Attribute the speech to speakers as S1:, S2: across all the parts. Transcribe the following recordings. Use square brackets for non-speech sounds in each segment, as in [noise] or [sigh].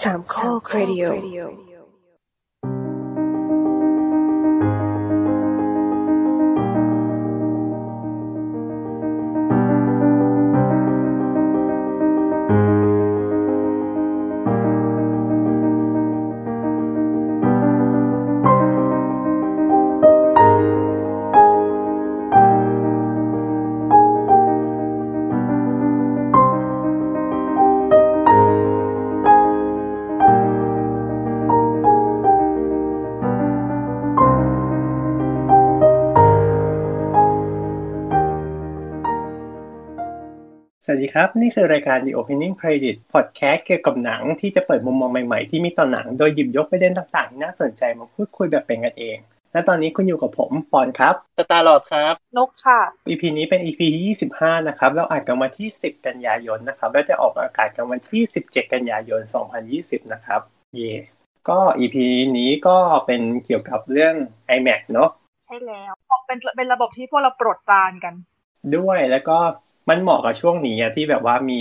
S1: สามข้อครดิโอ
S2: สวัสดีครับ นี่คือรายการ The Opening Credit Podcast เกี่ยวกับหนังที่จะเปิดมุมมองใหม่ๆที่มีต่อหนัง โดยหยิบยกประเด็นต่างๆที่น่าสนใจมาพูดคุยแบบเป็นกันเอง และตอนนี้คุณอยู่กับผมปอนครับ
S3: สตาร์หลอดครับ
S4: นกค่ะ
S2: EP นี้เป็น EP ที่25 นะครับ เราอัดกันวันที่ 10 กันยายนนะครับ แล้วจะออกอากาศกันวันที่ 17 กันยายน 2020 นะครับ เย่ก็ EP นี้ก็เป็นเกี่ยวกับเรื่อง iMac เนอะ
S4: ใช่แล้วเป็นเป็นระบบที่พวกเราโปรดปรานกัน
S2: ด้วยแล้วก็มันเหมาะกับช่วงนี้อะที่แบบว่ามี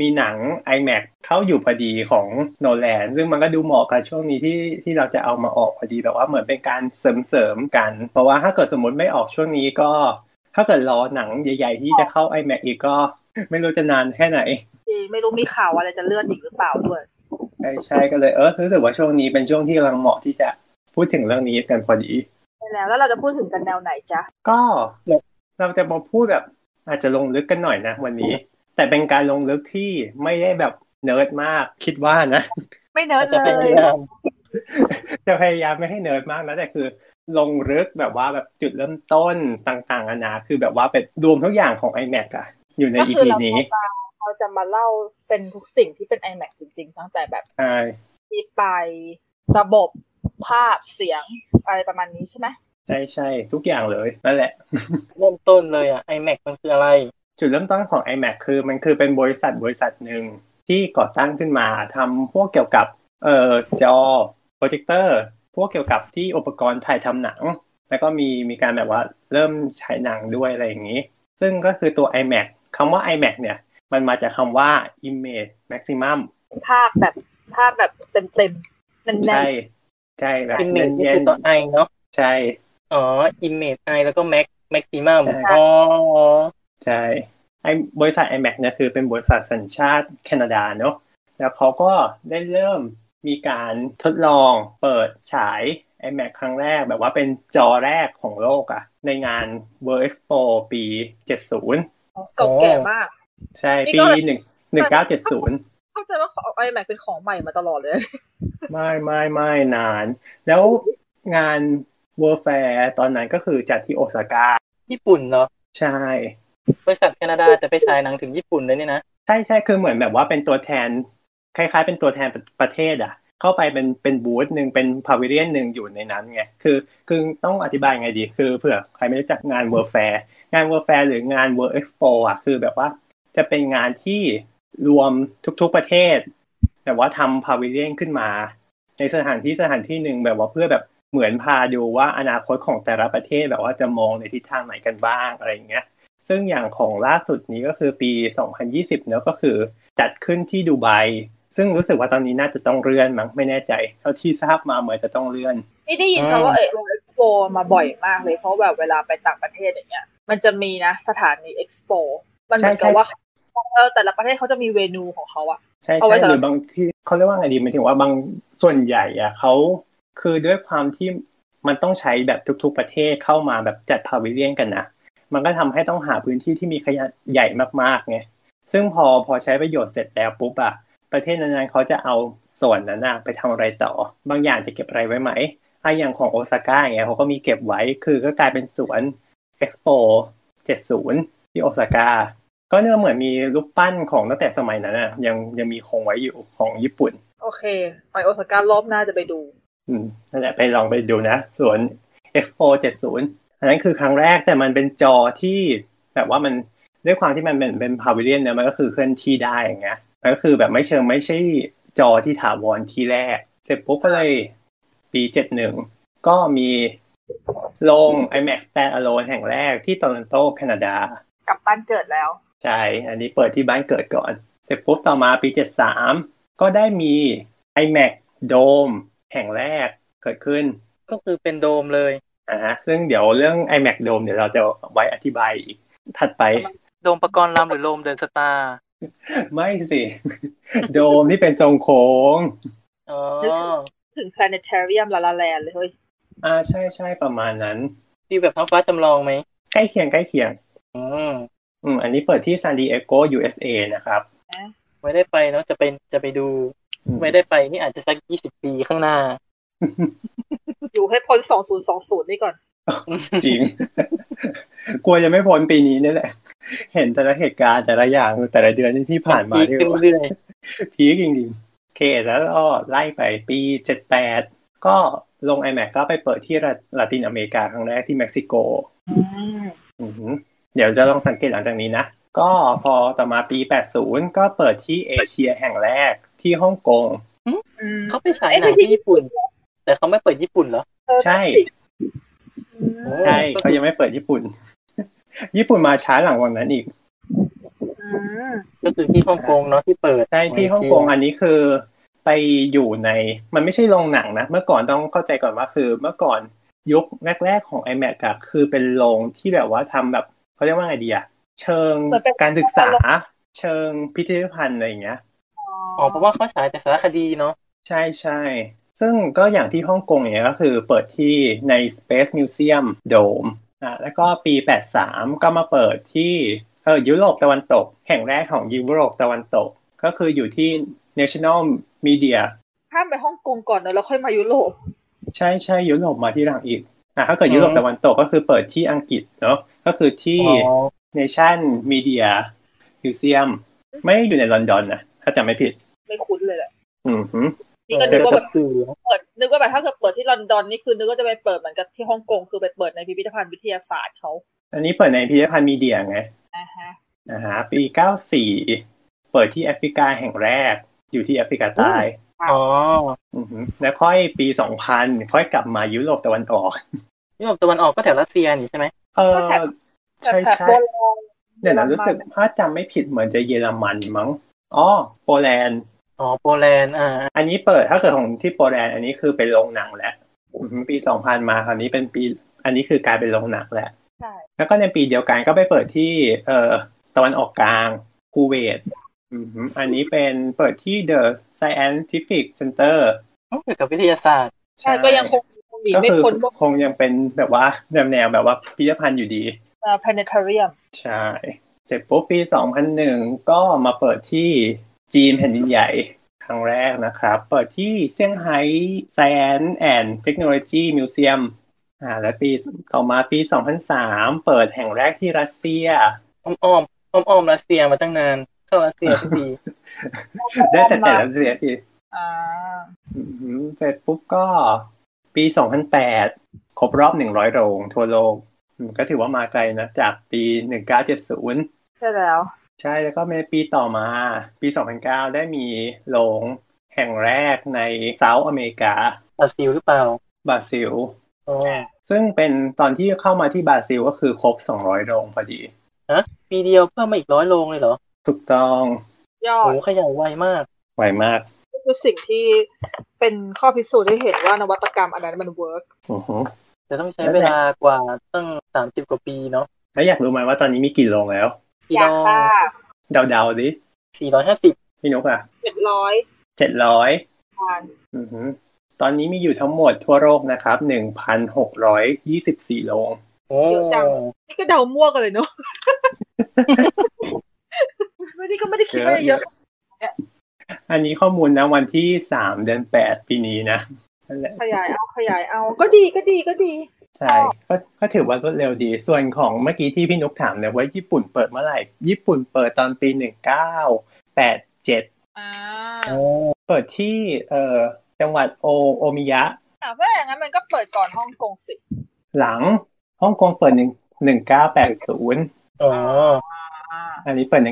S2: มีหนัง iMac เข้าอยู่พอดีของโนแลนซึ่งมันก็ดูเหมาะกับช่วงนี้ที่ที่เราจะเอามาออกพอดีแบบว่าเหมือนเป็นการเสริมๆกัน เพราะว่าถ้าเกิดสมมติไม่ออกช่วงนี้ก็ ถ้าเกิดรอหนังใหญ่ ๆ ที่จะเข้า iMac อีกก็ ไม่รู้จะนานแค่ไหน
S4: ไม่รู้มีข่าวอะไรจะเลื่อนอีกหรือเปล่าด้วย
S2: ใช่ใช่ก็เลยเออรู้สึกว่าช่วงนี้เป็นช่วงที่กำลังเหมาะที่จะพูดถึงเรื่องนี้กันพอดี
S4: ใช่แล้ว แล้วเราจะพูดถึงกันแนวไหนจ๊ะ
S2: ก็เราเราจะมาพูดแบบอาจจะลงลึกกันหน่อยนะวันนี้ แต่เป็นการลงลึกที่ไม่ได้แบบเนิร์ดมากคิดว่านะ [laughs]
S4: ไม่เนิร์ด
S3: จะ
S4: เล
S3: เป็น
S4: ย
S3: ยาม
S2: จะพยายามไม่ให้เนิร์ดมากนะแต่คือ ลงลึกแบบว่าแบบจุดเริ่มต้นต่างๆนานาคือแบบว่าเป็นรวมทุกอย่างของ iMac อะอยู่ใน
S4: ก็
S2: EP
S4: คือเรา
S2: นี้
S4: จะมาเราจะมาเล่าเป็นทุกสิ่งที่เป็น iMac จริงๆ ตั้งแต่แบบ
S2: ใช่
S4: ที่ไประบบภาพเสียงอะไรประมาณนี้ใช่ไหม
S2: ใช่ใช่ทุกอย่างเลยนั่นแหละ
S3: เริ่มต้นเลยอ่ะ iMac มันคืออะไร
S2: จุดเริ่มต้นของ iMac คือมันคือเป็นบริษัทบริษัทหนึ่งที่ก่อตั้งขึ้นมาทำพวกเกี่ยวกับเอ่อจอโปรเจคเตอร์พวกเกี่ยวกับที่อุปกรณ์ถ่ายทำหนัง แล้วก็มีมีการแบบว่าเริ่มฉายหนังด้วยอะไรอย่างนี้ ซึ่งก็คือตัว iMac คำว่า iMac เนี่ย มันมาจากคำว่า image maximum
S4: ภาพแบบภาพแบบเต็มๆแน่น
S2: ใช่ใช่แบบ
S3: อิมเมจนี่
S2: เย็
S3: คื
S2: น
S3: อตัว i เนาะ
S2: ๆใช่
S3: อ๋อ image i แล้วก็ max maximum
S2: ใช่
S3: อ๋อ
S2: ใช่ไอบริษัท iMac เนี่ยคือเป็นบริษัทสัญชาติแคนาดาเนาะแล้วเขาก็ได้เริ่มมีการทดลองเปิดฉาย iMac ครั้งแรก แบบว่าเป็นจอแรกของโลกอะในงาน World Expo ปี 70
S4: ๆเก่าแก่มาก
S2: ใช่
S4: นี่
S2: ปี
S4: ก็
S2: หนึ่งหนึ่งเก้าเจ็ดศูนย์
S4: เข้าใจว่าของ iMac เป็นของใหม่มาตลอดเลย
S2: ไม่ไม่ไม่นาน แล้วงาน World Fair ตอนนั้นก็คือจัดที่โอซาก้า
S3: ญี่ปุ่นเหรอ
S2: ใช่
S3: บริษัทแคนาดาแต่ไปฉายหนังถึงญี่ปุ่นเลยเนี่ยนะ
S2: ใช่ใช่คือเหมือนแบบว่าเป็นตัวแทน คล้ายๆ เป็นตัวแทนประเทศอ่ะ เข้าไปเป็นเป็นบูธหนึ่งเป็นพาวิเลียนหนึ่งอยู่ในนั้นไงคือคือต้องอธิบายไงดี คือเผื่อใครไม่รู้จักงานเวิร์แฟร์งานเวิร์แฟร์หรืองานเวิร์เอ็กซ์โปอ่ะคือแบบว่าจะเป็นงานที่รวมทุกๆประเทศ แต่ว่าทำพาวิเลียนขึ้นมา ในสถานที่สถานที่หนึ่งแบบว่าเพื่อแบบเหมือนพาดูว่าอนาคตของแต่ละประเทศแบบว่าจะมองในทิศทางไหนกันบ้างอะไรอย่างเงี้ย ซึ่งอย่างของล่าสุดนี้ก็คือปี 2020 เนอะก็คือจัดขึ้นที่ดูไบ ซึ่งรู้สึกว่าตอนนี้น่าจะต้องเลื่อนมั้งไม่แน่ใจ เท่าที่ทราบมาเหมือนจะต้องเลื่อน
S4: นี่ได้ยินคำว่าเอ็กซ์โปมาบ่อยมากเลยเพราะแบบเวลาไปต่างประเทศอย่างเงี้ย มันจะมีนะสถานีเอ็กซ์โปมันเหมือนกับ
S2: ใช่
S4: ว่าเออแต่ละประเทศเขาจะมีเวนูของเขาอะ
S2: ใช่
S4: เอาไว้
S2: ใช่
S4: สำ
S2: ห
S4: หรับ
S2: รือบางที่เขาเรียกว่าไงดีหมายถึงว่าบางส่วนใหญ่อะเขาคือด้วยความที่มันต้องใช้แบบทุกๆประเทศเข้ามาแบบจัดพาวิเลียนกันนะมันก็ทำให้ต้องหาพื้นที่ที่มีขยะใหญ่มากๆไงซึ่งพอพอใช้ประโยชน์เสร็จแล้วปุ๊บอะประเทศนั้นๆเขาจะเอาส่วนนั้นอะไปทำอะไรต่อ บางอย่างจะเก็บอะไรไว้ไหมอ่ะอย่างของโอซาก้าอย่างเงี้ยเขาก็มีเก็บไว้คือก็กลายเป็นสวนเอ็กซ์โป70 ที่โอซาก้า ก็เนี่ยเหมือนมีรูปปั้นของตั้งแต่สมัยนั้นอะยังยังมีคงไว้อยู่ของญี่ปุ่น
S4: โอเคไปโอซาก้ารอบหน้าจะไปดู
S2: อืมนั่นแหละไปลองไปดูนะ ส่วน Expo 70 อันนั้นคือครั้งแรกแต่มันเป็นจอที่แบบว่ามันด้วยความที่มันเป็นเป็นพาวิเลียนเนี่ยมันก็คือเคลื่อนที่ได้อย่างเงี้ยมันก็คือแบบไม่เชิงไม่ใช่จอที่ถาวรที่แรก เสร็จปุ๊บก็เลยปี 71 ก็มีโรง IMAX Standalone แห่งแรกที่โตลอนโตแคนาดา
S4: กลับบ้านเกิดแล้ว
S2: ใช่ อันนี้เปิดที่บ้านเกิดก่อน เสร็จปุ๊บต่อมาปี 73 ก็ได้มี iMac Dome แห่งแรกเกิดขึ้น
S3: ก็คือเป็นโดมเลย
S2: อ่าฮะซึ่งเดี๋ยวเรื่อง iMac Dome เดี๋ยวเราจะไว้อธิบายอีกถัดไป
S3: โดมประกรณ์ลำหรือโดมเดินสตาร์
S2: ไม่สิ [laughs] โดมที่เป็นทรงโค้ง
S3: อ๋อ
S4: ถึง planetarium ลาลาแลนเลยเฮ้ย
S2: อ่าใช่ใช่ประมาณนั้น
S3: ฟีลแบบท้องฟ้าจำลองไหม
S2: ใกล้เคียงใกล้เคียง
S3: อืม
S2: อืมอันนี้เปิดที่ซานดิเอโก USA นะครับ
S3: ไม่ได้ไปเนาะจะไปจะไปดู
S2: อื
S3: ไม่ได้ไปนี่อาจจะสักยี่สิบปีข้างหน้า
S4: อยู่ให้พ้นสองศูนย์สองศูนย์นี่ก่อน
S2: [laughs] จ
S3: [laughs]
S2: ริง [laughs] กลัวจะไม่พ้นปีนี้นี่แหละ เห็นแต่ละเหตุการณ์แต่ละอย่างแต่ละเดือนที่ผ่านมา
S3: ปี
S2: ที่
S3: ขึ้นเรื่อย
S2: พีคจริงๆโอเค แล้วก็ไล่ไปปี 78 ก็ลง iMac ก็ไปเปิดที่ละลาตินอเมริกาครั้งแรกที่เม็กซิโก
S4: อืม
S2: อือหือเดี๋ยวจะลองสังเกตหลังจากนี้นะ ก็พอต่อมาปี 80 ก็เปิดที่เอเชียแห่งแรกที่ฮ่องกง
S4: อืม
S3: เขาไปฉายหนังที่ญี่ปุ่น แต่เขาไม่เปิดญี่ปุ่นเหรอ
S2: ใช่
S4: อืม
S2: ใช่เขายังไม่เปิดญี่ปุ่น [laughs] ญี่ปุ่นมาช้าหลังวันนั้นอีก
S4: อืม
S3: ก็คือที่ฮ่องกงเนาะที่เปิด
S2: ใช่ที่ฮ่องกงอันนี้คือไปอยู่ในมันไม่ใช่โรงหนังนะ เมื่อก่อนต้องเข้าใจก่อนว่าคือ เมื่อก่อนยุคแรก ๆ ของ iMac อะคือเป็นโรงที่แบบว่าทำแบบเขาเรียกว่าไงดีอะเชิงการศึกษา เชิงพิพิธภัณฑ์อะไรอย่างเงี้ย
S3: อ๋อเพราะว่าเขาฉายแต่สารคดีเนาะ
S2: ใช่ใช่ ซึ่งก็อย่างที่ฮ่องกงเนี่ยก็คือเปิดที่ใน Space Museum Dome อ่ะแล้วก็ปี 83 ก็มาเปิดที่เออยุโรปตะวันตก แห่งแรกของยุโรปตะวันตก ก็คืออยู่ที่ National Media
S4: ข้ามไปฮ่องกงก่อนเนอะแล้วค่อยมายุโรป
S2: ใช่ใช่ยุโรปมาที่หลังอีกอ่ะถ้าเกิดยุโรปตะวันตกก็คือเปิดที่อังกฤษเนาะก็คือที่
S3: อ๋อ
S2: Nation Media Museum ไม่ได้อยู่ในลอนดอนนะถ้าจำไม่ผิด
S4: ไม่คุ้นเลยแหละ
S2: อืมฮึ
S4: นี่ก็นึกว่าแบบ
S3: คือ
S4: เปิดนึกว่าแบบถ้าเกิดเปิดที่ลอนดอนนี่คือนึกว่าจะไปเปิดเหมือนกับที่ฮ่องกงคือไปเปิดในพิพิธภัณฑ์วิทยาศาสตร์เขา
S2: อันนี้เปิดในพิพิธภัณฑ์มีเดียไง
S4: อ่าฮะ
S2: นะฮะปี 94 เปิดที่แอฟริกาแห่งแรก อยู่ที่แอฟริกาใต้
S3: อ๋อ
S2: อือหือแล้วค่อยปี 2000 ค่อยกลับมายุโรปตะวันออก
S3: ยุโรปตะวันออกก็แถวรัสเซียนี่ใช่ไหม
S2: เออ
S4: แถบ
S2: ใช่
S4: แถบ
S2: ใช่
S4: โบราณ
S2: เดี๋ยวนะรู้สึกถ้าจำไม่ผิดเหมือนจะเยอรมันมั้งอ๋อโปแลนด์
S3: อ๋อโปแลนด์อ่า
S2: อันนี้เปิดถ้าเกิดของที่โปแลนด์ อันนี้คือเป็นโรงหนังแล้วอือหือปี 2000 มาคราวนี้เป็นปี อันนี้คือกลายเป็นโรงหนังแล้ว
S4: ใช่
S2: แล้วก็ในปีเดียวกันก็ไปเปิดที่เอ่อตะวันออกกลางคูเวตอืมฮึอันนี้เป็นเปิดที่ The Scientific Center
S3: เกี่ยวกับวิทยาศาสตร์
S4: ใช่ก็ยังคงหนี
S2: ก็
S4: ไม่
S2: คือ
S4: พ้นพวก
S2: คงยังเป็นแบบว่าแนวแนวแบบว่าพิพิธภัณฑ์อยู่ดี
S4: เอ่อ planetarium
S2: ใช่ เสร็จปุ๊บปี 2001 ก็มาเปิดที่จีนแผ่นดินใหญ่ครั้งแรกนะครับ เปิดที่เซี่ยงไฮ้ Science and Technology Museum อ่าและปีต่อมาปี 2003 เปิดแห่งแรกที่รัสเซีย
S3: อ้อมอ้อมอ้อมอ้อมรัสเซียมาตั้งนาน เข้ารัสเซียทุก
S2: [laughs]
S3: ที
S2: ได้แต่แต่ละเสียที
S4: อ่า
S2: อืมเสร็จปุ๊บก็ปี 2008 ครบรอบ 100 โรงทั่วโลกอืมก็ถือว่ามาไกลนะ จากปี 1970
S4: ใช่แล้ว
S2: ใช่แล้วก็ในปีต่อมา ปี 2009 ได้มีโรงแห่งแรกในเซาท์อเมริกา
S3: บราซิลหรือเปล่า
S2: บราซิล
S3: อ๋อ
S2: ซึ่งเป็นตอนที่เข้ามาที่บราซิลก็คือครบ 200 โรงพอดี
S3: ปีเดียวเพิ่มมาอีกร้อยโรงเลยเหรอ
S2: ถูกต้อง
S4: ย
S3: โห
S4: อด
S3: ขยายไวมาก
S2: ไวมาก
S4: นี่คือสิ่งที่เป็นข้อพิสูจน์ที่เห็นว่านวัตกรรมอันนั้นมัน work
S2: อือฮึ
S3: แต่ต้องใช้เวลากว่าตั้งสามสิบกว่าปีเนาะ
S2: แล้วอยากรู้ไหมว่าตอนนี้มีกี่โรงแล้ว
S3: กี่
S4: อยา
S3: โรง
S4: ค่า
S2: เดาๆดิ
S3: สี่ร้อยห้าสิบ
S2: พี่นกอะ
S4: เจ็ดร้อย
S2: 700
S4: พัน
S2: อือฮึตอนนี้มีอยู่ทั้งหมดทั่วโลกนะครับ 1,624 โรง
S3: โอ้
S4: เยอะจัง นี่ก็เดามั่วกันเลยเนาะ ไม่ได้ก็ไม่ได้คิดว่าจะเยอะ
S2: อันนี้ข้อมูลนะวันที่ 3 เดือน 8 ปีนี้นะนั่นแหละ
S4: ขยายเอาขยายเอา ก็ดีก็ดีก็ดี
S2: ใช่ ก็ก็ถือว่ารวดเร็วดี ส่วนของเมื่อกี้ที่พี่นุกถามเนี่ยว่าญี่ปุ่นเปิดเมื่อไหร่ ญี่ปุ่นเปิดตอนปี 1987
S4: อ่า
S3: โอ้
S2: เปิดที่เอ่อจังหวัดโอโอมิยะ
S4: ถามว่าอย่างนั้นมันก็เปิดก่อนฮ่องกงสิ
S2: หลังฮ่องกงเปิด 1980
S3: อ๋อ
S4: อ่า
S2: อันนี้เปิด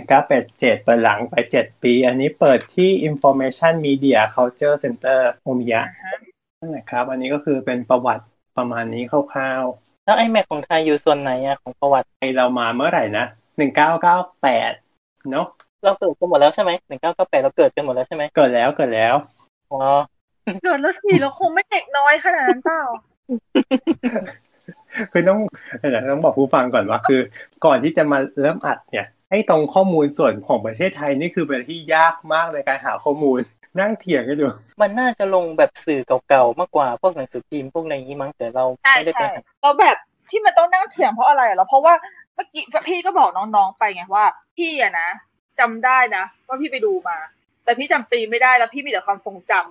S2: 1987 เปิดหลังไป 7 ปี อันนี้เปิดที่ Information Media Culture Center โอมิยะ
S4: อ่าฮะ
S2: นั่นแหละครับ อันนี้ก็คือเป็นประวัติประมาณนี้คร่าว
S3: แล้วไอแม็กของไทยอยู่ส่วนไหนอะของประวัติ
S2: ๆไอเรามาเมื่อไหร่นะ 1998 เนอะ
S3: เราเกิดกันหมดแล้วใช่ไหมหนึ่งเก้าเก้าแปดเราเกิดกันหมดแล้วใช่ไหม
S2: เกิดแล้วเกิดแล้ว
S3: อ๋อ
S4: เกิดแล้วสี่เราคงไม่เด็กน้อยขนาดนั้นเปล่า
S2: คือต้องเดี๋ยวต้องบอกผู้ฟังก่อนว่าคือ ก่อนที่จะมาเริ่มอัดเนี่ยไอ้ตรงข้อมูลส่วนของประเทศไทยนี่คือเป็นที่ยากมากในการหาข้อมูลนั่งเถียงกันอยู่
S3: มันน่าจะลงแบบสื่อเก่าๆมากกว่าพวกหนังสือพิมพ์พวกอะไรอย่างนี้มั้งแต่เราไม่ได้ไปหา
S4: เราแบบที่มันต้องนั่งเถียงเพราะอะไรเหรอเพราะว่าเมื่อกี้พี่ก็บอกน้องๆไปไงว่า พี่อะนะจำได้นะว่าพี่ไปดูมา แต่พี่จำปีไม่ได้แล้วพี่มีแต่ความทรงจำ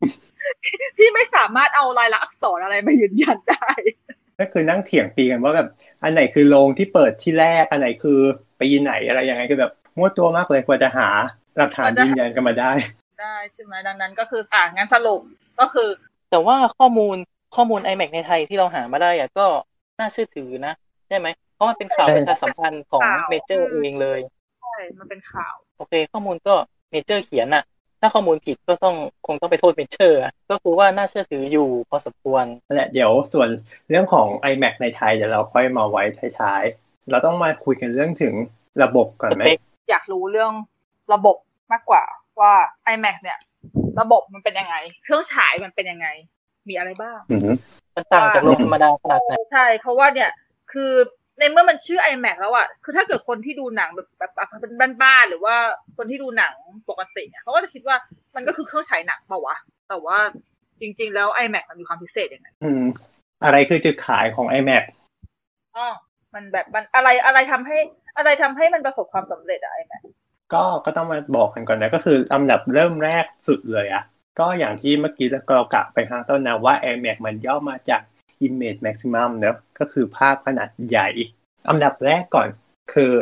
S3: [laughs]
S4: พี่ไม่สามารถเอาลายลักษณ์อักษรอะไรมายืนยันได้
S2: ก็คือนั่งเถียงปีกันว่าแบบอันไหนคือโรงที่เปิดที่แรกอันไหนคือปีไหนอะไรยังไงคือแบบมั่วตัวมากเลยกว่าจะหาหลักฐานยืนยันกันมาได้
S4: ได้ใช่ไหมดังนั้นก็คืออ่างั้นสรุปก็คือ
S3: แต่ว่าข้อมูลข้อมูล iMac ในไทยที่เราหามาได้อะก็น่าเชื่อถือนะใช่ไหมเพราะมันเป็นข่าวป
S2: ใช่
S3: ระชาสัมพันธ์ของเมเจอร์เองเลย
S4: ใช่มันเป็นข่าว
S3: โอเค ข้อมูลก็เมเจอร์เขียนอะถ้าข้อมูลผิดก็ต้องคงต้องไปโทษเมเจอร์อะก็คือว่าน่าเชื่อถืออยู่พอสมควร
S2: นั่นแหละเดี๋ยวส่วนเรื่องของ iMac ในไทยเดี๋ยวเราค่อยมาไว้ท้ายๆเราต้องมาคุยกันเรื่องถึงระบบก่อนไหม
S3: สเปค
S4: อยากรู้เรื่องระบบมากกว่าว่า iMac เนี่ย ระบบมันเป็นยังไง เครื่องฉายมันเป็นยังไง มีอะไรบ้าง
S2: อืม
S3: มันต่างจากโรงธรรมดาขนาดไหน
S4: ใช่ เพราะว่าเนี่ยคือในเมื่อมันชื่อ iMac แล้วอะคือถ้าเกิดคนที่ดูหนังแบบแบบแบบเป็นบ้านๆหรือว่าคนที่ดูหนังปกติเนี่ยเขาก็จะคิดว่ามันก็คือเครื่องฉายหนังเปล่าวะแต่ว่าจริง ๆ แล้ว iMac มันมีความพิเศษยังไง
S2: อืมอะไรคือจุดขายของ iMac
S4: อ๋อมันแบบมันอะไรอะไรทำให้อะไรทำให้มันประสบความสำเร็จอะ iMac
S2: ก็ก็ต้องมาบอกกันก่อนนะก็คืออันดับเริ่มแรกสุดเลยอะก็อย่างที่เมื่อกี้เรากะไปข้างต้นนะว่า iMac มันย่อมาจาก Image Maximum เนอะก็คือภาพขนาดใหญ่ อันดับแรกก่อน คือ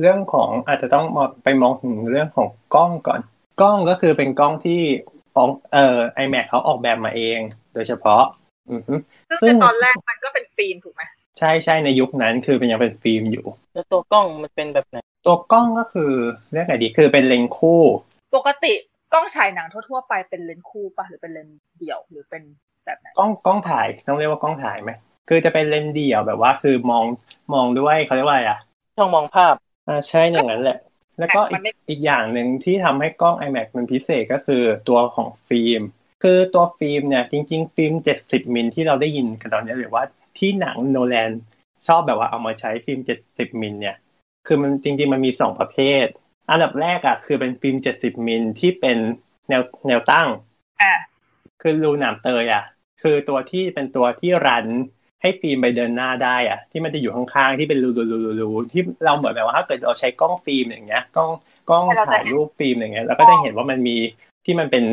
S2: เรื่องของอาจจะต้องมองไปมองถึงเรื่องของกล้องก่อน กล้องก็คือเป็นกล้องที่ของเอ่อ iMac เขาออกแบบมาเอง โดยเฉพาะ อือฮึ
S4: ซึ่ง
S2: ซึ่
S4: ใน
S2: ง
S4: ตอนแรกมันก็เป็นฟิล์มถูกไหม
S2: ใช่ใช่ในยุคนั้นคือเป็นยังเป็นฟิล์มอยู่
S3: แล้วตัวกล้องมันเป็นแบบไหน
S2: ตัวกล้องก็คือเรียกไงดีคือเป็นเลนส์คู่
S4: ปกติกล้องฉายหนังทั่วๆไปเป็นเลนส์คู่ปะหรือเป็นเลนส์เดี่ยวหรือเป็นแบบไหน
S2: กล้องกล้องถ่ายต้องเรียกว่ากล้องถ่ายไหมคือจะเป็นเลนส์เดี่ยวแบบว่าคือมองมองด้วยเขาเรียกว่าอะไรอ่ะ
S3: ช่องมองภาพ
S2: อ่าใช่อย่างนั้นแหละ แล้วก็อีกอีกอย่างหนึ่งที่ทำให้กล้อง iMac มันพิเศษก็คือตัวของฟิล์ม คือตัวฟิล์มเนี่ยจริง ๆ ฟิล์ม 70 มิลที่เราได้ยินกันตอนนี้หรือว่าที่หนังโนแลนชอบแบบว่าเอามาใช้ฟิล์ม 70 มิลเนี่ย คือมันจริง ๆ มันมีสองประเภท อันดับแรกอ่ะคือเป็นฟิล์ม 70 มิลที่เป็นแนวแนวตั้ง
S4: อ่ะ
S2: คือรูหนามเตยอ่ะ คือตัวที่เป็นตัวที่รันให้ฟิล์มไปเดินหน้าได้อ่ะ ที่มันจะอยู่ข้างๆที่เป็นรูๆๆๆๆที่เราเหมือนแบบว่าถ้าเกิดเราใช้กล้องฟิล์มอย่างเงี้ยกล้องกล้องถ่ายรูปฟิล์มอย่างเงี้ยเราก็จะเห็นว่ามันมีที่มันเป็น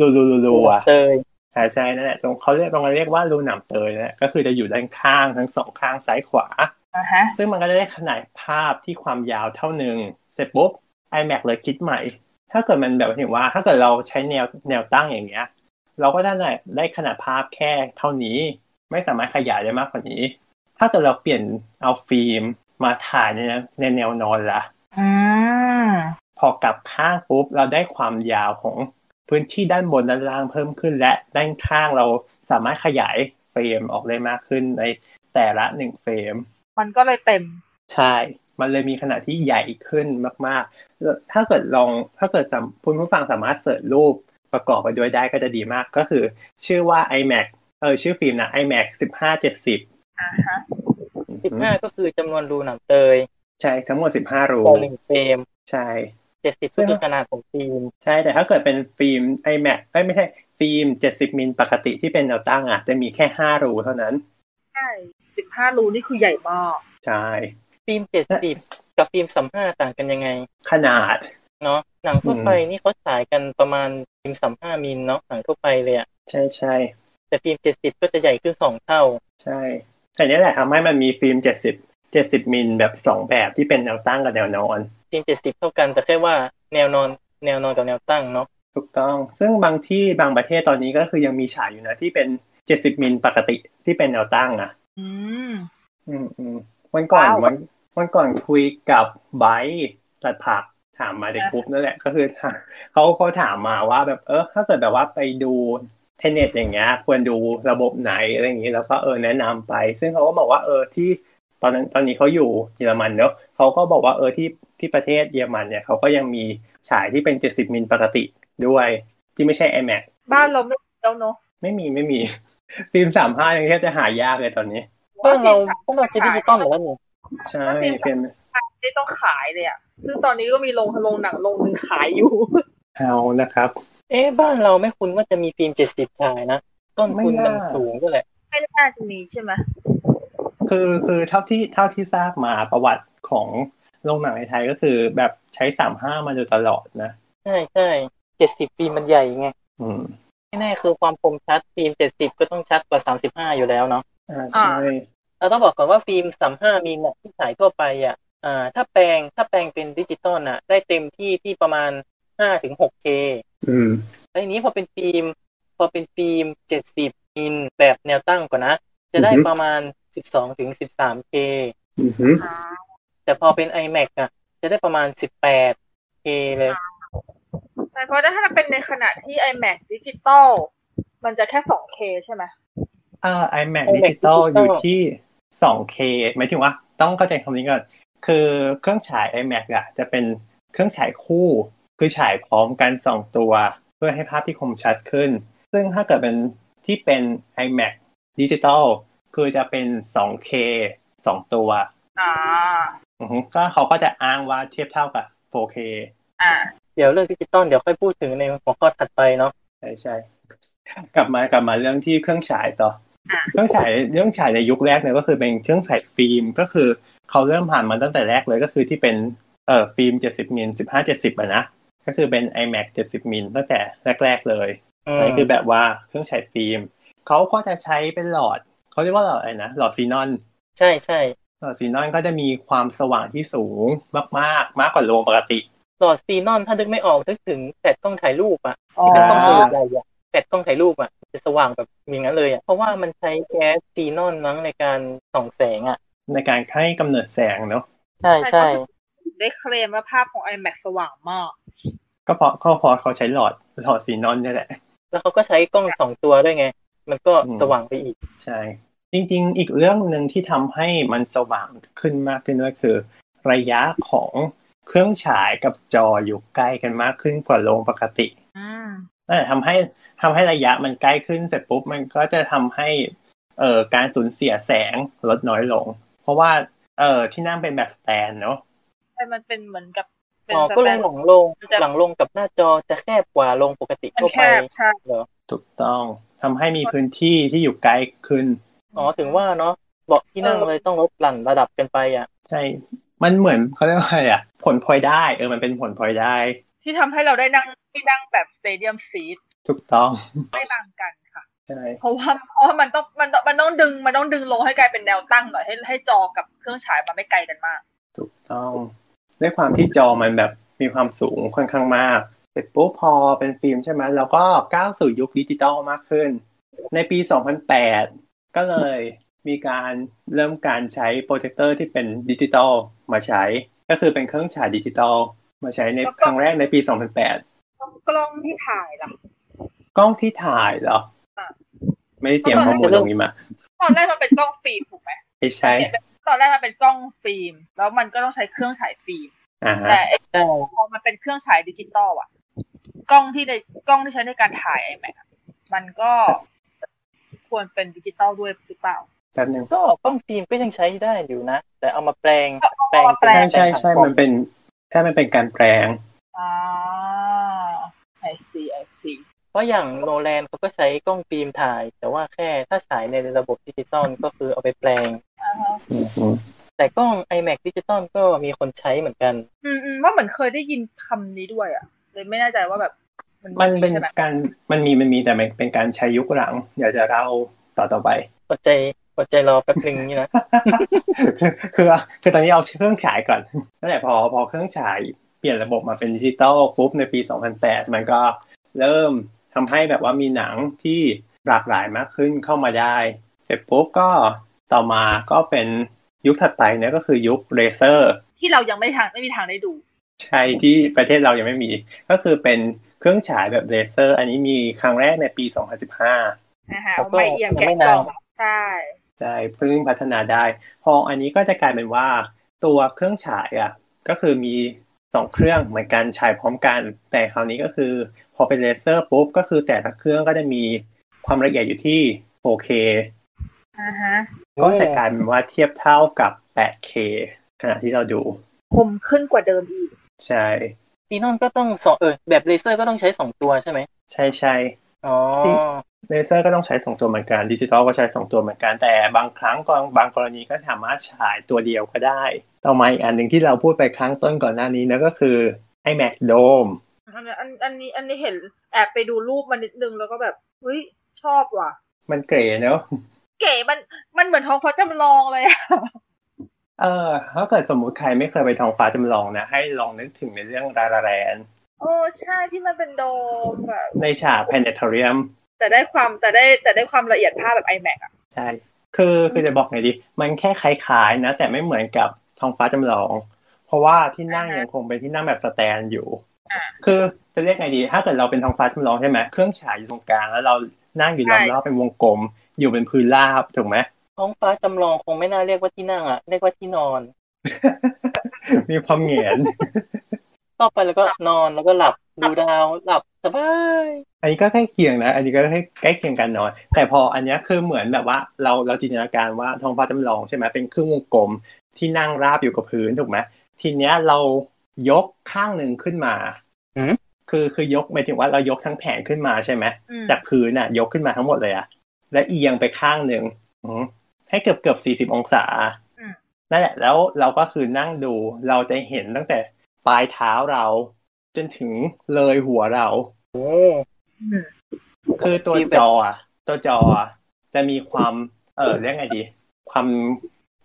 S2: รูๆๆๆอ่ะ
S3: เตย
S2: อ่าใช่นั่นแหละตรงเขาเรียกตรงนั้นเรียกว่ารูหนามเตยนะก็คือจะอยู่ด้านข้างทั้งสองข้างซ้ายขวา
S4: อ่ะฮะ
S2: ซึ่งมันก็จะได้ขนาดภาพที่ความยาวเท่าหนึ่งเสร็จปุ๊บ iMac เลยคิดใหม่ ถ้าเกิดมันแบบเห็นว่า ถ้าเกิดเราใช้แนวแนวตั้งอย่างเงี้ย เราก็ได้ได้ขนาดภาพแค่เท่านี้ ไม่สามารถขยายได้มากกว่านี้ ถ้าเกิดเราเปลี่ยนเอาฟิล์มมาถ่ายในแนวในแนวนอนละ
S4: อืม
S2: พอกลับข้างปุ๊บเราได้ความยาวของพื้นที่ด้านบนด้านล่างเพิ่มขึ้น และด้านข้างเราสามารถขยายเฟรมออกได้มากขึ้นในแต่ละหนึ่งเฟรม
S4: มันก็เลยเต็ม
S2: ใช่ มันเลยมีขนาดที่ใหญ่ขึ้นมากๆแล้วถ้าเกิดลอง ถ้าเกิดสามคุณผู้ฟังสามารถเสิร์ชรูปประกอบไปด้วยได้ก็จะดีมาก ก็คือ ชื่อว่า iMac เออชื่อฟิล์มนะ iMac สิบห้าเจ็ดสิบ
S4: อ่ะฮะ
S3: สิบห้าก็คือจำนวนรูหนังเตย
S2: ใช่ ทั้งหมดสิบห้ารู
S3: ต่อหนึ่งเฟรม
S2: ใช่
S3: เจ็ดสิบก็คือขนาดของฟิล์ม
S2: ใช่ แต่ถ้าเกิดเป็นฟิล์ม iMac เอ้ยไม่ใช่ฟิล์มเจ็ดสิบมิลปกติที่เป็นแนวตั้งอ่ะ จะมีแค่ห้ารูเท่านั้น
S4: ใช่สิบห้ารูนี่คือใหญ่มาก
S2: ใช่
S3: ฟิล์มเจ็ดสิบกับฟิล์มสามห้าต่างกันยังไง
S2: ขนาด
S3: เนาะหนังทั่วไปนี่เขาฉายกันประมาณฟิล์มสามห้ามิลเนาะหนังทั่วไปเลยอะ
S2: ใช่ใช่
S3: แต่ฟิล์มเจ็ดสิบก็จะใหญ่ขึ้นสองเท่า
S2: ใช่ แต่นี่แหละทำให้มันมีฟิล์มเจ็ดสิบเจ็ดสิบมิลแบบสองแบบที่เป็นแนวตั้งกับแนวนอน
S3: ฟิล์มเจ็ดสิบเท่ากัน แต่แค่ว่าแนวนอนแนวนอนกับแนวตั้งเนาะ
S2: ถูกต้อง ซึ่งบางที่บางประเทศตอนนี้ก็คือยังมีฉายอยู่นะที่เป็น 70 มิลปกติที่เป็นแนวตั้งอ่ะ
S4: อืม
S2: อืมอืมวันก่อน
S4: ว้าว
S2: วันวันก่อนคุยกับไบร์ทตัดผักถามมาในกรุ๊ปนั่นแหละ ก็คือ [laughs] ถามเขาเขาถามมาว่าแบบเออถ้าเกิดแบบว่าไปดูเทนเน็ตอย่างเงี้ยควรดูระบบไหนอะไรอย่างงี้แล้วก็เออแนะนำไป ซึ่งเขาก็บอกว่าเออที่ตอนนั้นตอนนี้เขาอยู่เยอรมันเนอะเขาก็บอกว่าเออที่ที่ประเทศเยอรมันเนี่ยเขาก็ยังมีฉายที่เป็น 70 มิลปกติด้วย ที่ไม่ใช่ iMac
S4: บ้านเราไม่มีแล้วเนาะ
S2: ไม่มีไม่มี [laughs] ฟิล์มสามห้ายังแทบจะหายากเลยตอนนี้
S3: พวกเราพวกเราใช้ดิจิตอลหมดแล้วนี่
S2: ใช่เป็น
S4: ไม่ต้องขายเลยอะซึ่งตอนนี้ก็มีโรงโรงหนังโรงหนึ่งขายอยู่
S2: เอานะครับ
S3: เอ๊ะบ้านเราไม่คุ้นว่าจะมีฟิล์มเจ็ดสิบฉายนะต้นทุนมัน
S2: ไม่น่า
S3: สูงด้วยแหละ
S4: ไม่น่าจะมีใช่ไหม
S2: คือคือเท่าที่เท่าที่ทราบมาประวัติของโรงหนังในไทยก็คือแบบใช้สามห้ามาโดยตลอดนะ
S3: ใช่ใช่เจ็ดสิบฟิล์มมันใหญ่ไง
S2: อืม
S3: ไม่แน่คือความคมชัดฟิล์มเจ็ดสิบก็ต้องชัดกว่าสามสิบห้าอยู่แล้วเนาะ
S2: อ่าใช่
S3: เราต้องบอกก่อนว่าฟิล์มสามห้ามิลน่ะที่ฉายทั่วไปอ่ะอ่าถ้าแปลงถ้าแปลงเป็นดิจิตอลน่ะ ได้เต็มที่ที่ประมาณห้าถึงหกเค
S2: อืม
S3: แล้วทีนี้พอเป็นฟิล์ม พอเป็นฟิล์มเจ็ดสิบมิลแบบแนวตั้งก่อนนะ จะได้
S2: อือฮึ
S3: ประมาณสิบสองถึงสิบสามเค
S2: อือหือ
S4: อ่า
S3: แต่พอเป็น iMac อ่ะ จะได้ประมาณสิบแปดเคเลย
S4: ใช่เพราะถ้าเป็นในขณะที่ iMac ดิจิตอลมันจะแค่ 2K ใช่ไหม
S2: อ่า
S3: iMac
S2: iMac ดิจิตอล
S3: Digital
S2: อยู่ที่ 2K หมายถึงว่าต้องเข้าใจคำนี้ก่อน คือเครื่องฉาย iMac อะจะเป็นเครื่องฉายคู่ คือฉายพร้อมกันสองตัว เพื่อให้ภาพที่คมชัดขึ้น ซึ่งถ้าเกิดเป็นที่เป็น iMac ดิจิตอลคือจะเป็น 2K สองตัว
S4: อ่า
S2: อือฮึก็เขาก็จะอ้างว่าเทียบเท่ากับ 4K
S4: อ่า
S3: เดี๋ยวเรื่องดิจิตอลเดี๋ยวค่อยพูดถึงในหัวข้อถัดไปเนาะ
S2: ใช่ใช่กลับมากลับมาเรื่องที่เครื่องฉายต่ออะ เครื่องฉายเรื่องฉายในยุคแรกเนี่ยก็คือเป็นเครื่องฉายฟิล์มก็คือเขาเริ่มผ่านมาตั้งแต่แรกเลยก็คือที่เป็นเอ่อฟิล์ม 70มิล15 70อ่ะนะก็คือเป็น iMac 70มิลตั้งแต่แรก ๆ เลย
S3: อืม
S2: อันนี่คือแบบว่าเครื่องฉายฟิล์มเขาก็จะใช้เป็นหลอดเขาเรียกว่าหลอดอะไรนะหลอดซีนอน
S3: ใช่ใช่
S2: หลอดซีนอนก็จะมีความสว่างที่สูงมากๆ มากกว่าโรงปกติ
S3: หลอดซีนอนถ้านึกไม่ออกนึกถึงแฟลชกล้องถ่ายรูปอะ
S4: อ๋อ
S3: แฟลชกล้อง
S2: เ
S3: ตัวใหญ่ๆอะแฟลชกล้องถ่ายรูปอะจะสว่างแบบอย่างนั้นเลยอะเพราะว่ามันใช้แก๊สซีนอนมั้งในการส่องแสงอะ
S2: ในการให้กำเนิดแสงเนาะ
S3: ใช่
S4: ใช่
S3: ใช่
S4: ได้เคลมว่าภาพของ iMac สว่างมาก
S2: ก็เพราะก็เพราะเขาใช้หลอดหลอดซีนอนเนี่ยแหละ
S3: แล้วเขาก็ใช้กล้องสองตัวด้วยไง มันก็
S2: อืม
S3: สว่างไปอีก
S2: ใช่ จริงๆ อีกเรื่องหนึ่งที่ทำให้มันสว่างขึ้นมากขึ้นก็คือ ระยะของเครื่องฉายกับจออยู่ใกล้กันมากขึ้นกว่าโรงปกติ
S4: อืม
S2: นั่นแหละทำให้ทำให้ระยะมันใกล้ขึ้นเสร็จปุ๊บมันก็จะทำให้เอ่อการสูญเสียแสงลดน้อยลง เพราะว่าเอ่อที่นั่งเป็นแบบสแตนเนาะ
S4: ใช่มันเป็นเหมือนกับ เป็น
S3: อ๋อ
S4: ส
S3: ก็
S4: แต
S3: เลย
S4: น
S3: หลังลงหลังลงกับหน้าจอจะแคบกว่าลงปกติ
S4: มัน
S3: ทั่ว
S4: แค
S3: ไป
S4: บใช่
S2: ถูกต้องทำให้มีพื้นที่ที่อยู่ใกล้ขึ้น
S3: อ๋อ ถึงว่าเนาะเบาะที่นั่งเลยต้องลดหลั่นระดับกันไปอะ
S2: ใช่ มันเหมือนเขาเรียกว่าอะไรอะผลพลอยได้ เออมันเป็นผลพลอยได้
S4: ที่ทำให้เราได้นั่งที่นั่งแบบสเตเดียมซีท
S2: ถูกต้อง
S4: ไม่ต่างกันค่ะ
S2: ใช่
S4: เพราะว่าเพราะว่ามันต้องมันต้องมันต้องดึงมันต้องดึงลงให้กลายเป็นแนวตั้งหน่อยให้ให้จอกับเครื่องฉายมันไม่ไกลกันมาก
S2: ถูกต้องด้วยความที่จอมันแบบมีความสูงค่อนข้างมาก เสร็จปุ๊บพอเป็นฟิล์มใช่ไหมแล้วก็ก้าวสู่ยุคดิจิตอลมากขึ้น ในปี 2008 ก็เลยมีการเริ่มการใช้โปรเจคเตอร์ที่เป็นดิจิตอลมาใช้ ก็คือเป็นเครื่องฉายดิจิตอลมาใช้ใน
S4: แล้วก็
S2: ครั้งแรกในปี 2008
S4: กล้องที่ถ่ายล่ะ
S2: กล้องที่ถ่ายเหรอ
S4: อ่ะ
S2: ไม่ได้เตรียมข้อมูลตรงนี้มา
S4: ตอนแรกมันเป็นกล้องฟิล์มถูกไหม
S2: ไปใช้
S4: ตอนแรกมันเป็นกล้องฟิล์ม แล้วมันก็ต้องใช้เครื่องฉายฟิล์ม
S2: อ่าฮะ
S4: แต่ไอ้
S3: ใช่
S4: พอมันเป็นเครื่องฉายดิจิตอลอะกล้องที่ในกล้องที่ใช้ในการถ่ายไอแม็มันก็ควรเป็นดิจิตอลด้วยหรือเปล่า
S2: แป๊บนึง
S3: ก็กล้องฟิล์มก็ยังใช้ได้อยู่นะ แต่เอามาแปลงแปลง
S4: เอามาแปล
S2: ใช่
S4: ง
S2: ใช่ใช่มันเป็นแค่มันเป็นการแปลง
S4: อ่าไอซีไอซี
S3: เพราะอย่างโนแลนเขาก็ใช้กล้องฟิล์มถ่าย แต่ว่าแค่ถ้าฉายในระบบดิจิตอลก็คือเอาไปแปลง
S4: อ่าฮะ
S2: อือฮึ
S3: แต่กล้อง iMac ดิจิตอลก็มีคนใช้เหมือนกัน
S4: อืมอืมว่าเหมือนเคยได้ยินคำนี้ด้วยอะเลยไม่แน่ใจว่าแบบมัน
S2: มันเป็น
S4: ใช่ไหม
S2: การมันมีมันมีแต่มันเป็นการใช้ยุคหลังเดี๋ยวจะเล่าต่อ
S4: [laughs]
S2: ต่อไป
S3: อดใจอดใจรอแป๊บนึงนี่นะ
S2: คือคือตอนนี้เอาเครื่องฉายก่อนตั้งแต่พอพอเครื่องฉายเปลี่ยนระบบมาเป็นดิจิตอลปุ๊บในปี 2008 มันก็เริ่มทำให้แบบว่ามีหนังที่หลากหลายมากขึ้นเข้ามาได้ เสร็จปุ๊บก็ต่อมาก็เป็นยุคถัดไปเนี่ยก็คือยุคเลเซอร์
S4: ที่เรายังไม่ทางไม่มีทางได้ดู
S2: ใช่ที่ประเทศเรายังไม่มี ก็คือเป็นเครื่องฉายแบบเลเซอร์ อันนี้มีครั้งแรกในปี 2015
S4: นะฮะ
S3: แล้วก็
S4: ไม่เอีย
S3: ยั
S4: ง
S3: ง
S4: แกะ
S3: ไม่
S4: ก
S3: นาน
S4: ล่องใช่
S2: ใช่เพิ่งพัฒนาได้ พออันนี้ก็จะกลายเป็นว่าตัวเครื่องฉายอ่ะก็คือมี สองเครื่องเหมือนกันฉายพร้อมกัน แต่คราวนี้ก็คือ พอเป็นเลเซอร์ปุ๊บก็คือแต่ละเครื่องก็จะมีความละเอียดอยู่ที่ 4K
S4: อ่าฮะ
S2: ก็จะกลายเป็นว่าเทียบเท่ากับ 8K ขณะที่เราดู
S4: คมขึ้นกว่าเดิมอีก
S2: ใช่
S3: ซีนอนก็ต้องสองเออแบบเลเซอร์ก็ต้องใช้สองตัวใช่ไหม
S2: ใช่ใช่
S3: อ๋อ
S2: เลเซอร์ก็ต้องใช้สองตัวเหมือนกันดิจิตอลก็ใช้สองตัวเหมือนกันแต่บางครั้งก็บางกรณีก็สามารถฉายตัวเดียวก็ได้ ต่อมาอีกอันหนึ่งที่เราพูดไปครั้งต้นก่อนหน้านี้นะก็คือไอแม็กโดม
S4: อันอันอันนี้อันนี้เห็นแอบไปดูรูปมันนิดนึงแล้วก็แบบเฮ้ยชอบว่ะ
S2: มันเก๋เนอะ
S4: เก๋มันมันเหมือนท้องฟ้าจำลองเลยอะ
S2: เออถ้าเกิดสมมุติใครไม่เคยไปท้องฟ้าจำลองนะให้ลองนึกถึงในเรื่อง ลาลาแลนด์
S4: [laughs] โอ้ใช่ที่มันเป็นโดมแบบ
S2: ในฉากแพนเนทเรียม
S4: แต่ได้ความแต่ได้แต่ได้ความละเอียดภาพแบบ iMac อะ
S2: ใช่ คือคือจะบอกไงดี มันแค่คล้ายๆนะ แต่ไม่เหมือนกับท้องฟ้าจำลอง เพราะว่าที่นั่งยังคงเป็นที่นั่งแบบสแตนอยู่ คือจะเรียกไงดี ถ้าเกิดเราเป็นท้องฟ้าจำลองใช่ไหมเครื่องฉายอยู่ตรงกลางแล้วเรานั่งอยู่ล้อมรอบเป็นวงกลม อยู่เป็นพื้นราบถูกไหม [laughs]
S3: ท้องฟ้าจำลองคงไม่น่าเรียกว่าที่นั่งอ่ะเรียกว่าที่นอน
S2: มีความเหงียน
S3: ต่อไปแล้วก็นอนแล้วก็หลับดูดาวหลับสบาย
S2: อันนี้ก็ใกล้เคียงนะ อันนี้ก็ใกล้ใกล้เคียงกันหน่อย แต่พออันเนี้ยคือเหมือนแบบว่า เราเราจินตนาการว่าท้องฟ้าจำลองใช่ไหมเป็นครึ่งวงกลมที่นั่งราบอยู่กับพื้นถูกไหมทีเนี้ยเรายกข้างหนึ่งขึ้นมา
S3: อืม
S2: คือคือยกหมายถึงว่าเรายกทั้งแผงขึ้นมาใช่ไหม
S4: อืม
S2: จากพื้นน่ะ ยกขึ้นมาทั้งหมดเลยอะและเอียงไปข้างหนึ่งอืมให้เกือบเกือบสี่สิบองศา
S4: อืม
S2: นั่นแหละ แล้วเราก็คือนั่งดูเราจะเห็นตั้งแต่ปลายเท้าเรา จนถึงเลยหัวเรา
S3: โอ้
S4: อืม
S2: คือตัวจออะตัวจออะจะมีความเออเรียกไงดี ความ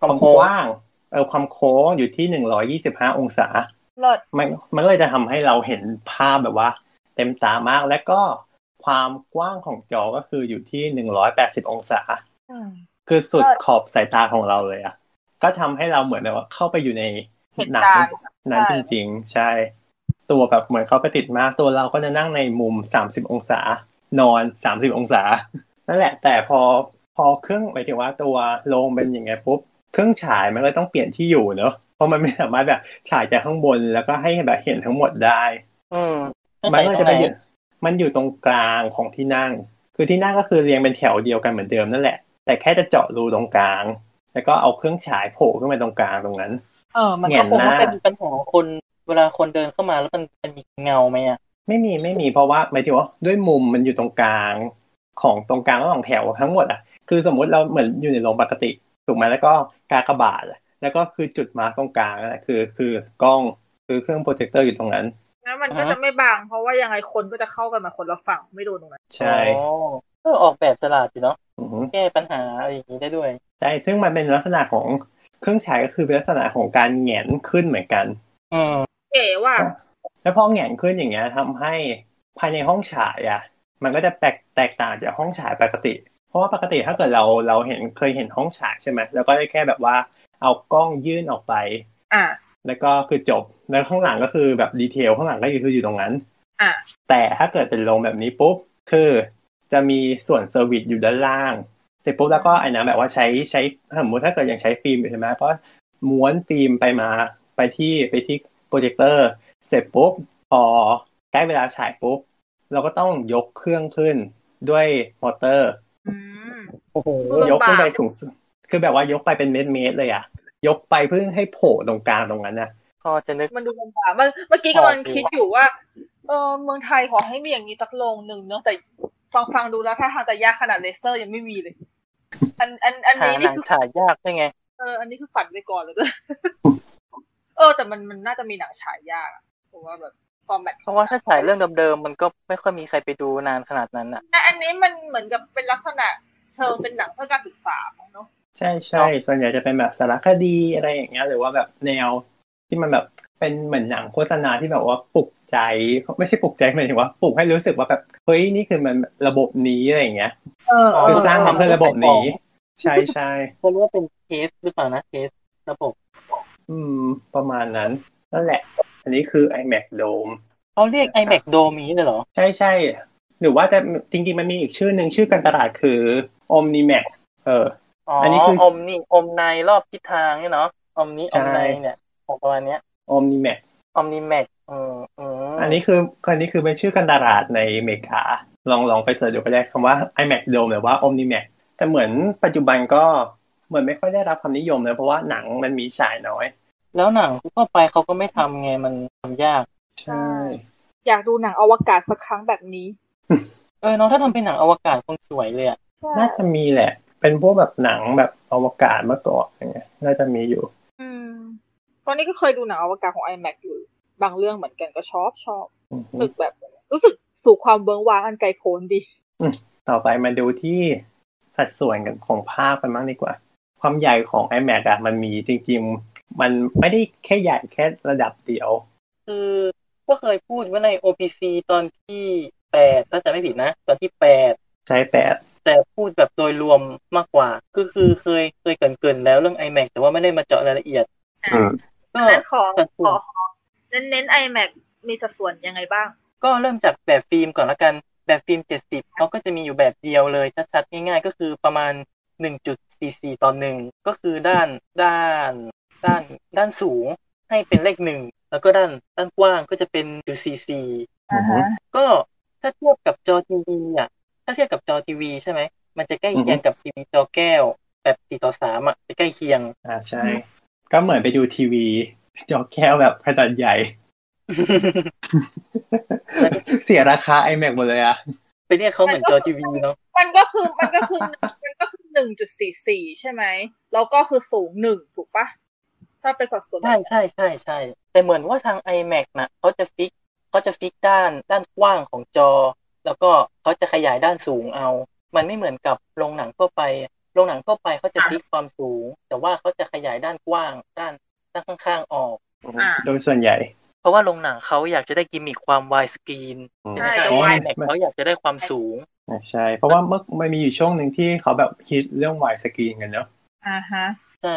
S2: ความกว้างเออความโค้งอยู่ที่หนึ่งร้อยี่สิบห้าองศา
S4: เลิศ
S2: มันมันก็เลยจะทำให้เราเห็นภาพแบบว่า เต็มตามากและก็ความกว้างของจอก็คืออยู่ที่หนึ่งร้อยแปดสิบองศา
S4: อืม
S2: คือสุด
S4: ใช่
S2: ขอบสายตาของเราเลยอ่ะ ก็ทำให้เราเหมือนแบบว่าเข้าไปอยู่ในหนัง
S4: เหตุการณ์
S2: นั้น
S4: ใช่
S2: จริงๆ ใช่ ตัวแบบเหมือนเขาไปติดมากตัวเราก็จะนั่งในมุมสามสิบองศา นอนสามสิบองศา นั่นแหละ แต่พอพอเครื่องหมายถึงว่าตัวโรงเป็นอย่างไงปุ๊บเครื่องฉายมันก็ต้องเปลี่ยนที่อยู่เนอะเพราะมันไม่สามารถแบบฉายจากข้างบนแล้วก็ให้แบบเห็นทั้งหมดได้
S3: อืม
S2: มันก็จะไป
S3: ใส่ตรงห
S2: อยู่มันอยู่ตรงกลางของที่นั่ง คือที่นั่งก็คือเรียงเป็นแถวเดียวกันเหมือนเดิมนั่นแหละ แต่แค่จะเจาะรูตรงกลาง แล้วก็เอาเครื่องฉายโผล่ขึ้นมาตรงกลางตรงนั้น
S4: เออ มัน
S2: เหงี
S4: ก็
S2: ยน
S4: คง
S2: หน้า
S4: ว่า
S3: มัน
S4: เป็น
S3: เป็นปัญหาของคนเวลาคนเดินเข้ามาแล้วมันมันมีเงาไหมอ่ะ
S2: ไม่มีไม่มีเพราะว่าหมายถึงว่าด้วยมุมมันอยู่ตรงกลางของตรงกลางระหว่างแถวทั้งหมดอ่ะ คือสมมติเราเหมือนอยู่ในโรงปกติถูกไหมแล้วก็กากบาทอะแล้วก็คือจุดมาร์กตรงกลางนั่นแหละคือคือกล้องคือเครื่องโปรเจคเตอร์อยู่ตรงนั้น
S4: งั้นมันก็จะไม่บาง เพราะว่ายังไงคนก็จะเข้ากันมาคนละฝั่งไม่โดนตรงนั้น
S2: ใช่
S3: อ๋อก็ออกแบบตลาดอยู่เนาะ
S2: อือฮึ
S3: แก้ปัญหาอะไรอย่างนี้ได้ด้วย
S2: ใช่ ซึ่งมันเป็นลักษณะของเครื่องฉายก็คือเป็นลักษณะของการแหงนขึ้นเหมือนกัน
S3: อืม
S4: เก๋ว่ะ
S2: แล้วพอแหงนขึ้นอย่างเงี้ยทำให้ภายในห้องฉายอ่ะ มันก็จะแตกแตกต่างจากห้องฉายปกติ เพราะว่าปกติถ้าเกิดเราเราเห็นเคยเห็นห้องฉายใช่ไหมแล้วก็ได้แค่แบบว่าเอากล้องยื่นออกไป
S4: อ่ะ
S2: แล้วก็คือจบ แล้วข้างหลังก็คือแบบดีเทลข้างหลังก็คืออยู่ตรงนั้น
S4: อ่ะ
S2: แต่ถ้าเกิดเป็นโรงแบบนี้ปุ๊บ คือจะมีส่วนเซอร์วิสอยู่ด้านล่าง เสร็จปุ๊บแล้วก็ไอ้นะแบบว่าใช้ใช้สมมติถ้าเกิดยังใช้ฟิล์มอยู่ใช่ไหมก็ม้วนฟิล์มไปมาไปที่ไปที่โปรเจคเตอร์ เสร็จปุ๊บพอใกล้เวลาฉายปุ๊บ เราก็ต้องยกเครื่องขึ้นด้วยมอเตอร์
S4: อืม
S3: โอ้โห
S4: ลำบาก
S2: ยกขึ้นไปสูงสุดคือแบบว่ายกไปเป็นเมตรเมตรๆเลยอะยกไปเพื่อให้โผล่ตรงกลางตรงนั้นนะ
S3: ก็จะนึก
S4: มันดูลำบากมันเมื่อกี้กำลังคิดอยู่ว่า เออเมืองไทยขอให้มีอย่างนี้สักโรงหนึ่งเนาะแต่ฟังฟังดูแล้วถ้าทางจะยากขนาดเลเซอร์ยังไม่มีเลย อันอันอัน
S3: หา
S4: นี้
S3: ห
S4: นี่
S3: นัง
S4: คือ
S3: ฉายยากใช่ไง
S4: เอออันนี้คือฝันไปก่อนเลย [laughs] ด้วยเออ แต่มันมันน่าจะมีหนังฉายยากอะเพราะว่าแบบฟอร์แมต
S3: เพราะว่าถ้าฉายเรื่องเดิมๆมันก็ไม่ค่อยมีใครไปดูนานขนาดนั้นอ่ะ
S4: แต่อันนี้มันเหมือนกับเป็นลักษณะเชิงเป็นหนังเพื่อการศึกษาเนาะ
S2: ใช่ใช่ส่วนใหญ่จะเป็นแบบสารคดีอะไรอย่างเงี้ยหรือว่าแบบแนวที่มันแบบเป็นเหมือนหนังโฆษณาที่แบบว่าปลุกใจไม่ใช่ปลุกใจหมายถึงว่าปลุกให้รู้สึกว่าแบบเฮ้ยนี่คือมันระบบนี้อะไรอย่างเงี้ย
S4: เออ
S3: เอ
S2: คือสร้างมาเพื่อระบบนี้
S3: เออ
S2: ใช่ใช่
S3: ก็รู้ว่าเป็นเคสหรือเปล่านะเคสระบบ
S2: อืม ประมาณนั้นนั่นแหละ อันนี้คือ iMac Dome
S3: เขาเรียก iMac Dome นี้เลยเหรอ
S2: ใช่ใช่หรือว่าจะจริงๆมันมีอีกชื่อหนึ่งชื่อการตลาดคือ OmniMac เออ
S3: อ๋อ
S2: อั
S3: อน
S2: นี้คือ
S3: อมนี่อมในรอบทิศทางเนี่ยเนาะอมนี้อ
S2: ใช่
S3: มในเนี่ยของประมาณเนี้ย
S2: OmniMac
S3: อมนิแมทอืมอืม
S2: อันนี้คืออันนี้คือเป็นชื่อกันดารดในอเมริกา ลองลองไปเสิร์ชดูก็ได้คำว่า iMac Dome หรือว่า OmniMac แต่เหมือนปัจจุบันก็เหมือนไม่ค่อยได้รับความนิยมเลยเพราะว่าหนังมันมีฉายน้อย
S3: แล้วหนังทั่วไปเขาก็ไม่ทำไงมันทำยาก
S2: ใช่
S4: อยากดูหนังอวกาศสักครั้งแบบนี้
S3: เออเน้องถ้าทำเป็นหนังอวกาศคงสวยเลยอะ
S4: ใช่
S2: น่าจะมีแหละ เป็นพวกแบบหนังแบบอวกาศเมื่อก่อนอย่างเงี้ยน่าจะมีอยู่
S4: อืมตอนนี้ก็เคยดูหนังอวกาศของ iMac อยู่บางเรื่องเหมือนกันก็ชอบชอบ
S2: อือฮึ
S4: รู้สึกแบบ รู้สึกสู่ความเบิงว้างอันไกลโพ้นดี
S2: ต่อไปมาดูที่สัดส่วนกันของภาพกันบ้างดีกว่า ความใหญ่ของ iMac อะมันมีจริงๆ มันไม่ได้แค่ใหญ่แค่ระดับเดียว
S3: คือก็เคยพูดว่าใน OPC ตอนที่แปดถ้าจะไม่ผิดนะ ตอนที่แปด
S2: ใช้แปด
S3: แต่พูดแบบโดยรวมมากกว่า ก็คือเคยเคยเกรินๆแล้วเรื่อง iMac แต่ว่าไม่ได้มาเจาะรายละเอียด
S4: อ่ะ
S2: อืม
S3: ก็
S4: นั้นขอ
S3: สัดส่
S4: ข
S3: ว
S4: อน ขอเน้นเน้น iMac มีสัดส่วนยังไงบ้าง
S3: ก็เริ่มจากแบบฟิล์มก่อนละกัน แบบฟิล์ม 70เขาก็จะมีอยู่แบบเดียวเลยชัดๆง่ายๆ ก็คือประมาณ 1.44 ต่อหนึ่งก็คือด้านด้านด้านด้านสูงให้เป็นเลขหนึ่งแล้วก็ด้านด้านกว้างก็จะเป็นจุด44
S2: อือฮึ
S3: ก็ถ้าเทียบกับจอทีวีอ่ะถ้าเทียบกับจอทีวีใช่ไหมมันจะใกล้เคียงกับทีวีจอแก้ว แบบ4ต่อ3อ่ะจะใกล้เคียง [laughs]
S2: อ่าใช่
S4: อืม
S2: ก็เหมือนไปดูทีวี จอแก้วแบบขนาดใหญ่ [laughs]
S3: แล้วก็
S2: เสียราคา iMac หมดเลยอะ
S3: ไปเรียกเขาเหมือนจอทีวีเนาะ
S4: มันก็คือมันก็คือ [laughs] มันก็คือหนึ่งจุดสี่สี่ใช่ไหม แล้วก็คือสูงหนึ่งถูกปะถ้าเป็นสัดส่วน
S3: ใช่ใช่ใช่ใช่แต่เหมือนว่าทาง iMac นะเขาจะฟิกเขาจะฟิกด้านด้านกว้างของจอ แล้วก็เขาจะขยายด้านสูงเอา มันไม่เหมือนกับโรงหนังทั่วไปโรงหนังทั่วไปเขาจะฟิกความสูง แต่ว่าเขาจะขยายด้านกว้าง ด้านด้านข้างๆออก
S4: า
S2: โดยส่วนใหญ่
S3: เพราะว่าโรงหนังเขาอยากจะได้กิมมิคความวายสกรีนใช่ไหม
S4: ใช่
S3: แต่ว่า iMac เขาอยากจะได้ความสูง
S2: อ่าใช่ เพราะว่าเมื่อมันมีอยู่ช่วงหนึ่งที่เขาแบบฮิตเรื่องวายสกรีนกันเนาะ
S4: อ่าฮะ
S3: ใช่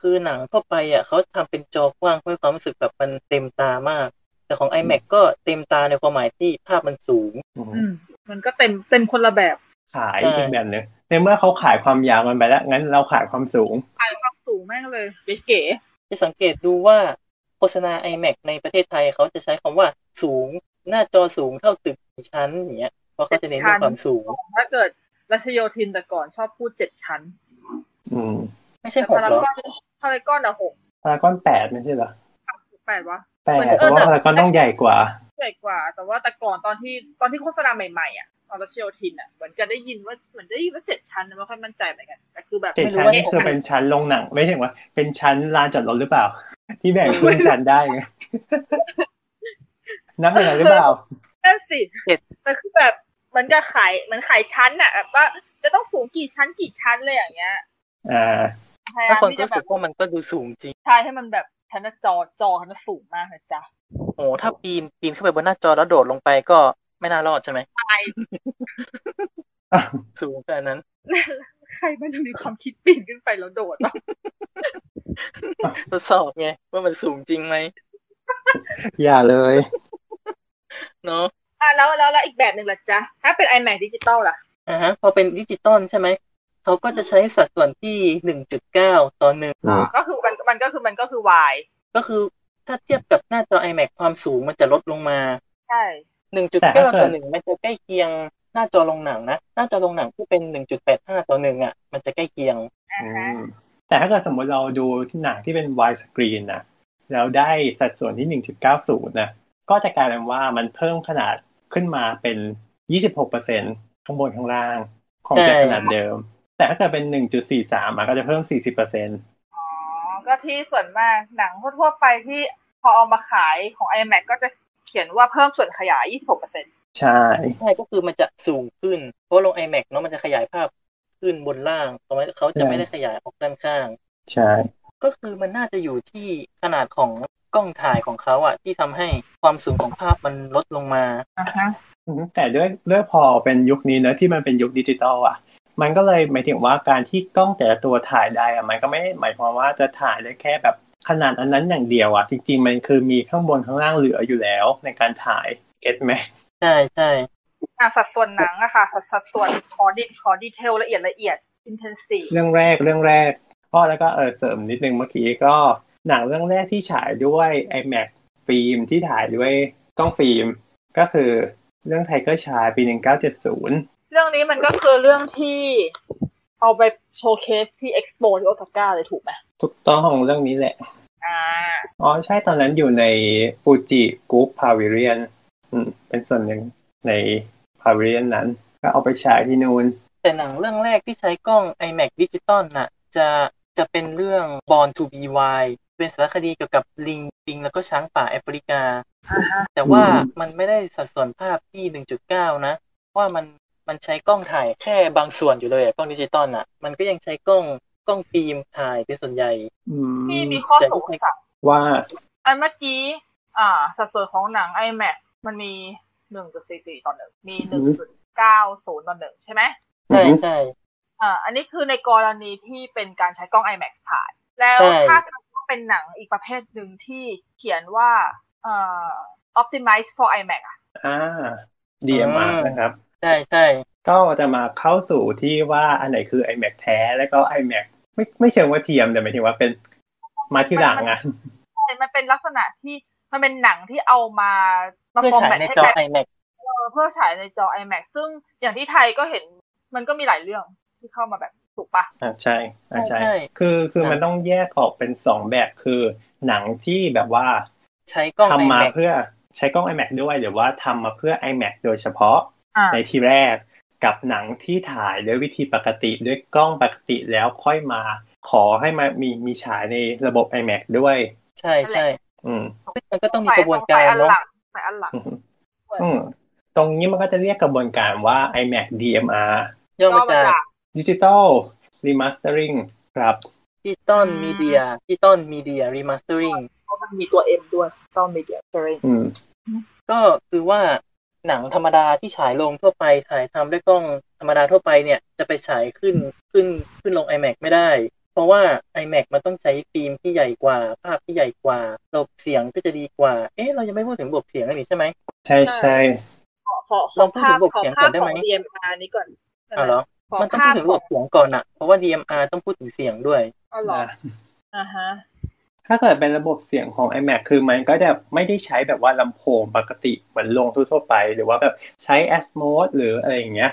S3: คือหนังทั่วไปอ่ะเขาทำเป็นจอกว้างเพื่อความรู้สึกแบบมันเต็มตามาก แต่ของ iMac ก็เต็มตาในความหมายที่ภาพมันสูง
S2: อืม
S4: อืม มันก็เต็มเต็มคนละแบบ
S2: ขาย
S3: ใช่
S2: อีกแบบหนึ่งในเมื่อเขาขายความยาวมันไปแล้ว งั้นเราขายความสูง
S4: ขายความสูงแม่งเลยเก๋
S3: จะสังเกตดูว่าโฆษณา iMac ในประเทศไทยเขาจะใช้คำว่าสูง หน้าจอสูงเท่าตึกกี่ชั้นอย่างเงี้ยเพราะเขาจะเน้นเรื่องความสูง
S4: ๆถ้าเกิดรัชโยธินแต่ก่อนชอบพูดเจ็ดชั้น
S2: อืม
S3: ไม่ใช่ห
S4: แต่
S3: ก
S4: พารา
S3: หรอก
S4: อนพารากอนอะหก
S2: พารากอนแปดไม่ใช่เหรอ
S4: หกแปดวะ
S2: แปด
S4: เออ
S2: เพราะว่า
S4: แต่
S2: พารากอนต้องใหญ่กว่า
S4: ใหญ่กว่า แต่ว่าแต่ก่อนตอนที่ตอนที่โฆษณาใหม่ๆอ่ะตอนรัชโยธินอ่ะเหมือนจะได้ยินว่าเหมือนได้ยินว่าเจ็ดชั้นนะไม่ค่อยมั่นใจเหมือนกันแต่คือแบบ
S2: เจ็ดชั้
S4: ไม่รู้
S2: น
S4: ว่า
S2: นี่คือเป็นชั้นลงหนัง ไม่ใช่ว่า เป็นชั้นลานจอดรถหรือเปล่า [laughs] ที่แบ่งครึ่งชั้นได้
S4: [laughs]
S2: ไง นับเป็นอะไรหรือเปล่า
S4: นั่นสิแต่คือแบบเหมือนกับขายเหมือนขายชั้นอ่ะแบบว่าจะต้องสูงกี่ชั้นกี่ชั้นเลยอย่างเงี้ย
S2: อ่า [laughs]
S4: พยายา
S3: ถ้าม คน
S4: ที่
S3: ก็รู้
S4: จะแบ
S3: สึ
S4: บ
S3: กว่ามันก็ดูสูงจริง
S4: ใช่ให้มันแบบชั้นนะจอจอชั้นนะสูงมากเลยจ้ะ [laughs]
S3: โอ้ถ้าปีนปีนขึ้นไปบนหน้าจอแล้วโดดลงไปก็ไม่น่ารอดใช่ไหม
S4: ใคร
S3: สูงขนาดนั้น
S4: ใครมันจะมีความคิดปีนขึ้นไปแล้วโดดวะ [laughs]
S3: ทดสอบไงว่ามันสูงจริงไหม
S2: อย่าเลย
S3: เนาะ
S4: อ่ะแล้วแล้วแล้วอีกแบบหนึ่งล่ะจ๊ะถ้าเป็น iMac ดิจิตอลล่ะ
S3: อ่าฮะพอเป็นดิจิตอลใช่ไหม เขาก็จะใช้สัดส่วนที่หนึ่งจุดเก้าต่อหนึ่ง
S2: อืม
S4: ก็คือมันมันก็คือมันก็คือ Y
S3: ก็คือถ้าเทียบกับหน้าจอ iMac ความสูงมันจะลดลงมา
S4: ใช่
S3: หนึ่งจุด
S2: แต่
S3: เก้า
S2: ถ้าเกิด
S3: ต่อหนึ่งมันจะใกล้เคียงหน้าจอลงหนังนะ หน้าจอลงหนังที่เป็นหนึ่งจุดแปดห้าต่อหนึ่งอ่ะมันจะใกล้เคียง
S4: อ่าฮะ
S2: แต่ถ้าเกิดสมมติเราดูหนังที่เป็น wide screen นะแล้วได้สัดส่วนที่ 1.90 นะ ก็จะกลายเป็นว่ามันเพิ่มขนาดขึ้นมาเป็น 26%ข้างบนข้างล่าง ของ
S3: ใช่
S2: จากขนาดเดิม แต่ถ้าเกิดเป็น 1.43 มันก็จะเพิ่ม 40%
S4: อ๋อ ก็ที่ส่วนมากหนังทั่วๆไปที่พอเอามาขายของ iMac ก็จะเขียนว่าเพิ่มส่วนขยาย 26%
S2: ใช่
S3: ใช่ก็คือมันจะสูงขึ้น เพราะลง iMac เนาะมันจะขยายภาพขึ้นบนล่างเขาไม่เขาจะไม่ได้ขยายออกด้านข้าง
S2: ใช่
S3: ก็คือมันน่าจะอยู่ที่ขนาดของกล้องถ่ายของเขาอ่ะที่ทำให้ความสูงของภาพมันลดลงมา
S4: อ่าฮะ
S2: อืมแต่ด้วยด้วยพอเป็นยุคนี้เนอะที่มันเป็นยุคดิจิตอลอ่ะ มันก็เลยหมายถึงว่าการที่กล้องแต่ละตัวถ่ายได้อะมันก็ไม่ได้หมายความว่าจะถ่ายได้แค่แบบขนาดอันนั้นอย่างเดียวอ่ะ จริงๆ มันคือมีข้างบนข้างล่างเหลืออยู่แล้วในการถ่ายเก็ตไหม
S3: ใช่ใช่
S4: อ่ะสัดส่วนหนังอะค่ะ สัดสัดส่วนขอดีขอดีเทลละเอียดละเอียด intensive
S2: เรื่องแรกเรื่องแรกพ่อแล้วก็เออเสริมนิดนึงเมื่อกี้ก็หนังเรื่องแรกที่ฉายด้วย iMac ฟิล์มที่ถ่ายด้วยกล้องฟิล์ม ก็คือเรื่องไทเกอร์ชาปี 1970
S4: เรื่องนี้มันก็คือเรื่องที่เอาไปโชว์เคสที่เอ็กซ์โปที่โอซาก้าเลยถูกไหม
S2: ถูกต้องเรื่องนี้แหละ
S4: อ่า
S2: อ๋อใช่ตอนนั้นอยู่ในฟูจิกรุ๊ปพาวิเรียนอืมเป็นส่วนหนึ่งในพาวิเรียนนั้น ก็เอาไปฉายที่นูน่น
S3: แต่หนังเรื่องแรกที่ใช้กล้อง iMac ดิจิตอลน่ะ จะจะเป็นเรื่อง Born to Be Wild เป็นสารคดีเกี่ยวกับลิงลิงแล้วก็ช้างป่าแอฟริกา
S4: อ่าฮะ
S3: แต่ว่ามันไม่ได้สัดส่วนภาพที่ 1.9 นะ ว่ามันมันใช้กล้องถ่ายแค่บางส่วนอยู่เลยอะกล้องดิจิตอลน่ะ มันก็ยังใช้กล้องกล้องฟิล์มถ่ายเป็นส่วนใหญ่
S2: อืม
S4: พี่มีข้อสงสัย
S2: ว่า
S4: อันเมื่อกี้ อ่า สัดส่วนของหนัง iMac มันมีหนึ่งจุดสี่สี่ต่อหนึ่งมีห
S2: อื
S4: นึ่ง
S2: ม
S4: จุดเก้าศูนย์ต่อหนึ่งใช่ไหม
S3: ใช่ใช่
S4: อ่าอันนี้คือในกรณีที่เป็นการใช้กล้อง IMAX ถ่าย แล้ว
S3: ใช่
S4: ถ้าเป็นหนังอีกประเภทหนึ่งที่เขียนว่าเอ่อ optimize for IMAX อ่ะ
S2: อ่า DMR
S3: อ่าน
S2: นะครับ
S3: ใช่ใช่
S2: ก็จะมาเข้าสู่ที่ว่าอันไหนคือ iMac แท้แล้วก็ iMac ไม่ไม่เชิงว่าเทียมแต่หมายถึงว่าเป็นมาที่หลังอ่ะ
S4: มันเป็นลักษณะที่มันเป็นหนังที่เอามามา
S3: เพื่อ
S4: ฟอร์
S3: ฉาย
S4: แม
S3: ใน
S4: ตให้
S3: จอ
S4: แบบ
S3: iMac
S4: เออเพื่อฉายในจอ IMAX ซึ่งอย่างที่ไทยก็เห็นมันก็มีหลายเรื่องที่เข้ามาแบบถูกปะ
S2: อ่าใช่อ่าใช่
S3: ใช่
S2: คือคือมันต้องแยกออกเป็นสองแบบคือหนังที่แบบว่า
S3: ใช้กล้อง
S2: ทำมา
S3: iMac
S2: เพื่อใช้กล้อง iMac ด้วยหรือว่าทำมาเพื่อ iMac โดยเฉพาะ
S4: อ่า
S2: ในทีแรกกับหนังที่ถ่ายด้วยวิธีปกติด้วยกล้องปกติแล้วค่อยมาขอให้มามีมีฉายในระบบ iMac ด้วย
S3: ใช่ใช่
S2: อืม
S3: ซึ่งมันก็ต้องมีกระบวนการ
S4: สงสัยอัน
S3: เนาะ
S4: หลังสงสัยอันหลัง
S2: อืมอืมตรงนี้มันก็จะเรียกกระบวนการว่า iMac DMR
S3: ย่อมา
S4: ก็มา
S3: จาก
S4: จาก
S2: Digital Remastering ครับ
S3: ดิจิตอล
S4: อืม
S3: มีเดียดิจิตอลมีเดียรีมาสเตอริง
S4: เพราะมันมีตัว M ด้วยต้องมีเดียเตอร์
S2: อืม
S3: ก็คือว่าหนังธรรมดาที่ฉายลงทั่วไปถ่ายทำด้วยกล้องธรรมดาทั่วไปเนี่ย จะไปฉายขึ้นขึ้นขึ้นลง iMac ไม่ได้ เพราะว่า iMac มันต้องใช้ฟิล์มที่ใหญ่กว่า ภาพที่ใหญ่กว่าระบบเสียงก็จะดีกว่า เอ๊ะเรายังไม่พูดถึงระบบเสียงเลยนี่ใช่ไหม
S2: ใช่ใช่
S4: ขอข
S3: ล
S4: อ
S3: องพูด
S4: ภาพ
S3: ถึงระบบ
S4: ขอ
S3: เสียง
S4: ภา
S3: ก่อ
S4: พ
S3: นได้
S4: ข
S3: ไหม
S4: อง DMR นี้ก่อนได้ไหม
S3: อ้าวเหรอ
S4: ขอ
S3: มันต้อง
S4: ภา
S3: พู
S4: พ
S3: ดถึงระบ
S4: ขอบ ง
S3: เสียงก่อนอะเพราะว่า DMR ต้องพูดถึงเสียงด้วย
S4: อ๋อเหรออ่าฮะ
S2: ถ้าเกิดเป็นระบบเสียงของ iMac คือมันก็จะไม่ได้ใช้แบบว่าลำโพงปกติเหมือนลงทั่วๆไป หรือว่าแบบใช้ Atmos หรืออะไรอย่างเงี้ย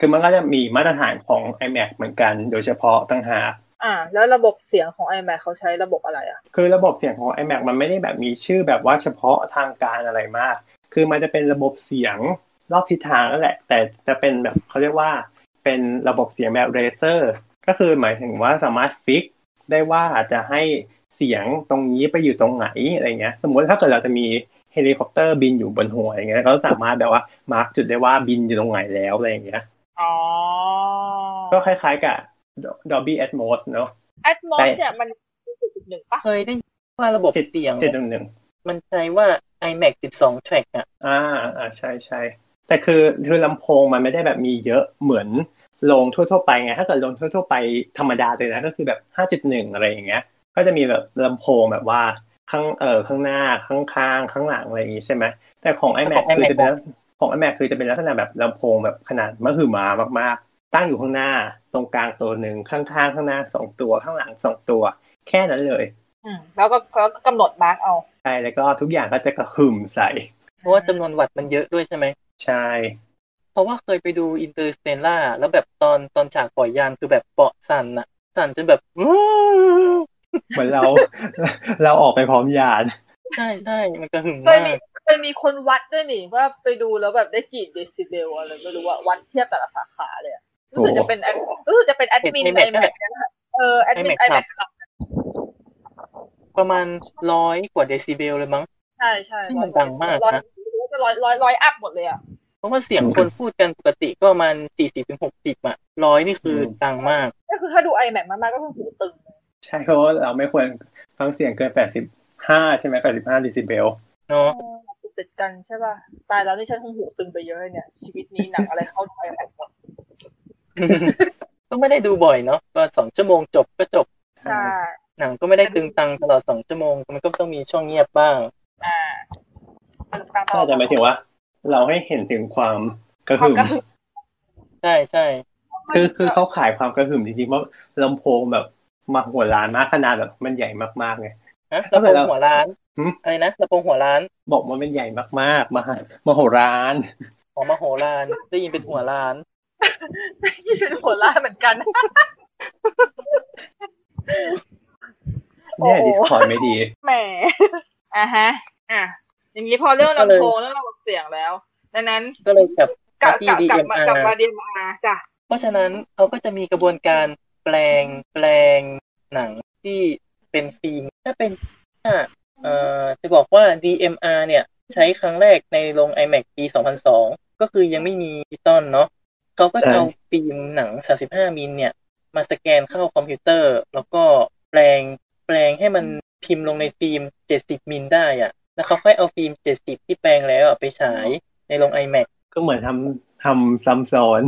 S2: คือมันก็จะมีมาตรฐานของ iMac เหมือนกัน โดยเฉพาะต่างหาก
S4: อ่า แล้วระบบเสียงของ iMac เขาใช้ระบบอะไรอ่ะ
S2: คือระบบเสียงของ iMac มันไม่ได้แบบมีชื่อแบบว่าเฉพาะทางการอะไรมาก คือมันจะเป็นระบบเสียงรอบทิศทางนั่นแหละ แต่จะเป็นแบบเขาเรียกว่าเป็นระบบเสียงแบบเรเซอร์ ก็คือหมายถึงว่าสามารถฟิกได้ว่าจะให้เสียงตรงนี้ไปอยู่ตรงไหนอะไรเงี้ย สมมติถ้าเกิดเราจะมีเฮลิคอปเตอร์บินอยู่บนหัวอย่างเงี้ยเราก็สามารถแบบว่ามาร์กจุดได้ว่าบินอยู่ตรงไหนแล้วอะไรอย่างเงี้ย
S4: อ๋อ
S2: ก็คล้ายๆกับ Dolby Atmos เนอะ
S4: แอดมอ
S2: ใช่
S4: สเนี่ยมันจุดหนึ่งปะ
S3: เคยได้ยินว่าระบบเสียง
S2: เจ็ดหนึ่งหนึ่ง
S3: มันใช้ว่า iMac 12 track อะ
S2: อ่าอ่าใช่ใช่แต่คือคือลำโพงมันไม่ได้แบบมีเยอะเหมือนลงทั่วๆไปไงถ้าเกิดลงทั่วๆไปธรรมดาเลยนะก็คือแบบห้าจุดหนึ่งอะไรอย่างเงี้ย ก็จะมีแบบลำโพงแบบว่าข้างเออข้างหน้าข้างข้างข้างหลังอะไรอย่างงี้ใช่ไหมแต่ของ iMac
S3: ของ iMac
S2: คือจะเป็นของ iMac คือจะเป็นลักษณะแบบลำโพงแบบขนาดมหึมามากๆ ตั้งอยู่ข้างหน้าตรงกลางตัวหนึ่งข้างข้างข้างหน้าสองตัวข้างหลังสองตัว แค่นั้นเลย
S4: อืมแล้วก็แล้วก็กำหนดมาร์กเอา
S2: ใช่แล้วก็ทุกอย่างก็จะกระหึ่มใส่
S3: เพราะว่าจำนวนวัตต์มันเยอะด้วยใช่ไหม
S2: ใช่
S3: เพราะว่าเคยไปดูอินเตอร์สเตลล่าแล้วแบบตอนตอนฉากปล่อยยานคือแบบเปาะสั่นอะสั่นจนแบบอื้อ
S2: เหมือนเรา [laughs] เราออกไปพร้อมยาน
S3: ใช่ใช่มันกระหึ่ม
S4: เค
S3: มาย
S4: มี
S3: ก
S4: เคยมีคนวัดด้วยนี่ว่าไปดูแล้วแบบได้กี่เดซิเบลอะไรไม่รู้ว่าวัดเทียบแต่ละสาขาเลยอะรู้สึกจะเป็น ad- รู้สึกจะเป็นแอดมิน
S3: ใน
S4: iMac
S3: แม็กก็แหละ
S4: เนี่ยนะเออแอดมิน
S3: iMac ครับ
S4: iMac ครับ
S3: ประมาณร้อยกว่าเดซิเบลเลยมั้ง
S4: ใช่ใช่
S3: ซึ่งมันดังมากนะ
S4: ร้อยร้อยร้อยร้อยอัพหมดเลยอ่ะ
S3: เพราะว่าเสียง
S2: อืม
S3: คนพูดกันปกติก็ประมาณสี่สิบถึงหกสิบอะร้อยนี่คืออ
S2: ม
S3: ดังมาก
S4: ก็คือถ้าดู iMac มากๆก็คือหูตึง
S2: ใช่เพราะว่าเราไม่ควรฟังเสียงเกิน 85 ใช่ไหม85ดิซิเบล
S3: เนาะ [laughs]
S4: ติดกันใช่ป่ะ ตายแล้วนี่ฉันคงหูตึงไปเยอะเลยเนี่ย ชีวิตนี้หนังอะไรเข้าไปแบบหมด
S3: ก็ไม่ได้ดูบ่อยเนาะก็สองชั่วโมงจบก็จบ
S4: ใช่
S3: หนังก็ไม่ได้ตึงตังตลอดสองชั่วโมงมันก็ต้องมีช่วงเงียบบ้าง
S4: อ่าต่างๆ
S2: ก็จะหมายถึงว่า เราให้เห็นถึงความกระหึ่ม
S3: ใช่ใช่
S2: คือคือเขาขายความกระหึ่มจริงๆว่าลำโพงแบบมาหัวล้านมากขนาดแบบมันใหญ่มากๆไง
S3: ฮะลำโพงหัวล้าน
S2: หืม
S3: อะไรนะลำโพงหัวล้าน
S2: บอกว่ามันใหญ่มากๆ มหามโหฬาร
S3: ของมโหฬารได้ยินเป็นหัวล้าน
S4: [laughs] ยี่เป็นหัวล้านเหมือนกัน โอ้
S2: เนี่
S4: โห
S2: ยดิสคอร์ไม่ดี
S4: แหม อ่ะฮะ อ่ะ อย่างนี้พอเรื่อง
S3: ก็เลย
S4: ลำโพงเรื่องระบบเสียงแล้ว ดังนั้น
S3: ก็เลยกลับ
S4: กลับ
S3: ที่
S4: กลับกลับมาก
S3: DMR
S4: ลับมาดีมาจ้ะ
S3: เพราะฉะนั้นเขาก็จะมีกระบวนการแปลงแปลงหนังที่เป็นฟิล์มถ้าเป็นถ้าเอ่อจะบอกว่า DMR เนี่ย ใช้ครั้งแรกในโรง iMac ปี 2002 ก็คือยังไม่มีดิจิตอลเนาะเขาก็จะเอาฟิล์มหนัง 35 มิลเนี่ย มาสแกนเข้าคอมพิวเตอร์ แล้วก็แปลงแปลงให้มันพิมพ์ลงในฟิล์ม 70 มิลได้อะแล้วเขาค่อยเอาฟิล์ม 70 ที่แปลงแล้วอะไปฉายในโรง iMac
S2: ก็เหมือนทำทำซ้ำซ้อน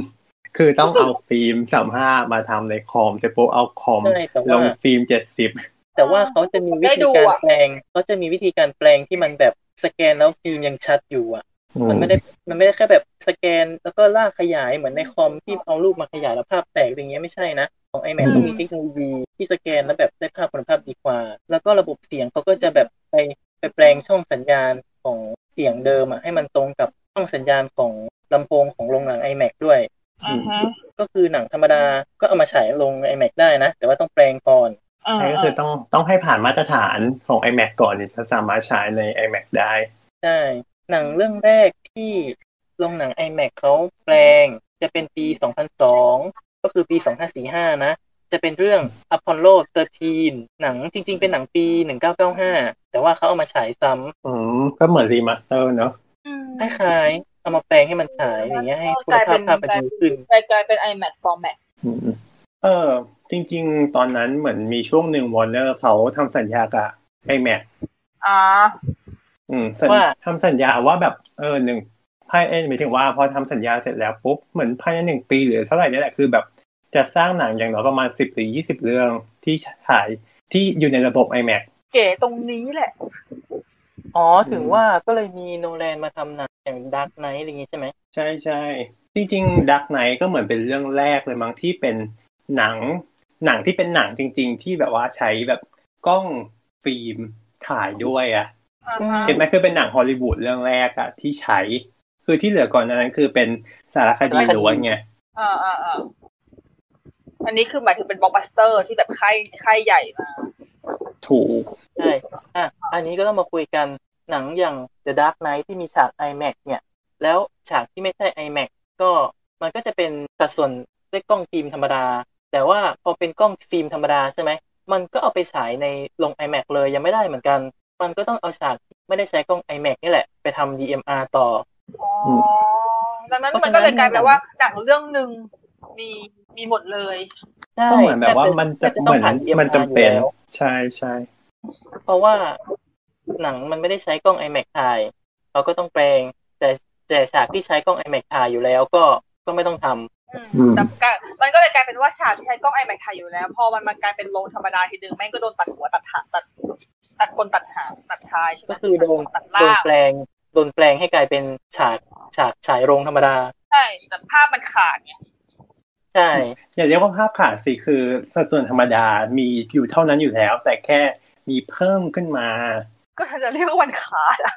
S2: คือต้องเอาฟิล์มสามห้ามาทำในคอมเสร็จปุ๊บเอาคอม
S3: ใช่แต่
S2: ล
S3: ว่า
S2: งฟิล์มเจ็ดสิบ
S3: แต่ว่าเขาจะมีวิ
S4: ได้
S3: ธี
S4: ดู
S3: การ
S4: อะ
S3: แปลงเขาจะมีวิธีการแปลงที่มันแบบสแกนแล้วฟิล์มยังชัดอยู่อ่ะ มันไม่ได้ มันไม่ได้แค่แบบสแกนแล้วก็ลากขยายเหมือนในคอมที่เอารูปมาขยายแล้วภาพแตกอย่างเงี้ยไม่ใช่นะ ของ iMac
S4: อืม
S3: ต้องมีเทคโนโลยีที่สแกนแล้วแบบได้ภาพคุณภาพดีกว่า แล้วก็ระบบเสียงเขาก็จะแบบไปไปแปลงช่องสัญญาณของเสียงเดิมอะให้มันตรงกับช่องสัญญาณของลำโพงของโรงหนัง iMac ด้วย
S4: อ่าฮะ
S3: ก็คือหนังธรรมดาก็เอามาฉายลง iMac ได้นะ แต่ว่าต้องแปลงก่อน
S4: อ่า
S2: ใช่ก็คือต้องต้องให้ผ่านมาตรฐานของ iMac ก่อนถึงจะสามารถใช้ใน iMac ได้
S3: ใช่ หนังเรื่องแรกที่โรงหนัง iMac เขาแปลงจะเป็นปี 2002 ก็คือปี 2545 นะ จะเป็นเรื่อง Apollo 13 หนังจริง ๆ เป็นหนังปี 1995 แต่ว่าเขาเอามาฉายซ้
S2: อืมก็เหมือนรีมาสเตอร์เนอะ
S4: อืม
S3: ำคล้ายๆ เอามาแปลงให้มันฉายอย่างเงี้ยให้คุณภาพภาพมันดีขึ้น
S4: กลายกลายเป็น iMac format
S2: อืมเออ จริง ๆ ตอนนั้นเหมือนมีช่วงหนึ่งวอร์เนอร์เขาทำสัญญากับ iMac
S4: อ่า
S2: อืมสัญ
S3: ว่า
S2: ทำสัญญาว่าแบบเออหนึ่งภายเอ้ยหมายถึงว่าพอทำสัญญาเสร็จแล้วปุ๊บเหมือนภายในหนึ่งปีหรือเท่าไหร่นี่แหละคือแบบจะสร้างหนังอย่างน้อยประมาณสิบหรือยี่สิบเรื่องที่ฉายที่อยู่ในระบบ iMac
S4: เก๋ตรงนี้แหละ
S3: อ๋อ ถึงว่าก็เลยมีโนแลนมาทำหนังอย่าง Dark Knight อะไรอย่างงี้ใช่ไหม
S2: ใช่ใช่จริงๆ Dark Knight ก็เหมือนเป็นเรื่องแรกเลยมั้งที่เป็นหนัง หนังที่เป็นหนังจริง ๆ ที่แบบว่าใช้แบบกล้องฟิล์มถ่ายด้วยอะ
S4: อ่าฮะ
S2: เก็ตไหมคือเป็นหนังฮอลลีวูดเรื่องแรกอะที่ใช้ คือที่เหลือก่อนหนานั้นคือเป็นสารคดีล้วนไง
S4: อ่าอ่าอ่าอันนี้คือหมายถึงเป็นบล็อกบัสเตอร์ที่แบบค่ายค่ายใหญ่มา
S2: ถูก
S3: ใช่ อ่ะ อันนี้ก็ต้องมาคุยกัน หนังอย่าง The Dark Knight ที่มีฉาก IMAX เนี่ย แล้วฉากที่ไม่ใช่ IMAX ก็มันก็จะเป็นสัดส่วนด้วยกล้องฟิล์มธรรมดา แต่ว่าพอเป็นกล้องฟิล์มธรรมดาใช่ไหม มันก็เอาไปฉายในโรง IMAX เลยยังไม่ได้เหมือนกัน มันก็ต้องเอาฉากที่ไม่ได้ใช้กล้อง IMAX นี่แหละ ไปทำ DMR ต่อ
S4: อ๋ออ
S2: ม
S4: ดังนั้น
S3: เพ
S4: มัน
S3: ราะฉะนั้น
S4: ก็เลยกลายเป็นว่าหนังเรื่องหนึ่งมีมีหมดเลย
S3: ใช่
S2: ก็เหมือนแบบว่า
S3: ต่เป็
S2: มันจะ
S3: แต่
S2: เห
S3: ต้อง
S2: มือน
S3: ผ่า DMR
S2: มันจำเป็
S3: อ
S2: น
S3: ยู่แล้ว
S2: ใช่ใช่
S3: เพราะว่าหนังมันไม่ได้ใช้กล้อง iMac ถ่ายเราก็ต้องแปลง แต่แต่ฉากที่ใช้กล้อง iMac ถ่ายอยู่แล้วก็ก็ไม่ต้องทำ
S4: อืม
S2: อืม
S4: แต่ก็มันก็เลยกลายเป็นว่าฉากที่ใช้กล้อง iMac ถ่ายอยู่แล้ว พอมันมากลายเป็นโลงธรรมดาทีนึงแม่งก็โดนตัดหัวตัดหางตัดตัดคนตัดหางตัดท้ายใช่ไหม
S3: ก็คือโดน
S4: ตัด
S3: โดน
S4: ล่าง
S3: แปลงโดนแปลงให้กลายเป็นฉากฉากฉายโรงธรรมดา
S4: ใช่แต่ภาพมันขาดไง
S3: ใช่
S2: อย่าเรียกว่าภาพขาดสิคือสัดส่วนธรรมดามีอยู่เท่านั้นอยู่แล้ว แต่แค่มีเพิ่มขึ้นมา
S4: ก็จะเรียกว่ามันขาดอะ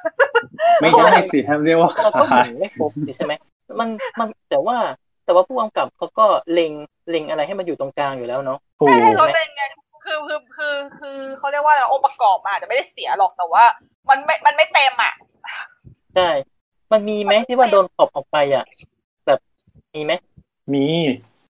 S2: ไม่ได้สิห้ามเรียกว่า
S3: เราก็
S2: ขา
S3: เห็
S2: ด
S3: นไม่ครบสิใช่ไหมมันมันแต่ว่าแต่ว่าผู้กำกับเขาก็เล็งเล็งอะไรให้มันอยู่ตรงกลางอยู่แล้วเนาะ
S2: ถู
S4: ใช่
S2: ก
S4: ให้ลดเลยไงคือคือคือคือเขาเรียกว่าอะไรองค์ประกอบมันอาจจะไม่ได้เสียหรอกแต่ว่า มันไม่มันไม่เต็มอ่ะ
S3: ใช่ มันมีไหมที่ว่าโดนขอบออกไปอ่ะ แบบมีไหม
S2: มี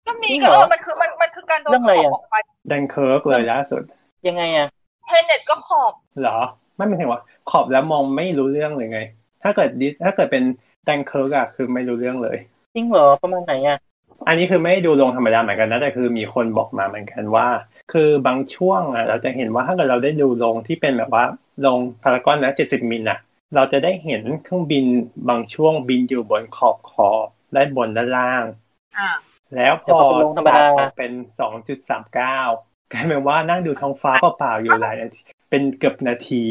S4: ก็มี
S3: จริง
S4: ก็
S3: เหรอ
S4: เออมันคือมันมันคือการโดน
S3: เรื่องอะไรอะ
S4: ขบกไป
S2: ดันเคิร์กเลยล่าสุด
S3: ยังไงอ่ะ
S4: เทเน็ตก็ขอบ
S2: เหรอ ไม่เป็นไรวะขอบแล้วมองไม่รู้เรื่องเลยไง ถ้าเกิดดิถ้าเกิดเป็นดันเคิร์กอะคือไม่รู้เรื่องเลย
S3: จริงเหรอประมาณไหนอ่ะ
S2: อันนี้คือไม่ได้ดูลงธรรมดาเหมือนกันนะแต่คือมีคนบอกมาเหมือนกันว่า คือบางช่วงอ่ะเราจะเห็นว่าถ้าเกิดเราได้ดูลงที่เป็นแบบว่าลงพารากอนนะเจ็ดสิบมิลน่ะ เราจะได้เห็นเครื่องบินบางช่วงบินอยู่บนขอบขอบด้านบนด้านล่าง
S4: อ่า
S2: แล้วพอ
S3: แต่พอเป็นลงธรรมดา
S2: ตัออกเป็นสองจุดสามเก้ากลายเป็นว่านั่งดูท้องฟ้าเปล่าๆอยู่หลายนาทีเป็นเกือบนาที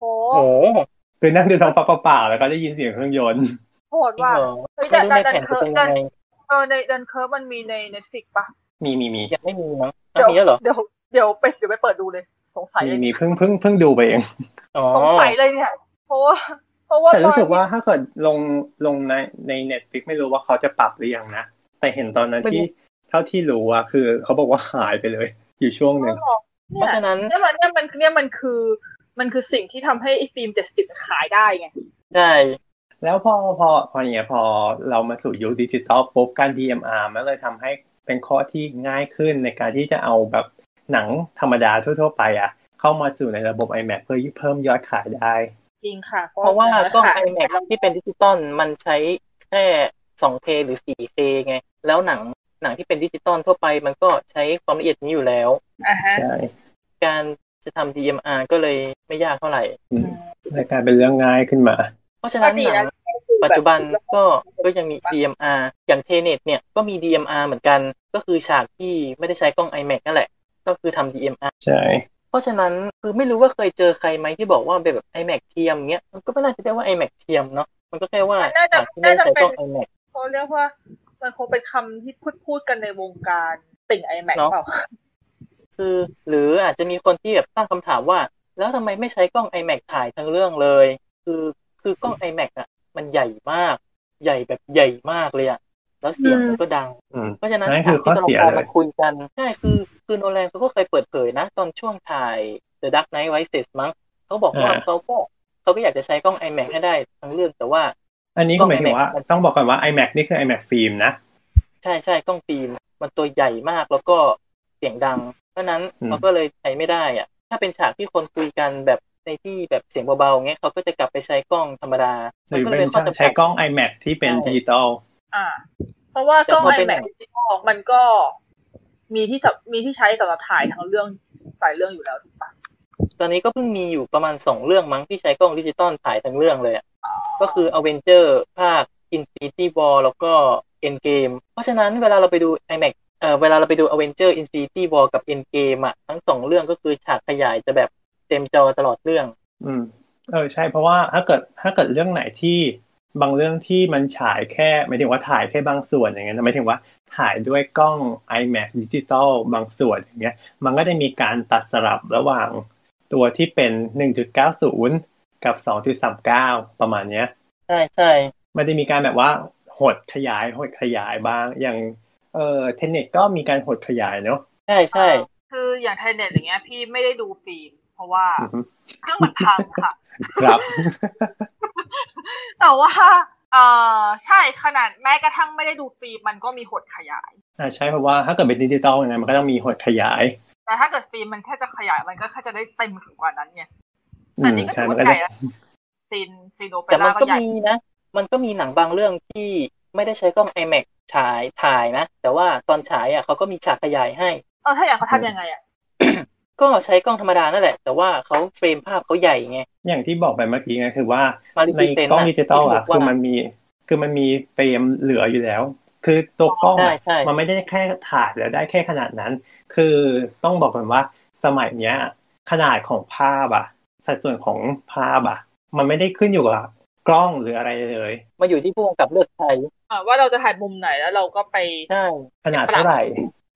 S4: โห
S3: โอ้โห
S2: คือนั่งดูท้องฟ้าเปล่าๆแล้วก็ได้ยินเสียงเครื่องยนต์
S4: โหด
S3: จริง
S4: ว่ะ
S3: เหรอ
S4: เฮ้ยแต่
S3: ไม่รู้ใน
S4: แต่
S3: แผนจะเป็น
S4: แต่
S3: ยังไง
S4: เออในดันเคิร์ฟมันมีใน Netflix ปะ
S2: มีมีมี
S3: ยังไม่มีมั้งอ่ะมีแล้วเหรอ
S4: เดี๋ยวเดี๋ยวไปเดี๋ยวไปเปิดดูเลย ส สงสัย
S2: มี
S4: เลย
S2: มีเพิ่งเพิ่งเพิ่งดูไปเอง
S3: อ๋อ
S4: สงสัยเลยเนี่ยเพราะว่าเพราะว่า
S2: แต่
S4: ตอ
S2: รู้
S4: น
S2: สึกว่าถ้าเกิดลงลงในในเน็ตฟิกไม่รู้ว่าเขาจะปรับหรือยังนะ แต่เห็นตอนนั้นที่เท่าที่รู้อะคือเขาบอกว่าหายไปเลย อยู่ช่วงหนึ่ง
S3: เพราะฉะนั้น
S4: เนี่ยมันเนี่ยมันเนี่ยมันคือมันคือสิ่งที่ทำให้ไอ้ฟิล์มเจ็ดสิบขายได้ไง
S3: ใช่
S2: แล้วพอพอพออย่างเงี้ยพอเรามาสู่ยุคดิจิทัลปุ๊บการ DMR มันเลยทำให้เป็นข้อที่ง่ายขึ้นในการที่จะเอาแบบหนังธรรมดาทั่ว ๆ ไปอะเข้ามาสู่ในระบบ iMac เพื่อเพิ่มยอดขายได้
S4: จริงค่ะ
S3: เพราะว่ากล้อง
S4: ขย
S3: iMac ที่เป็นดิจิตอลมันใช้แค่ 2K หรือ 4K ไง แล้วหนังหนังที่เป็นดิจิตอลทั่วไปมันก็ใช้ความละเอียดนี้อยู่แล้ว
S4: อ่าฮะ
S2: ใช่
S3: การจะทำ DMR ก็เลยไม่ยากเท่าไหร่
S2: เลยกลายเป็นเรื่องง่ายขึ้นมา
S3: เพราะฉะนั้น
S4: ก็ดี
S3: หนั
S4: นะ
S3: งปัจจุบันก็ก็ยังมี DMR อย่างเทเนตเนี่ยก็มี DMR เหมือนกัน ก็คือฉากที่ไม่ได้ใช้กล้อง iMac นั่นแหละ ก็คือทำ DMR
S2: ใช่
S3: เพราะฉะนั้นคือไม่รู้ว่าเคยเจอใครไหมที่บอกว่าเป็นแบบ iMac เทียมเงี้ยมันก็ไม่น่าจะเรียกว่า iMac เทียมเนาะมันก็แค่ว่า
S4: มันน่าจะ
S3: ฉากที่ไม่ได้ใช้กล้อง
S4: น่าจะเป็น
S3: iMac
S4: เขาเรียกว่ามันคงเป็นคำที่พูดพูดกันในวงการติ่งไอแม็ก
S3: เนาะ
S4: เปล่า
S3: คือ หรืออาจจะมีคนที่แบบตั้งคำถามว่า แล้วทำไมไม่ใช้กล้อง iMac ถ่ายทั้งเรื่องเลย คือคือกล้อง iMac อ่ะ มันใหญ่มาก ใหญ่แบบใหญ่มากเลยอ่ะแล้วเสียงมันก็ดัง
S2: อืม
S3: เพราะฉะนั้น
S2: นั่นคือข้อเสีย
S3: ที่เรา
S2: เลย
S3: มาคุยกันใช่คือคือโนแลนเขาก็เคยเปิดเผยนะ ตอนช่วงถ่าย The Dark Knight Rises มั้งเขาบอกว่า
S2: อ่า
S3: เขาก็เขาก็อยากจะใช้กล้อง iMac ให้ได้ทั้งเรื่องแต่ว่า
S2: อันนี้ก็หมายถึงว่า
S3: กล้อง iMac
S2: ต้องบอกก่อนว่า iMac นี่คือ iMac ฟิล์มนะ
S3: ใช่ใช่กล้องฟิล์มมันตัวใหญ่มากแล้วก็เสียงดัง เพราะฉะนั้น
S2: อืม
S3: เขาก็เลยใช้ไม่ได้อะถ้าเป็นฉากที่คนคุยกันแบบในที่แบบเสียงเบาๆเงี้ยเขาก็จะกลับไปใช้กล้องธรรมดา
S2: หรือ
S3: ก็
S2: เป็น
S3: ข้อจำกัด
S2: ใช้กล้อง iMac ที่เป็น
S3: ใช่
S2: ดิจิตอล
S4: อ่า เพราะว่ากล้อง
S3: แต่พอ
S4: ไอ
S3: เป็น
S4: แม็กมันก็มีที่สับมีที่ใช้สำหรับถ่ายทั้งเรื่องหลายเรื่องอยู่แล้วถูกปะ
S3: ตอนนี้ก็เพิ่งมีอยู่ประมาณสองเรื่องมั้งที่ใช้กล้องดิจิตอลถ่ายทั้งเรื่องเลยอะก็คือ a v e n g e r ภาค Infinity War แล้วก็ Endgame เพราะฉะนั้นเวลาเราไปดู IMAX เอ่อเวลาเราไปดู a v e n g e r Infinity War กับ Endgame อะทั้งสองเรื่องก็คือฉากขยายจะแบบเต็มจอตลอดเรื่อง
S2: อืมเออใช่เพราะว่าถ้าเกิดถ้าเกิดเรื่องไหนที่บางเรื่องที่มันฉายแค่หมายถึงว่าถ่ายแค่บางส่วนอย่างเงี้ยนะหมายถึงว่าถ่ายด้วยกล้อง iMac ดิจิตอลบางส่วนอย่างเงี้ย มันก็จะมีการตัดสลับระหว่างตัวที่เป็น 1.90 กับ 2.39 ประมาณเนี้ย
S3: ใช่ใช่
S2: มันจะมีการแบบว่าหดขยายหดขยายบ้างอย่างเออเทนเน็ตก็มีการหดขยายเนอะ
S3: ใช่ใช่
S4: คืออย่างไทเน็ตอย่างเงี้ย พี่ไม่ได้ดูฟิล์มเพราะว่า
S2: อือฮึ
S4: เครื่องมันพังค่ะ [laughs]
S2: ครับ [laughs]
S4: แต่ว่าเออใช่ขนาดแม้กระทั่งไม่ได้ดูฟิล์มมันก็มีหดขยาย
S2: อ่าใช่เพราะว่าถ้าเกิดเป็นดิจิตอลยังไงมันก็ต้องมีหดขยาย
S4: แต่ถ้าเกิดฟิล์มมันแค่จะขยายมันก็แค่จะได้เต็มกว่านั้นไง
S2: อื
S4: แต่
S2: ม
S4: นี่ก็
S2: ใช่
S4: ถือ
S2: มัน
S4: ว่า
S2: ก็จะ
S4: ใหญ่แล้วซีนซีนโอเป
S3: แต่มั
S4: ร่าน ก็
S3: ก็
S4: ใหญ่
S3: มีนะ มันก็มีหนังบางเรื่องที่ไม่ได้ใช้กล้อง IMAX ฉายถ่ายนะ แต่ว่าตอนฉายอ่ะเขาก็มีฉากขยายให้
S4: เออถ้าอย่างเขาทำยังไงอ่ะ
S3: ก็ใช้กล้องธรรมดานั่นแหละ แต่ว่าเขาเฟรมภาพเขาใหญ่ไง
S2: อย่างที่บอกไปเมื่อกี้ไงคือว่า
S3: มาริ
S2: ใน
S3: จิเตน
S2: กล้องดิจิตอลอ่ะ
S3: ที่
S2: คือมันมีคือมันมีเฟรมเหลืออยู่แล้ว คือตัวกล้อง
S3: ใช่
S2: อะ
S3: ใช่
S2: มันไม่ได้แค่ถ่ายแล้วได้แค่ขนาดนั้น คือต้องบอกก่อนว่าสมัยเนี้ย ขนาดของภาพอ่ะ สัดส่วนของภาพอ่ะ มันไม่ได้ขึ้นอยู่กับกล้องหรืออะไรเลย
S3: มาอยู่ที่ผู้กำกับเลือกใช้
S4: อ่าว่าเราจะถ่ายมุมไหนแล้วเราก็ไป
S3: ใช่
S2: ขนาดเท่าไหร่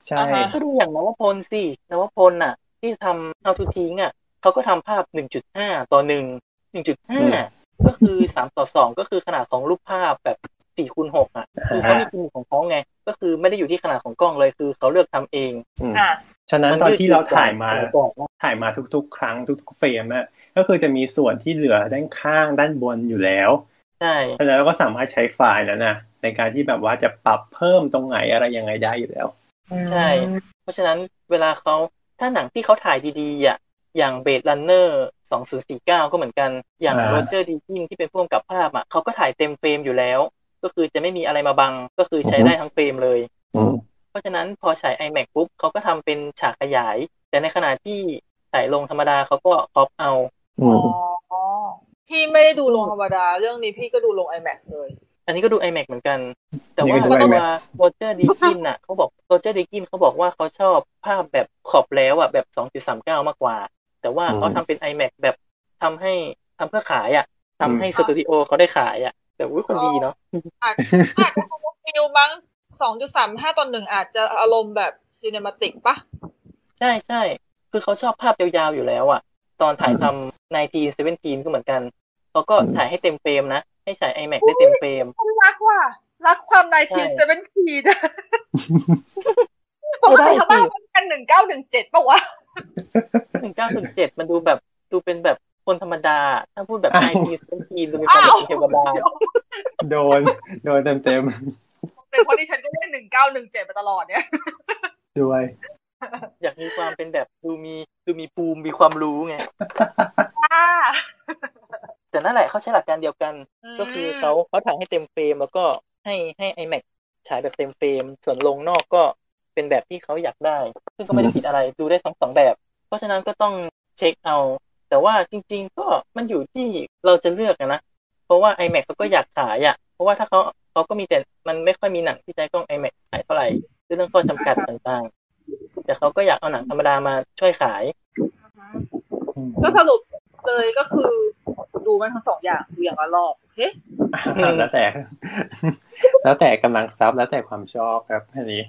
S2: ใช่
S4: อ่าฮะ
S3: ก็ดูอย่างนวพลสินวพลน่ะ ที่ทำ How to ทิ้งอ่ะเขาก็ทำภาพ 1.5 ต่อ 1
S2: อืม
S3: 1.5 ก็คือ 3 ต่อ 2 ก็คือขนาดของรูปภาพแบบ4คูณ6อ่ะคือเขามีกิมมิคของเขาไง ก็คือไม่ได้อยู่ที่ขนาดของกล้องเลยคือเขาเลือกทำเอง
S2: อืม
S4: อ่า
S2: ฉะนั้นตอนที่เราถ่ายมา
S3: นก็คือ
S2: ถ่ายมาทุกๆ ครั้งทุกๆเฟรมอ่ะก็คือจะมีส่วนที่เหลือด้านข้างด้านบนอยู่แล้ว
S3: ใช่
S2: เพราะฉะนั้นเราก็สามารถใช้ไฟล์นั้นนะในการที่แบบว่าจะปรับเพิ่มตรงไหนอะไรยังไงได้อยู่แล้ว
S3: ใช่ เพราะฉะนั้นเวลาเขาถ้าหนังที่เขาถ่ายดีๆอ่ะอย่างเบดลันเนอร์2049 ก็เหมือนกันอย่าง
S2: อ่า
S3: โรเจอร์ดีกินที่เป็นผู้กำกับภาพอ่ะเขาก็ถ่ายเต็มเฟรมอยู่แล้ว ก็คือจะไม่มีอะไรมาบังก็คือใช้ได้ทั้งเฟรมเลย เพราะฉะนั้นพอฉาย iMac ปุ๊บเขาก็ทำเป็นฉากขยาย แต่ในขณะที่ถ่ายลงธรรมดาเขาก็ครอปเอา
S2: อืม
S4: อ๋อพี่ไม่ได้ดูลงธรรมดา เรื่องนี้พี่ก็ดูลง iMac เลย
S3: อันนี้ก็ดู iMac เหมือนกัน แต่ว่าเขาบอกว่าโรเจอร์ดีกินน่ะเขาบอกโรเจอร์ดีกินเขาบอกว่าเขาชอบภาพแบบขอบแล้วอ่ะแบบ 2.39 มากกว่า แต่ว่าเขาทำเป็น iMac แบบทำให้ทำเพื่อขายอ่ะทำให้สตูดิโอเขาได้ขายอ่ะ แต่อุ้ยคนดีเนาะ
S4: อาจจะฟิลมั้งสองจุดสามห้าตอนหนึ่งอาจจะอารมณ์แบบซีเนมาติกปะ
S3: ใช่ใช่ คือเขาชอบภาพยาวๆอยู่แล้วอะตอนถ่ายทำนทีเซเว่นทีนก็เหมือนกันเขาก็ถ่ายให้เต็มเฟรมนะ ให้ฉาย iMac ได้เต็มเฟรม
S4: ฉันรักว่ะรักความนายทีเซเว่นทีนะปกติเขาบ้านมันกันหนึ่งเก้าหนึ่งเจ็ดปะวะ
S3: หนึ่งเก้าหนึ่งเจ็ดมันดูแบบดูเป็นแบบคนธรรมดา ถ้าพูดแบบ
S2: อ้า
S3: ไอ
S2: ว
S3: ทีสกีนดูเป็นความเป็นเทวดา
S2: โดน โดนเต็มเต็ม
S4: เป็นเพราะดิฉันก็เล่นหนึ่งเก้าหนึ่งเจ็ดมาตลอดเนี่ย
S2: ๆด้วย
S3: อยากมีความเป็นแบบดูมีดูมีภูมิมีความรู้ไง
S4: ค่ะ
S3: แต่นั่นแหละเขาใช้หลักการเดียวกัน ก็คือเขาเขาถ่ายให้เต็มเฟรมแล้วก็ให้ให้ iMac ฉายแบบเต็มเฟรม ส่วนลงนอกก็เป็นแบบที่เขาอยากได้ ซึ่งก็ไม่ได้ผิดอะไรดูได้ทั้งสองแบบ เพราะฉะนั้นก็ต้องเช็คเอา แต่ว่าจริง ๆ ก็มันอยู่ที่เราจะเลือกอะนะ เพราะว่า iMac เขาก็อยากขายอะ่ะ เพราะว่าถ้าเขาเขาก็มีแต่มันไม่ค่อยมีหนังที่ใช้กล้อง iMac ขายเท่าไหร่ด้วยเรื่องข้อจำกัดต่างๆ แต่เขาก็อยากเอาหนังธรรมดามาช่วยขาย
S4: ก็สรุปเลยก็คือดูมันทั้งสองอย่างดูอย่างละรอบเฮ้
S2: แล้วแต่ แล้วแต่กำลังทรัพย์แล้วแต่ความชอบครับอันนี้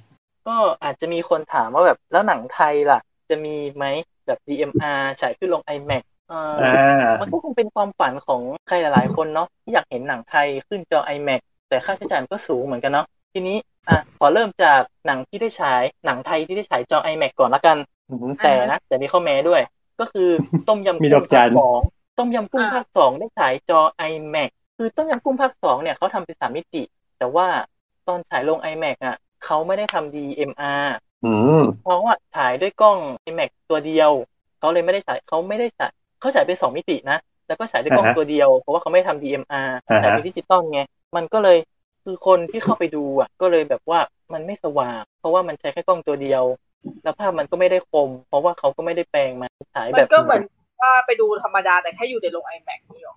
S3: ก็อาจจะมีคนถามว่าแบบแล้วหนังไทยล่ะ จะมีไหมแบบ DMR ฉายขึ้นลง iMac เอ่อ
S2: อ่า
S3: มันก็คงเป็นความฝันของใครหลายๆคนเนาะที่อยากเห็นหนังไทยขึ้นจอ iMac แต่ค่าใช้จ่ายมันก็สูงเหมือนกันเนาะทีนี้อ่ะขอเริ่มจากหนังที่ได้ฉายหนังไทยที่ได้ฉายจอ iMac ก่อนละกัน
S2: อือฮึ
S3: แต่นะแต่มีข้อแม้ด้วย ก็คือต้มยำ
S2: มี
S3: กุ้
S2: ดอง กจั
S3: ภาคน สองต้มยำกุ้งภาคสองได้ฉายจอ iMac คือต้มยำกุ้งภาคสองเนี่ยเขาทำเป็นสามมิติ แต่ว่าตอนฉายลง iMac อ่ะเขาไม่ได้ทำ DMR
S2: อืม
S3: เขาอะฉายด้วยกล้อง iMac ตัวเดียว เขาเลยไม่ได้ฉายเขาไม่ได้ฉายเขาฉายเป็นสองมิตินะ แล้วก็ฉายด้วยกล้องตัวเดียว เพราะว่าเขาไม่ทำ DMR ฉายเป็นดิจิตอลไง มันก็เลยคือคนที่เข้าไปดูอะก็เลยแบบว่ามันไม่สว่าง เพราะว่ามันใช้แค่กล้องตัวเดียว แล้วภาพมันก็ไม่ได้คม เพราะว่าเขาก็ไม่ได้แปลงมาฉาย
S4: มั
S3: แบ
S4: น
S3: บ
S4: ก็เหมือนว่าไปดูธรรมดาแต่แค่อยู่ในโรง iMac นี่หรอ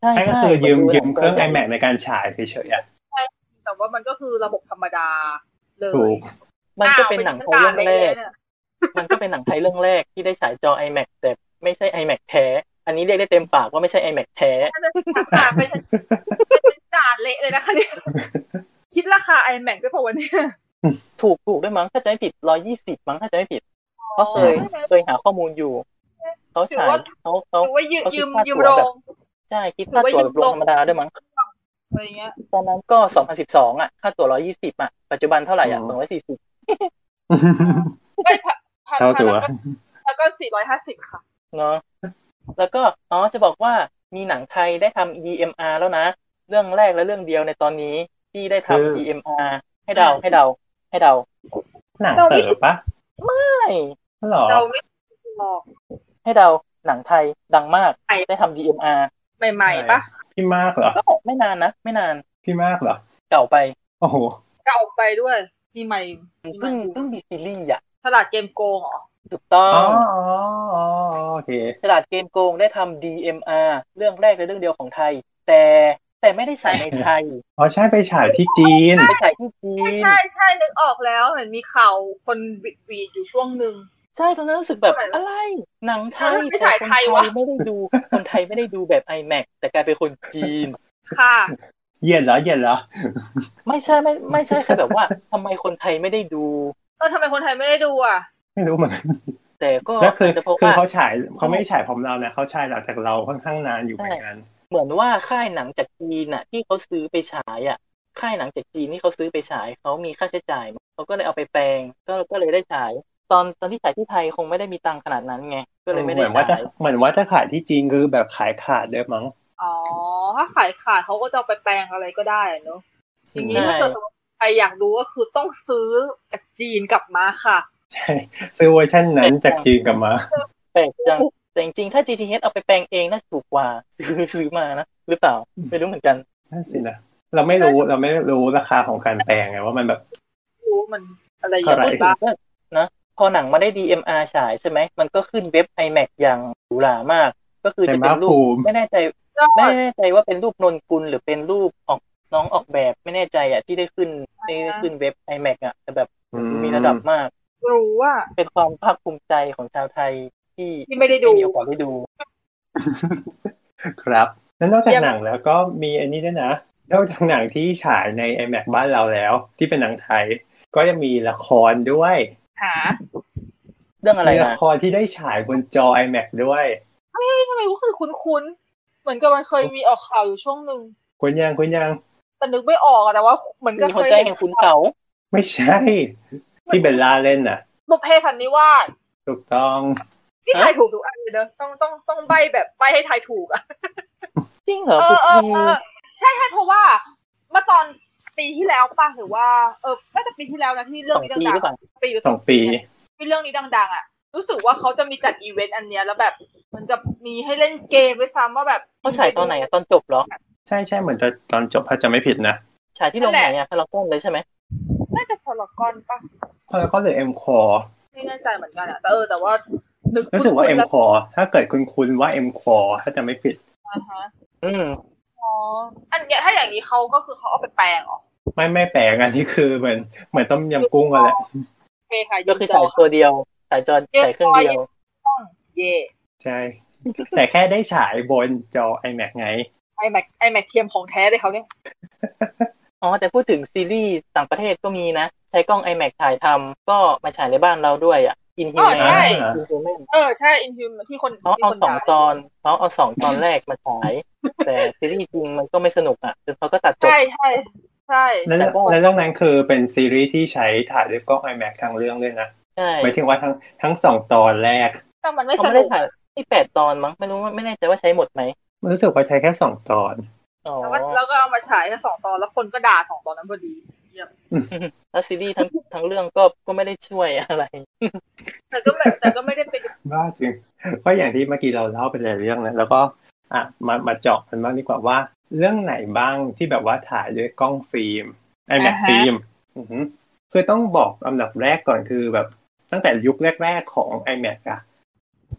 S3: ใช่
S2: ใช่ก็
S3: ใช่
S2: คือยืม
S3: หนดู
S2: ยืมเครื่อง
S3: หนั
S2: iMac ในการฉายเฉยๆอ่ะ
S4: แต่ว่ามันก็คือระบบธรรมดาเลย
S2: ถูก
S3: มันก็
S4: อ้าว
S3: เป็นหนังไท
S4: ไ
S3: ยเรื่องแร
S4: ม่
S3: ก
S4: ใช่
S3: มันก็เป็นหนังไทยเรื่องแรกที่ได้ฉายจอ iMac แต่ไม่ใช่ iMac แท้ อันนี้เรียกได้เต็มปากว่าไม่ใช่ iMac แท้
S4: ด่าไปฉันด่าเละเลยนะคะเนี่ยคิดราคา iMac ด้วยป่ะวันนี้
S3: ถูกถูกด้วยมั้งถ้าจะไม่ผิดร้อยี่สิบมั้งถ้าจะไม่ผิดเพราะเคยเคยหาข้อมูลอยู่ เขา
S4: ถื
S3: ฉา
S4: อย ว่า
S3: เขาเขา
S4: หรือว่ายืมยืมยืมโรง
S3: ใช่คิดค่าตั๋วแบบ
S4: ถือ
S3: โร
S4: ว่า
S3: งธรรมดาด้วยมั้ง
S4: อะไรเงี้ย
S3: ตอนนั้นก็สองพันสิบสองอ่ะค่าตั๋วร้อยี่สิบอ่ะปัจจุบันเท่าไหร่อ่ะ
S2: อื
S3: สอง
S2: ม
S3: ร้อยสี่สิบ
S4: ไม่พันพัน
S2: เท่าตัว
S4: พันแล้วก็สี่ร้อยห้าสิบค่ะ
S3: เนาะแล้วก็อ๋อจะบอกว่ามีหนังไทยได้ทำ DMR แล้วนะ เรื่องแรกและเรื่องเดียวในตอนนี้ที่ได้
S2: คือ
S3: ทำ DMR ให้เดาให้เดาให้เดา
S2: หนังเต๋อปะ
S3: ใช่
S2: หรอ
S4: เราไม่หลอก
S3: ให้เดาหนังไทยดังมากได้ทำ DMR
S4: ใหม่ๆปะ
S2: พี่มากเหรอ
S3: ก็ไม่นานนะ ไม่นาน
S2: พี่มากเหรอ
S3: เก่าไป
S2: โอ้โห
S4: เก่าไปด้วยมีใหม่มีใหม่
S3: เพิ่ง
S4: อยู่
S3: เพิ่งมีซีรีส์อ่ะ
S4: ฉลาดเกมโกงเหรอ
S3: ถูกต้อ
S2: อ๋อง อ๋ออ๋อโอเค
S3: ฉลาดเกมโกงได้ทำ DMR เรื่องแรกและเรื่องเดียวของไทย แต่แต่ไม่ได้ฉายในไทย
S2: อ๋อใช่ไปฉายที่จีน
S3: ไปฉายที่จี
S4: ใช่
S3: น
S4: ใช่ใช่นึกออกแล้วเห็นมีข่าวคนบิดวีดอยู่ช่วงหนึ่ง
S3: ใช่ตอนนั้นรู้สึกแบบอะไร หนังไทย
S4: ไม่ฉาย
S3: แต่คน
S4: ไทยวะ
S3: ไม่ได้ดูคนไทยไม่ได้ดูแบบ iMac แต่กลายเป็นคนจีน
S4: ค่ะ
S2: เย็นเหรอ เย็นเหรอ
S3: ไม่ใช่ไม่ไม่ใช่แค่แบบว่าทำไมคนไทยไม่ได้ดู
S4: เออทำไมคนไทยไม่ได้ดูอ่ะ
S2: ไม่รู้เหมือนกัน
S3: แต่ก็
S2: แล้วคือ
S3: อาจจะเพราะ
S2: คือ
S3: ว่า
S2: เขาฉายเขาไม่ได้ฉายพร้อมเรานะเขาฉายหลังจากเราค่อนข้างนานอยู่เหมือนกัน
S3: เหมือนว่าค่ายหนังจากจีนน่ะ ที่เขาซื้อไปฉายอ่ะ ค่ายหนังจากจีนที่เขาซื้อไปฉายเขามีค่าใช้จ่ายเขาก็เลยเอาไปแปลงก็ก็เลยได้ฉาย ตอนตอนที่ฉายที่ไทยคงไม่ได้มีตังค์ขนาดนั้นไงก็เลยไม่
S2: เห
S3: ได้
S2: มือนว่าจะ
S3: ฉาย
S2: เหมือนว่าจะขายที่จีนคือแบบขายขาดด้วยมั้ง
S4: อ๋อถ้าขายขาดเขาก็จะเอาไปแปลงอะไรก็ได้อะเนอะอย่างนี้ถ้าเกิดใครอยากดูก็คือต้องซื้อจากจีนกลับมาค่ะ
S2: ใช่ซื้อเวอร์ชันนั้นจากจีนกลับมา
S3: แปลกจังแต่จริงๆถ้า GTH เอาไปแปลงเองน่าจะถูกกว่า ซื้อซื้อมานะหรือเปล่าไม่รู้เหมือนกัน
S2: นั่นสินะเราไม่รู้เราไม่รู้ราคาของการแปลงไงว่ามันแบบ
S4: รู้มันอะไรอ
S2: เท่า
S4: ย่าง
S2: ไหร่
S4: ไรบ้าง
S3: ก็นะพอหนังมาได้ DMR ฉายใช่ไหมมันก็ขึ้นเว็บ iMac อย่างหรูหรามาก ก็คือจะเป็นรูป
S2: เต็มภาคภูมิ
S3: ไม่แน่ใจ
S4: ยอด
S3: ไม่แน่ใจว่าเป็นรูปนนกุลหรือเป็นรูปออกน้องออกแบบไม่แน่ใจอ่ะที่ได้ขึ้นได้ขึ้นเว็บ iMac อ่ะแต่แบบ
S2: อื
S3: มีระดับมาก
S4: รู้ว่า
S3: เป็นความภาคภูมิใจของชาวไทยที่
S4: ที่ไม่ได้ดู
S3: มีโอกาสได้ดู
S2: ครับ แล้วนอกจาก
S4: เยี่ยม
S2: หนังแล้วก็มีอันนี้ด้วยนะนอกจากหนังที่ฉายใน iMac บ้านเราแล้ว ที่เป็นหนังไทย ก็ยังมีละครด้วย
S4: หา
S3: เรื่องอะไร
S2: มีละ
S3: นะ
S2: ครที่ได้ฉายบนจอ iMac ด้วย
S4: ทำไมรู้สึกคุ้นๆ เหมือนกับมันเคยมีออกข่าวอยู่ช่วงหนึ่ง
S2: คุณยังคุณยัง
S4: แต่นึกไม่ออกอะแต่ว่าเหมือนกับ
S3: มี
S4: เค
S3: หัวย ใจ
S4: เห็น
S3: แห่งคุณเขา
S2: ไม่ใช่ ที่เบลล่าเล่นน่ะ
S4: บุพเพสันนิวาส
S2: ถูกต้อง
S4: ที่ทายถูกทุกอันเลยเนอะต้องต้องต้องใบแบบใบให้ทายถูกอะ
S3: จริงเหรอ
S4: เอ
S3: บุ
S4: อ
S3: พ
S4: เอ
S3: เพ
S4: อเออใช่ใช่เพราะว่าเมื่อตอนปีที่แล้วป่ะหรือว่าเออน่าจะปีที่แล้วนะที่เรื่
S3: ส
S4: อง
S3: อง
S4: นี้
S3: ปีห
S4: ดัง
S3: รือเปล่า
S4: ๆปีหรือ
S2: ส
S4: ส
S2: อ
S4: อง ง
S2: ปี
S4: ปีเนี่ยที่เรื่องนี้ดัง ๆ อ่ะ รู้สึกว่าเขาจะมีจัดอีเวนต์อันเนี้ยแล้วแบบมันจะมีให้เล่นเกมด้วยซ้ำว่าแบบ
S3: เขาฉายตอนไหนอะตอนจบเหรอ
S2: ใช่ใช่เหมือนจะตอนจบถ้าจะไม่ผิดนะ
S3: ฉายที่โรงไหนอะพารากอนเลยใช่ไหม
S4: น่าจะพอลกอนป่ะ
S2: พอแล้วก็เหลือเอ็มคอ
S4: ไม่แน่ใจเหมือนกันอ่ะแต่เออแต่ว่านึก
S2: รู้สึกว่าเอ็
S4: คุ้น
S2: ม
S4: ๆแล้ว
S2: คอถ้าเกิดคุณคุณว่าเอ็มคอถ้าจะไม่ผิด
S4: นะฮะ
S3: อืม
S4: อ๋ออันเนี้ยถ้าอย่างนี้เขาก็คือเขาเอาไปแปลงเหรอ
S2: ไม่ไม่แปลกอันนี้คือเหมือนเหมือนต้มยำกุ้งกันแหละ
S4: โอเคค่ะ
S3: ก็
S4: ยืน
S3: คือ
S4: จ
S3: ฉา
S4: อย
S3: ตัวเดียวฉายจอฉายเครื่องเดียว
S4: ต้องเย่
S2: ใช่ แต่แค่ได้ฉายบนจอ iMac ไง
S4: ไอแม็กไอแม็กเทียมของแท้เลยเขาเนี่ย
S3: อ๋อแต่พูดถึงซีรีส์ต่างประเทศก็มีนะ ใช้กล้อง iMac ถ่ายทำก็มาฉายในบ้านเราด้วยอ่ะ
S4: อ๋อ
S3: Inhuman
S4: ใช่
S3: Inhuman
S4: เออใช่อินฮิวที่คน
S3: เขา
S4: ที่
S3: เอา
S4: คน
S3: สอง
S4: ด่า
S3: ตอนเขาเอาสองตอนแรกมา
S4: [laughs]
S3: ฉาย แต่ซีรีส์จริงมันก็ไม่สนุกอ่ะคือเขาก็ตัดจบ
S4: ใช่ใช่ใช่
S2: และ
S3: แต่ว่า
S2: และเรื่องนั้นคือเป็นซีรีส์ที่ใช้ถ่ายด้วยกล้อง iMac ทั้งเรื่องเลยนะ
S3: ใช่
S2: หมายถึงว่าทั้งทั้งสองตอนแรก
S4: แต่มันไม่
S3: เขา
S4: ส
S3: ไม่
S4: นุ
S3: ได้
S4: ก
S3: ถ่ายที่แปดตอนมั้งไม่รู้ว่าไม่แน่ใจว่าใช้หมดไหม
S2: รู้สึกว่าใช้แค่สองตอน
S3: อ๋อ
S4: แล้วก็แล้วก็เอามาฉายแค่สองตอนแล้วคนก็ด่าสองตอนนั้นพอดีเยี่ยม
S3: แล้วซีรีส์ทั้งทั้งเรื่องก็ก็ไม่ได้ช่วยอะไร
S4: แต่ก็ไม่แต่ก็ไม่ได้ไปดู
S2: บ้าจริงเพราะอย่างที่เมื่อกี้เราเล่าไปหลายเรื่องนะแล้วก็อ่ะมามาเจาะกันบ้างดีกว่าว่า เรื่องไหนบ้างที่แบบว่าถ่ายด้วยกล้องฟิล์มไอแม็กฟิล์มอือหือคือต้องบอกอันดับแรกก่อนคือแบบตั้งแต่ยุคแรก ๆของ iMac อะ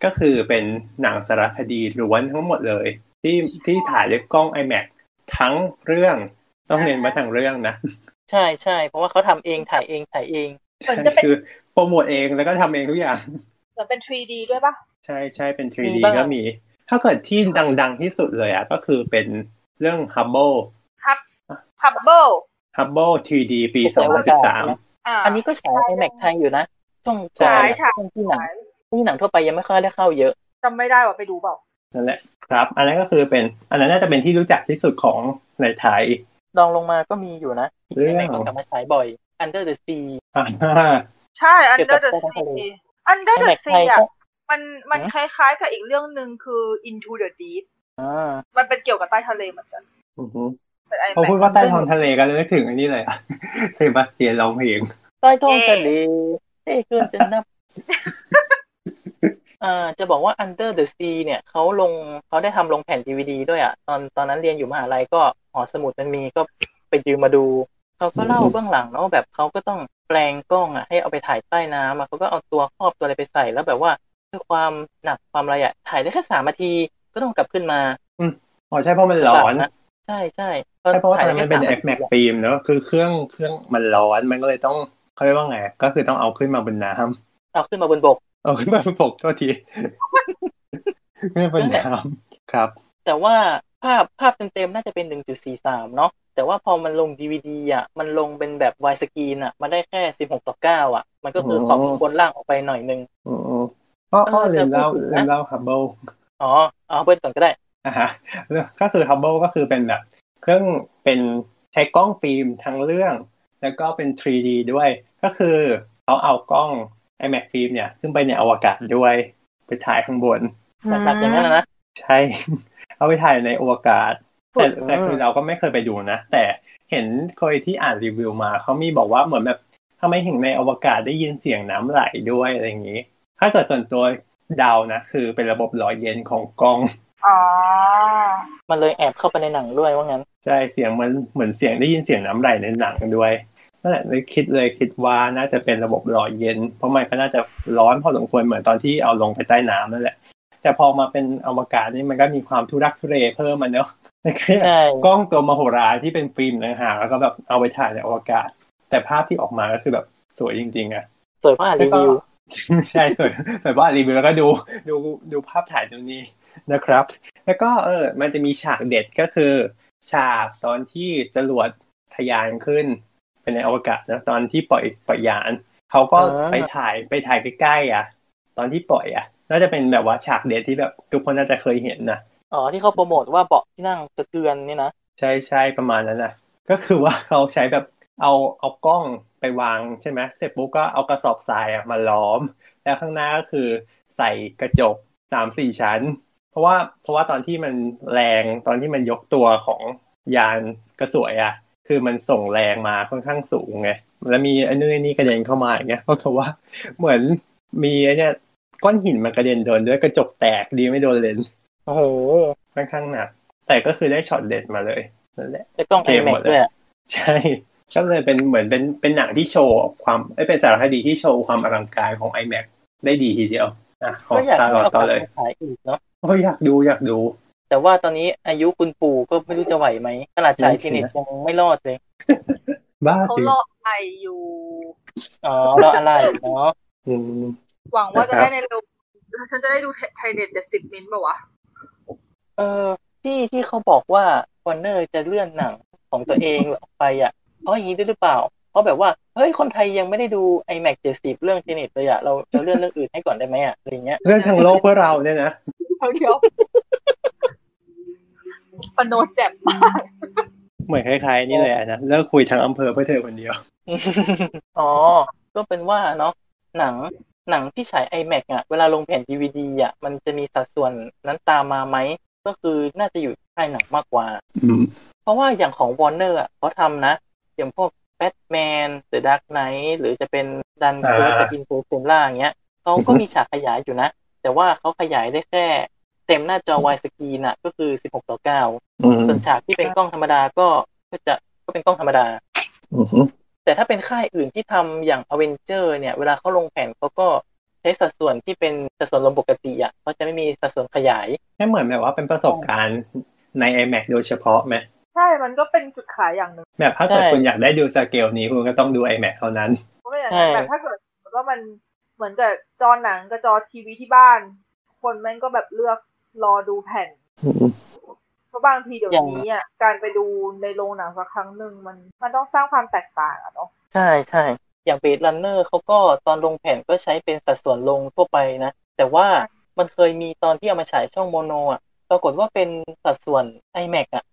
S2: ก็คือเป็นหนังสารคดีล้วนทั้งหมดเลย ที่ที่ถ่ายด้วยกล้อง iMac ทั้งเรื่องต้องเน้นมาทั้งเรื่องนะ
S3: ใช่ใช่เพราะว่าเขาทำเองถ่ายเองถ่ายเอง
S2: ใช่คือโปรโมทเองแล้วก็ทำเองทุกอย่าง
S4: เหมือนเป็น 3D ด้วยปะ
S2: ใช่ใช่เป็น 3D ก็มี ถ้าเกิดที่ดังๆที่สุดเลยอ่ะ ก็คือเป็นเรื่อง Hubble
S4: ฮับฮับเบิล
S2: Hubble 3D ปี 2013
S4: อ่า
S3: อันนี้ก็ฉาย iMac ไทยอยู่นะช่วงก่อน
S4: ฉาย
S3: อะ
S4: ฉาย
S3: ช่วงที่หนังที่หนังทั่วไปยังไม่ค่อยได้เข้าเยอะ
S4: จำไม่ได้ว่าไปดูเปล่า
S2: นั่นแหละครับ อันนั้นก็คือเป็น อันนั้นน่าจะเป็นที่รู้จักที่สุดของในไทย [laughs]
S3: ลองลงมาก็มีอยู่นะ
S2: เรื่อ
S3: ไอ้
S2: ง
S3: ก็กลับมาฉายบ่อย Under the Sea
S2: อ่า
S4: ใช่อันเดอร์เดอะ
S3: เกี่ยวกับใต้ท้อง
S4: ซี
S3: ทะเล
S4: อันเดอร์เดอะ
S3: iMac ไท
S4: ซี
S3: ย
S4: อ่ะ
S3: ก็
S4: มันมัน
S3: หือ
S4: คล้ายๆกับอีกเรื่องหนึ่งคือ Into the Deep
S3: อ่า
S4: มันเป็นเกี่ยวกับใต้ทะเลเหมือนกัน
S2: อือฮึ
S4: เป็นไอ
S2: พอ
S4: แม็
S2: พูด
S4: ก
S2: ว่าใต้ท้องทะเลก็เลยนึกถึงอันนี้เลยอะ [laughs] เซบาสเตียนร้องเพลง
S3: ใต้ท้องทะเลเท่เกินจะ [laughs] นับอ่าจะบอกว่า Under the Sea เนี่ยเขาลงเขาได้ทำลงแผ่น DVD ด้วยอ่ะ ตอนตอนนั้นเรียนอยู่มหาลัยก็หอสมุดมันมีก็ไปยืมมาดู เขาก็เล่าเบื้องหลังเนาะแบบเขาก็ต้องแปลงกล้องอ่ะให้เอาไปถ่ายใต้น้ำอ่ะเขาก็เอาตัวครอบตัวอะไรไปใส่แล้วแบบว่าด้วยความหนักความอะไรอ่ะถ่ายได้แค่สามนาทีก็ต้องกลับขึ้นมา
S2: อ๋อใช่เพราะมันร้อน
S3: นะใช่ใช่
S2: ใช่เพราะว่าตอนนั้นมันเป็น
S3: ถ่ายได้แค่สาม
S2: i m
S3: นา
S2: a
S3: ที
S2: c
S3: อะ
S2: ฟิล์มเนอะคือเครื่องเครื่องมันร้อนมันก็เลยต้องเขาเรียกว่าไงก็คือต้องเอาขึ้นมาบนน้ำ
S3: เอาขึ้นมาบนบก
S2: เอาขึ้นมาปกโทษที ไม่เป็นน้ำครับ
S3: แต่ว่าภาพภาพเต็มๆน่าจะเป็น 1.43 เนาะแต่ว่าพอมันลง DVD อ่ะ มันลงเป็นแบบไวสกรีนอ่ะ มันได้แค่ 16 ต่อ 9 อ่ะ มันก็คือ
S2: โอ้
S3: ข
S2: โห
S3: อบกวนล่างออกไปหน่อยนึง
S2: อืมๆอ้อ
S3: เอ
S2: อ้อ
S3: อ
S2: ลื
S3: จะ
S2: มเล่า
S3: พูดถึงนะ
S2: ลืมเล่าฮับเบิล
S3: อ๋อ เอาเบิ้ลก่อนก็ได้
S2: อ่ะฮะก็คือฮับเบิลก็คือเป็นแบบ เครื่องเป็นใช้กล้องฟิล์มทั้งเรื่อง แล้วก็เป็น 3D ด้วย ก็คือเขาเอากล้อง iMac ฟิล์มเนี่ย ขึ้นไปในอวกาศด้วย ไปถ่ายข้างบน
S3: หลักๆอย่างนั้นนะ
S2: ใช่ [laughs] เอาไปถ่ายในอวกาศ แต่
S3: อืม
S2: แต่คือเราก็ไม่เคยไปดูนะ แต่เห็นเคยที่อ่านรีวิวมาเขามีบอกว่าเหมือนแบบทำไมถึงในอวกาศได้ยินเสียงน้ำไหลด้วยอะไรอย่างนี้ ถ้าเกิดส่วนตัวเดาวนะ คือเป็นระบบหล่อเย็นของกล้อง
S4: อ๋อ
S3: มันเลยแอบเข้าไปในหนังด้วยว่างั้น
S2: ใช่เสียงมันเหมือนเสียงได้ยินเสียงน้ำไหลในหนังด้วยนั่นแหละเลยคิดเลยคิดว่าน่าจะเป็นระบบหล่อเย็น เพราะมันก็น่าจะร้อนพอสมควรเหมือนตอนที่เอาลงไปใต้น้ำนั่นแหละ แต่พอมาเป็นอวกาศนี่มันก็มีความทุรักทุเลเพิ่มมาเนาะ [laughs] ในแค่
S3: ใช่
S2: กล้องตัวมโหฬารที่เป็นฟิล์มนะฮะแล้วก็แบบเอาไปถ่ายในอวกาศ แต่ภาพที่ออกมาก็คือแบบสวยจริงๆอะ
S3: สวยเพราะอ่านรีวิว
S2: ใช่ส่วนแบบว่ารีวิวแล้วก็ดูดูดูภาพถ่ายตรงนี้นะครับ แล้วก็เออมันจะมีฉากเด็ดก็คือ ฉากตอนที่จรวดทะยานขึ้นไปในอวกาศนะตอนที่ปล่อยปล่อยยานเขาก็
S3: อ่า
S2: ไปถ่ายไปถ่ายใกล้ๆอ่ะ ตอนที่ปล่อยอ่ะน่าจะเป็นแบบว่าฉากเดทที่แบบทุกคนน่าจะเคยเห็นนะ
S3: อ๋อที่เขาโปรโมทว่าเบาะที่นั่งสะเทือนเนี่ยนะ
S2: ใช่ใช่ประมาณนั้นนะก็คือว่าเขาใช้แบบเอาเอากล้องไปวางใช่ไหมเสร็จปุ๊บก็เอากระสอบทรายอะมาล้อม แล้วข้างหน้าก็คือใส่กระจกสามสี่ชั้น เพราะว่าเพราะว่าตอนที่มันแรงตอนที่มันยกตัวของยานกระสวยอ่ะ คือมันส่งแรงมาค่อนข้างสูงไงแล้วมีไอ้นู่นไอ้นี่กระเด็นเข้ามาอย่างเงี้ยเพราะว่าเหมือนมีไอ้เนี่ยก้อนหินมันกระเด็นโดนด้วยกระจกแตกดีไม่โดนเลนส์
S3: โอ้โห
S2: ค่อนข้างหนักแต่ก็คือได้ช็อตเด็ดมาเลยนั่นแหละ
S3: ได้กล้องไอ
S2: เกม
S3: แม็
S2: หม
S3: ก
S2: ดเลย
S3: ด้วยอะ
S2: ใช่ก็เลยเป็นเหมือนเป็นเป็นหนังที่โชว์ความเอ้ยเป็นสารคดีที่โชว์ความอลังการของ iMac ได้ดีทีเดียวอ่ะของ
S3: ก็
S2: ส
S3: อยาก
S2: ตาร์ลอ
S3: ให้เอา
S2: ด
S3: กลั
S2: ต่อบ เลย
S3: มาขายอีกเนาะ
S2: โอ้ยอยากดูอยากดู
S3: แต่ว่าตอนนี้อายุคุณปู่ก็ไม่รู้จะไหวไหมขนาดฉายทีนิตยังไม่รอดเลย
S2: บ้า
S1: เขา
S2: จริง
S1: รอไออยู่
S3: อ๋อเราอะไรเนาะ
S2: อืม
S4: หวังว่าจะ
S2: นะครับ
S4: ได้ในเร็วฉันจะได้ดูไทยเน็ตเจ็ดสิบมิลป่าวะ
S3: เออที่ที่เขาบอกว่าวอร์เนอร์จะเลื่อนหนังของตัวเองออกไปอ่ะเพราะอย่างนี้ด้วยหรือเปล่า เพราะแบบว่าเฮ้ยคนไทยยังไม่ได้ดูไอแม็กเจ็ดสิบเรื่องทีนิตเลยอะเราเราเลื่อนเรื่องอื่นให้ก่อนได้ไหมอะอะไรเงี้ย [laughs]
S2: เรื่องทางโลกเพื่อเราเนี่ยนะ
S4: เดี๋ยวปนโนเจ็บมาก
S2: เหมือนคล้ายๆ นี่เลยอะนะเลิกคุยทางอำเภอเพื่อเธอคนเดียว
S3: อ๋อ ก็เป็นว่าเนาะหนังหนังที่ฉาย iMac อ่ะ เวลาลงแผ่น DVD อ่ะ มันจะมีสัดส่วนนั้นตามมาไหม ก็คือน่าจะอยู่ที่ค่ายหนังมากกว่า
S2: อืม
S3: เพราะว่าอย่างของ Warner อ่ะเขาทำนะ อย่างพวก Batman The Dark Knight หรือจะเป็นดันเคิร์
S2: อ่า
S3: กับอินโฟเซนล่าอย่างเงี้ยเขาก็มีฉากขยายอยู่นะ แต่ว่าเขาขยายได้แค่ เต็มหน้าจอวายสกีนอ่ะ ก็คือ 16 ต่อ 9
S2: อืม
S3: ส่วนฉากที่เป็นกล้องธรรมดาก็ก็จะก็เป็นกล้องธรรมดา
S2: อืม
S3: แต่ถ้าเป็นค่ายอื่นที่ทำอย่างอเวนเจอร์เนี่ย เวลาเขาลงแผ่นเขาก็ใช้สัดส่วนที่เป็นสัดส่วนลมปกติอ่ะเขาจะไม่มีสัดส่วนขยาย
S2: ให้เหมือนแบบว่าเป็นประสบการณ์ใน iMac โดยเฉพาะไหม
S4: ใช่มันก็เป็นจุดขายอย่างหนึ่ง
S2: แบบถ้าเกิด
S3: ใช่
S2: คุณอยากได้ดูสเกลนี้คุณก็ต้องดู iMac เท่านั้น
S4: เพราะไม่อย่าง
S3: ใช่
S4: นั้นแบบถ้าเกิดว่ามันเหมือนกับจอหนังกับจอทีวีที่บ้าน คนแม่งก็แบบเลือกรอดูแผ่น
S2: อืม
S4: เพราะบางทีเดี๋ยวนี้อ่ะการไปดูในโรงหนังสักครั้งหนึ่งมันมันต้องสร้างความแตกต่างอะเนาะ
S3: ใช่ใช่อย่างเบ d รันเนอร์เขาก็ตอนลงแผ่นก็ใช้เป็นสัดส่วนลงทั่วไปนะ แต่ว่ามันเคยมีตอนที่เอามาฉายช่องโมโนอ่ะปรากฏว่าเป็นสัดส่วน iMac อ่ะ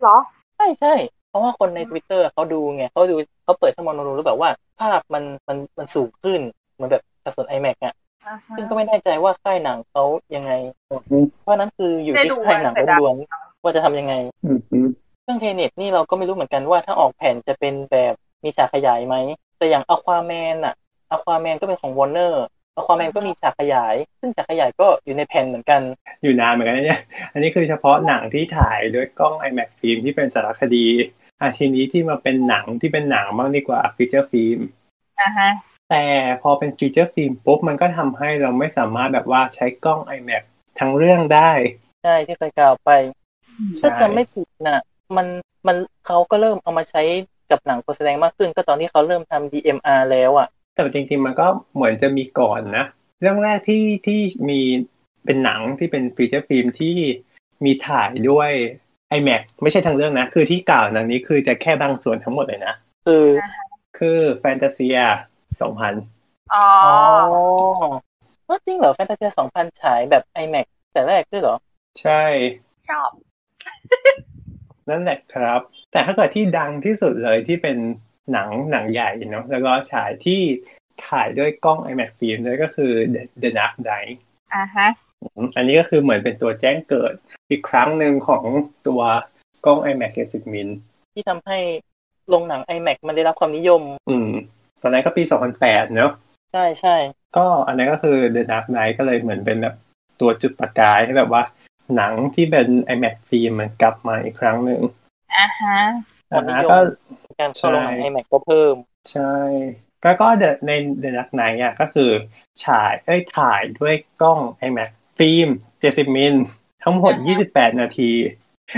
S4: เหรอ
S3: ใช่ใช่ เพราะว่าคนในทวิตเตอร์เขาดูไงเขาดูเขาเปิดช่องโมโนดูแล้วแบบว่า ภาพมันมันมันสูงขึ้นเหมือนแบบสัดส่วน iMac อ่ะ
S4: อ่าฮะ
S3: ซึ่งก็ไม่แน่ใจว่าค่ายหนังเขายังไง
S2: อืม
S3: เพราะฉะนั้นคืออยู่ที่ค่ายหนังล้วนๆว่าจะทำยังไง
S2: อืมอืม
S3: เรื่องเทเน็ตนี่เราก็ไม่รู้เหมือนกันว่าถ้าออกแผ่นจะเป็นแบบมีฉากขยายไหม แต่อย่างอควาแมนอะอควาแมนก็เป็นของวอร์เนอร์อควาแมนก็มีฉากขยาย ซึ่งฉากขยายก็อยู่ในแผ่นเหมือนกัน
S2: อยู่นานเหมือนกันนะเนี่ย อันนี้คือเฉพาะหนังที่ถ่ายด้วยกล้อง iMac ฟิล์มที่เป็นสารคดีอ่ะทีนี้ที่มาเป็นหนังที่เป็นหนังบ้างดีกว่าฟีเจอร์ฟิล์ม
S4: อ่าฮะ
S2: แต่พอเป็นฟีเจอร์ฟิล์มปุ๊บมันก็ทำให้เราไม่สามารถแบบว่าใช้กล้อง iMac ทั้งเรื่องได้
S3: ใช่ที่เคยกล่าวไป ถ้า
S2: ใช่
S3: จำไม่ผิดนะมันมันเขาก็เริ่มเอามาใช้กับหนังคนแสดงมากขึ้น ก็ตอนที่เขาเริ่มทำ DMR แล้วอะ
S2: แต่จริงๆมันก็เหมือนจะมีก่อนนะ เรื่องแรกที่ที่มีเป็นหนังที่เป็นฟีเจอร์ฟิล์มที่มีถ่ายด้วย iMac ไม่ใช่ทั้งเรื่องนะ คือที่กล่าวหนังนี้คือจะแค่บางส่วนทั้งหมดเลยนะ
S3: คือ
S2: คือแฟนตาเซีย2000
S3: อ๋
S4: อ๋อ
S3: ออจริงเหรอแฟนตาเซีย2000ฉายแบบ iMac แต่แรกด้วยเหรอ
S2: ใช่
S4: ชอบ
S2: นั่นแหละครับ แต่ถ้าเกิดที่ดังที่สุดเลยที่เป็นหนังหนังใหญ่เนาะแล้วก็ฉายที่ถ่ายด้วยกล้อง iMac ฟิล์มด้วยก็คือ The- The Dark Knight
S4: อ่าฮะ
S2: อืมอันนี้ก็คือเหมือนเป็นตัวแจ้งเกิดอีกครั้งหนึ่งของตัวกล้อง iMac 70มิล
S3: ที่ทำให้โรงหนัง iMac มันได้รับความนิยม
S2: อืม ตอนนั้นก็ปี 2008 เนาะ
S3: ใช่ใช่
S2: ก็อันนั้นก็คือ The Dark Knight ก็เลยเหมือนเป็นแบบตัวจุดประกายให้แบบว่า หนังที่เป็น iMac ฟิล์มมันกลับมาอีกครั้งหนึ่ง
S4: อ่าฮะ
S3: ความนิยม
S2: ก็
S3: การเข้าโรงหนัง
S2: ใช่
S3: iMac ก็เพิ่ม
S2: ใช่แล้วก็เดในเดนักไนอ่ะก็คือฉายเอ้ยถ่ายด้วยกล้อง iMac ฟิล์ม 70 มิล ทั้งหมด
S4: อ่าฮะ
S2: 28 นาที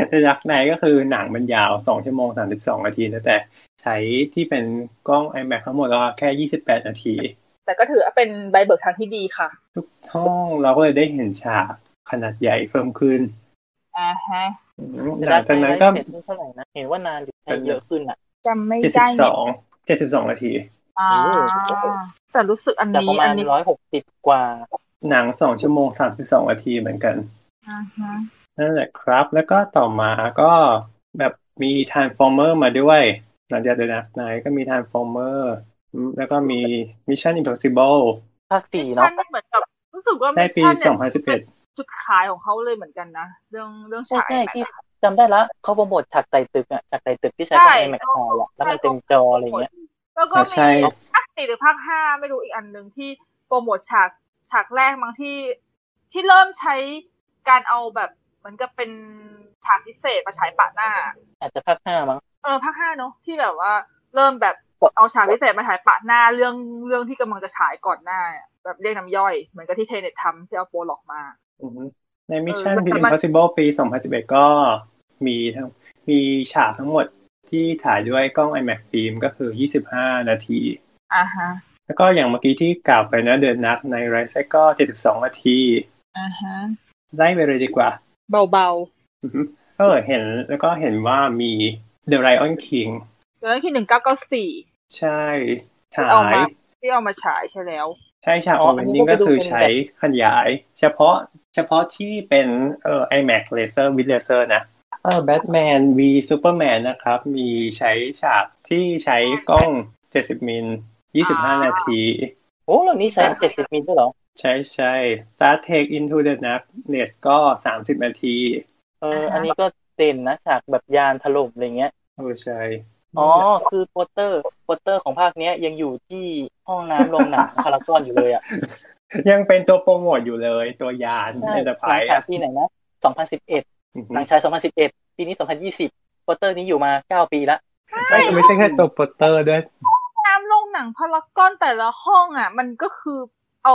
S2: เดนักไนก็คือหนังมันยาว 2 ชั่วโมง 32 นาทีนะแต่ใช้ที่เป็นกล้อง iMac ทั้งหมดก็แค่ 28 นาที
S4: แต่ก็ถือว่าเป็นใบเบิกทางที่ดีค่ะ
S2: ทุกห้องเราก็เลยได้เห็นฉากขนาดใหญ่เพิ่มขึ้น
S4: อ่าฮะ
S2: อืมหลังจากนั้นก็
S3: The Dark Knight เท่าไหร่นะเห็นว่านานหรือใช้เยอะขึ้นอ่ะ
S4: จำไม่ได้
S2: 72 72 นาที
S4: อ่า
S3: โอ้โห
S4: แต่รู้สึกอัน
S3: แต่ป
S4: นี้
S3: ระมา
S4: อั
S3: ณ
S4: นนี้
S3: ร้อยหกสิบกว่า
S2: หนังสองชั่วโมงสามสิบสองนาทีเหมือนกัน
S4: อ่าฮะ
S2: นั่นแหละครับ แล้วก็ต่อมาก็แบบมี Transformer มาด้วย หลังจาก The Dark Knight ก็มี Transformer อืมแล้วก็มี Mission Impossible
S3: ภาคสี่
S4: มิช
S3: เนาะ
S4: ชั่นนั่นเหมือนกับรู้สึกว่า
S2: ใช่ปี
S4: มิชชั่นเนี่ย
S2: 2011
S4: จุดขายของเขาเลยเหมือนกันนะเรื่องเรื่อง
S3: ใช่
S4: ฉาย
S3: ใช่
S4: แม็ก
S3: ที่
S4: อะ
S3: จำได้ละเขาโปรโมทฉากไต่ตึกอะฉากไต่ตึกที่ใช้กับ
S4: ใช่
S3: ไอแม็กซ์ฮอลอะแล้วมันเต็มจออะไรเงี้ย
S4: แล้วก็
S2: อ่าใช่
S4: มีภาคสี่หรือภาคห้าไม่รู้อีกอันหนึ่งที่โปรโมทฉากฉากแรกบางที่ที่เริ่มใช้การเอาแบบเหมือนกับเป็นฉากพิเศษมาฉายปะหน้า
S3: อาจจะภาคห้ามั้ง
S4: เออภาคห้าเนาะที่แบบว่า เริ่มแบบเอาฉากพิเศษมาฉายปะหน้าเรื่องเรื่องที่กำลังจะฉายก่อนหน้า แบบเรียกน้ำย่อย เหมือนกับที่เทเน็ตทำที่เอาโปรหลอกมา
S2: อือฮึใน Mission
S4: เออแต่มัน
S2: Impossible ปี 2011 ก็มีทั้งมีฉากทั้งหมดที่ถ่ายด้วยกล้อง IMAX ฟิล์มก็คือ 25 นาที
S4: อ่าฮะ
S2: แล้วก็อย่างเมื่อกี้ที่กล่าวไปนะ The Dark Knight Rises ก็ 72 นาที
S4: อ่าฮะ
S2: ไล่ไปเลยดีกว่า
S4: เบา
S2: อือฮึ [laughs] เออเห็นแล้วก็เห็นว่ามี The Lion King
S4: ๆแล้วที่หนึ่งเก้าเก้าสี่
S2: ใช่ฉา
S4: เอา
S2: ย
S4: มา ที่เอามาฉายใช่แล้ว
S2: ใช่ฉาก
S3: อ๋อ
S2: โอเว
S3: อั
S2: น
S3: นนี้
S2: นิ่ง
S3: ก็
S2: ก็
S3: ไปดู
S2: คื
S3: เป็น
S2: อ
S3: แบบ
S2: ใช้ขยาย เฉพาะเฉพาะที่เป็นเอ่อ iMac Laser with Laser นะเออ Batman v Superman นะครับ มีใช้ฉากที่ใช้กล้อง 70 มิล
S4: อ่า
S2: 25 นาที
S3: โอ้เรื่องนี้ใช้เจ็ดสิบมิลด้วยเหรอ
S2: ใช่ใช่ Star Trek Into the Darkness ก็ 30 นาที
S3: เออ
S4: อ่าฮะ
S3: อันนี้ก็เด่นนะฉากแบบยานถล่มอะไรเงี้ย
S2: โอ้ใช่
S3: อ๋อ คือโปสเตอร์โปสเตอร์ของภาคเนี้ยยังอยู่ที่ห้องน้ำโรงหนังพารากอนอยู่เลยอะ
S2: ยังเป็นตัวโปรโมทอยู่เลยตัวยาน
S3: ใช่
S2: เอ็นเตอร์ไพร
S3: หลัง
S2: ส์
S3: จากปีไหนนะสองพันสิบเอ็ดหนังฉายสองพันสิบเอ็ดปีนี้สองพันยี่สิบโปสเตอร์นี้อยู่มาเก้าปีละ
S2: ไม่ไม่ใช่แค่ตัวโปสเตอร์ด้วย
S4: น้ำลงหนังพารากอนแต่ละห้องอ่ะ มันก็คือเอา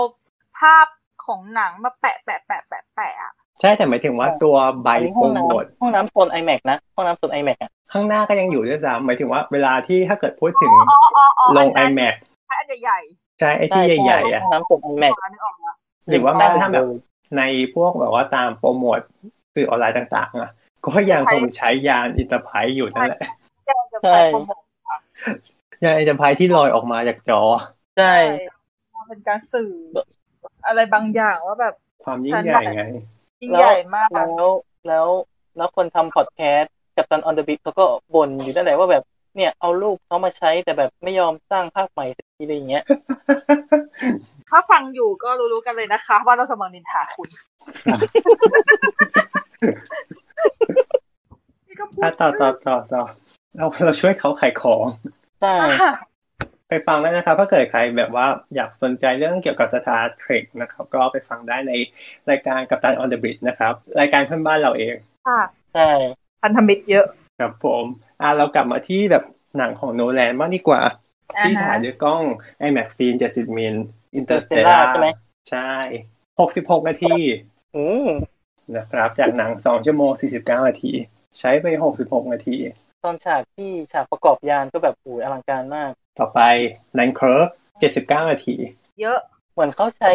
S4: ภาพของหนังมาแปะแปะแปะแปะแปะอะ
S2: ใช่แต่หมายถึงว่าตัวใบ
S3: อันนี้
S2: โป
S3: ห้
S2: ร
S3: องน้
S2: โมท
S3: ำห้องน้ำโซน iMac นะ ห้องน้ำโซน iMac อ่ะ
S2: ข้างหน้าก็ยังอยู่ด้วยซ้ำหมายถึงว่าเวลาที่ถ้าเกิดพูดถึง
S4: อ๋ออ๋ออ๋อ
S2: ลง
S4: อันนั้น
S2: iMac
S4: อันใหญ่
S2: ใช่ไอที่ใหญ่ๆอ่ะ
S3: ห้องน้ำโซน iMac
S4: ๆอันนี้ออกมา
S2: หรือว่าแม้กระทั่งแบบ
S3: เลย
S2: ในพวกแบบว่าตามโปรโมทสื่อออนไลน์ต่างๆอ่ะก็ยังคงใช้ยานอินเตอร์ไพรส์อยู่นั่นแหละ
S4: แกจะไป
S3: ใช่
S4: โปรโมท
S2: ยานอินเตอร์ไพรส์ที่ลอยออกมาจากจอ
S3: ใช่
S4: ใช่เป็นการสื่อ อะไรบางอย่างว่าแบบ
S2: ความยิ่งใหญ่ไง
S4: ยิ่งใหญ่มาก
S3: แล้วแล้วแล้วคนทำพอดแคสต์กับตันออนเดอะบิ๊เขาก็บ่นอยู่นั่นแหละว่าแบบเนี่ยเอารูปเขามาใช้แต่แบบไม่ยอมสร้างภาพใหม่สักทีอะไรอย่างเงี้ย
S4: ถ้าฟังอยู่ก็รู้ๆกันเลยนะคะ ว่าเรากำลังนินทาคุณนี่ก็พูด
S2: อ่ะ [laughs] ต่อต่อต่อต่อเราเราช่วยเขาขายของ
S3: ใช่
S4: ค่ะ
S2: ไปฟังได้นะครับถ้าเกิดใครแบบว่าอยากสนใจเรื่องเกี่ยวกับสตาร์เทรคนะครับ ก็ไปฟังได้ในรายการกัปตันออนเดอะบริดนะครับ รายการเพื่อนบ้านเราเอง
S4: ค่ะ
S3: ใช่
S4: พันธมิตรเยอะ
S2: ครับผมอ่ะเรากลับมาที่แบบหนังของโนแลนบ้างดีกว่า
S4: อ่
S2: ที่
S4: ฮะ
S2: ถ่ายด้วยกล้อง iMac film 70 มิล
S3: สเตล่า
S2: Interstellar
S3: ใช่ไหม
S2: ใช่ 66 นาที
S3: อืม
S2: นะครับ จากหนัง 2 ชั่วโมง 49 นาที ใช้ไป 66 นาที
S3: ตอนฉากที่ฉากประกอบยานก็แบบโอ้ยอลังการมาก
S2: ต่อไป l a n d c u r v 79 นาที
S4: เยอะ
S3: เหมือนเขาใช้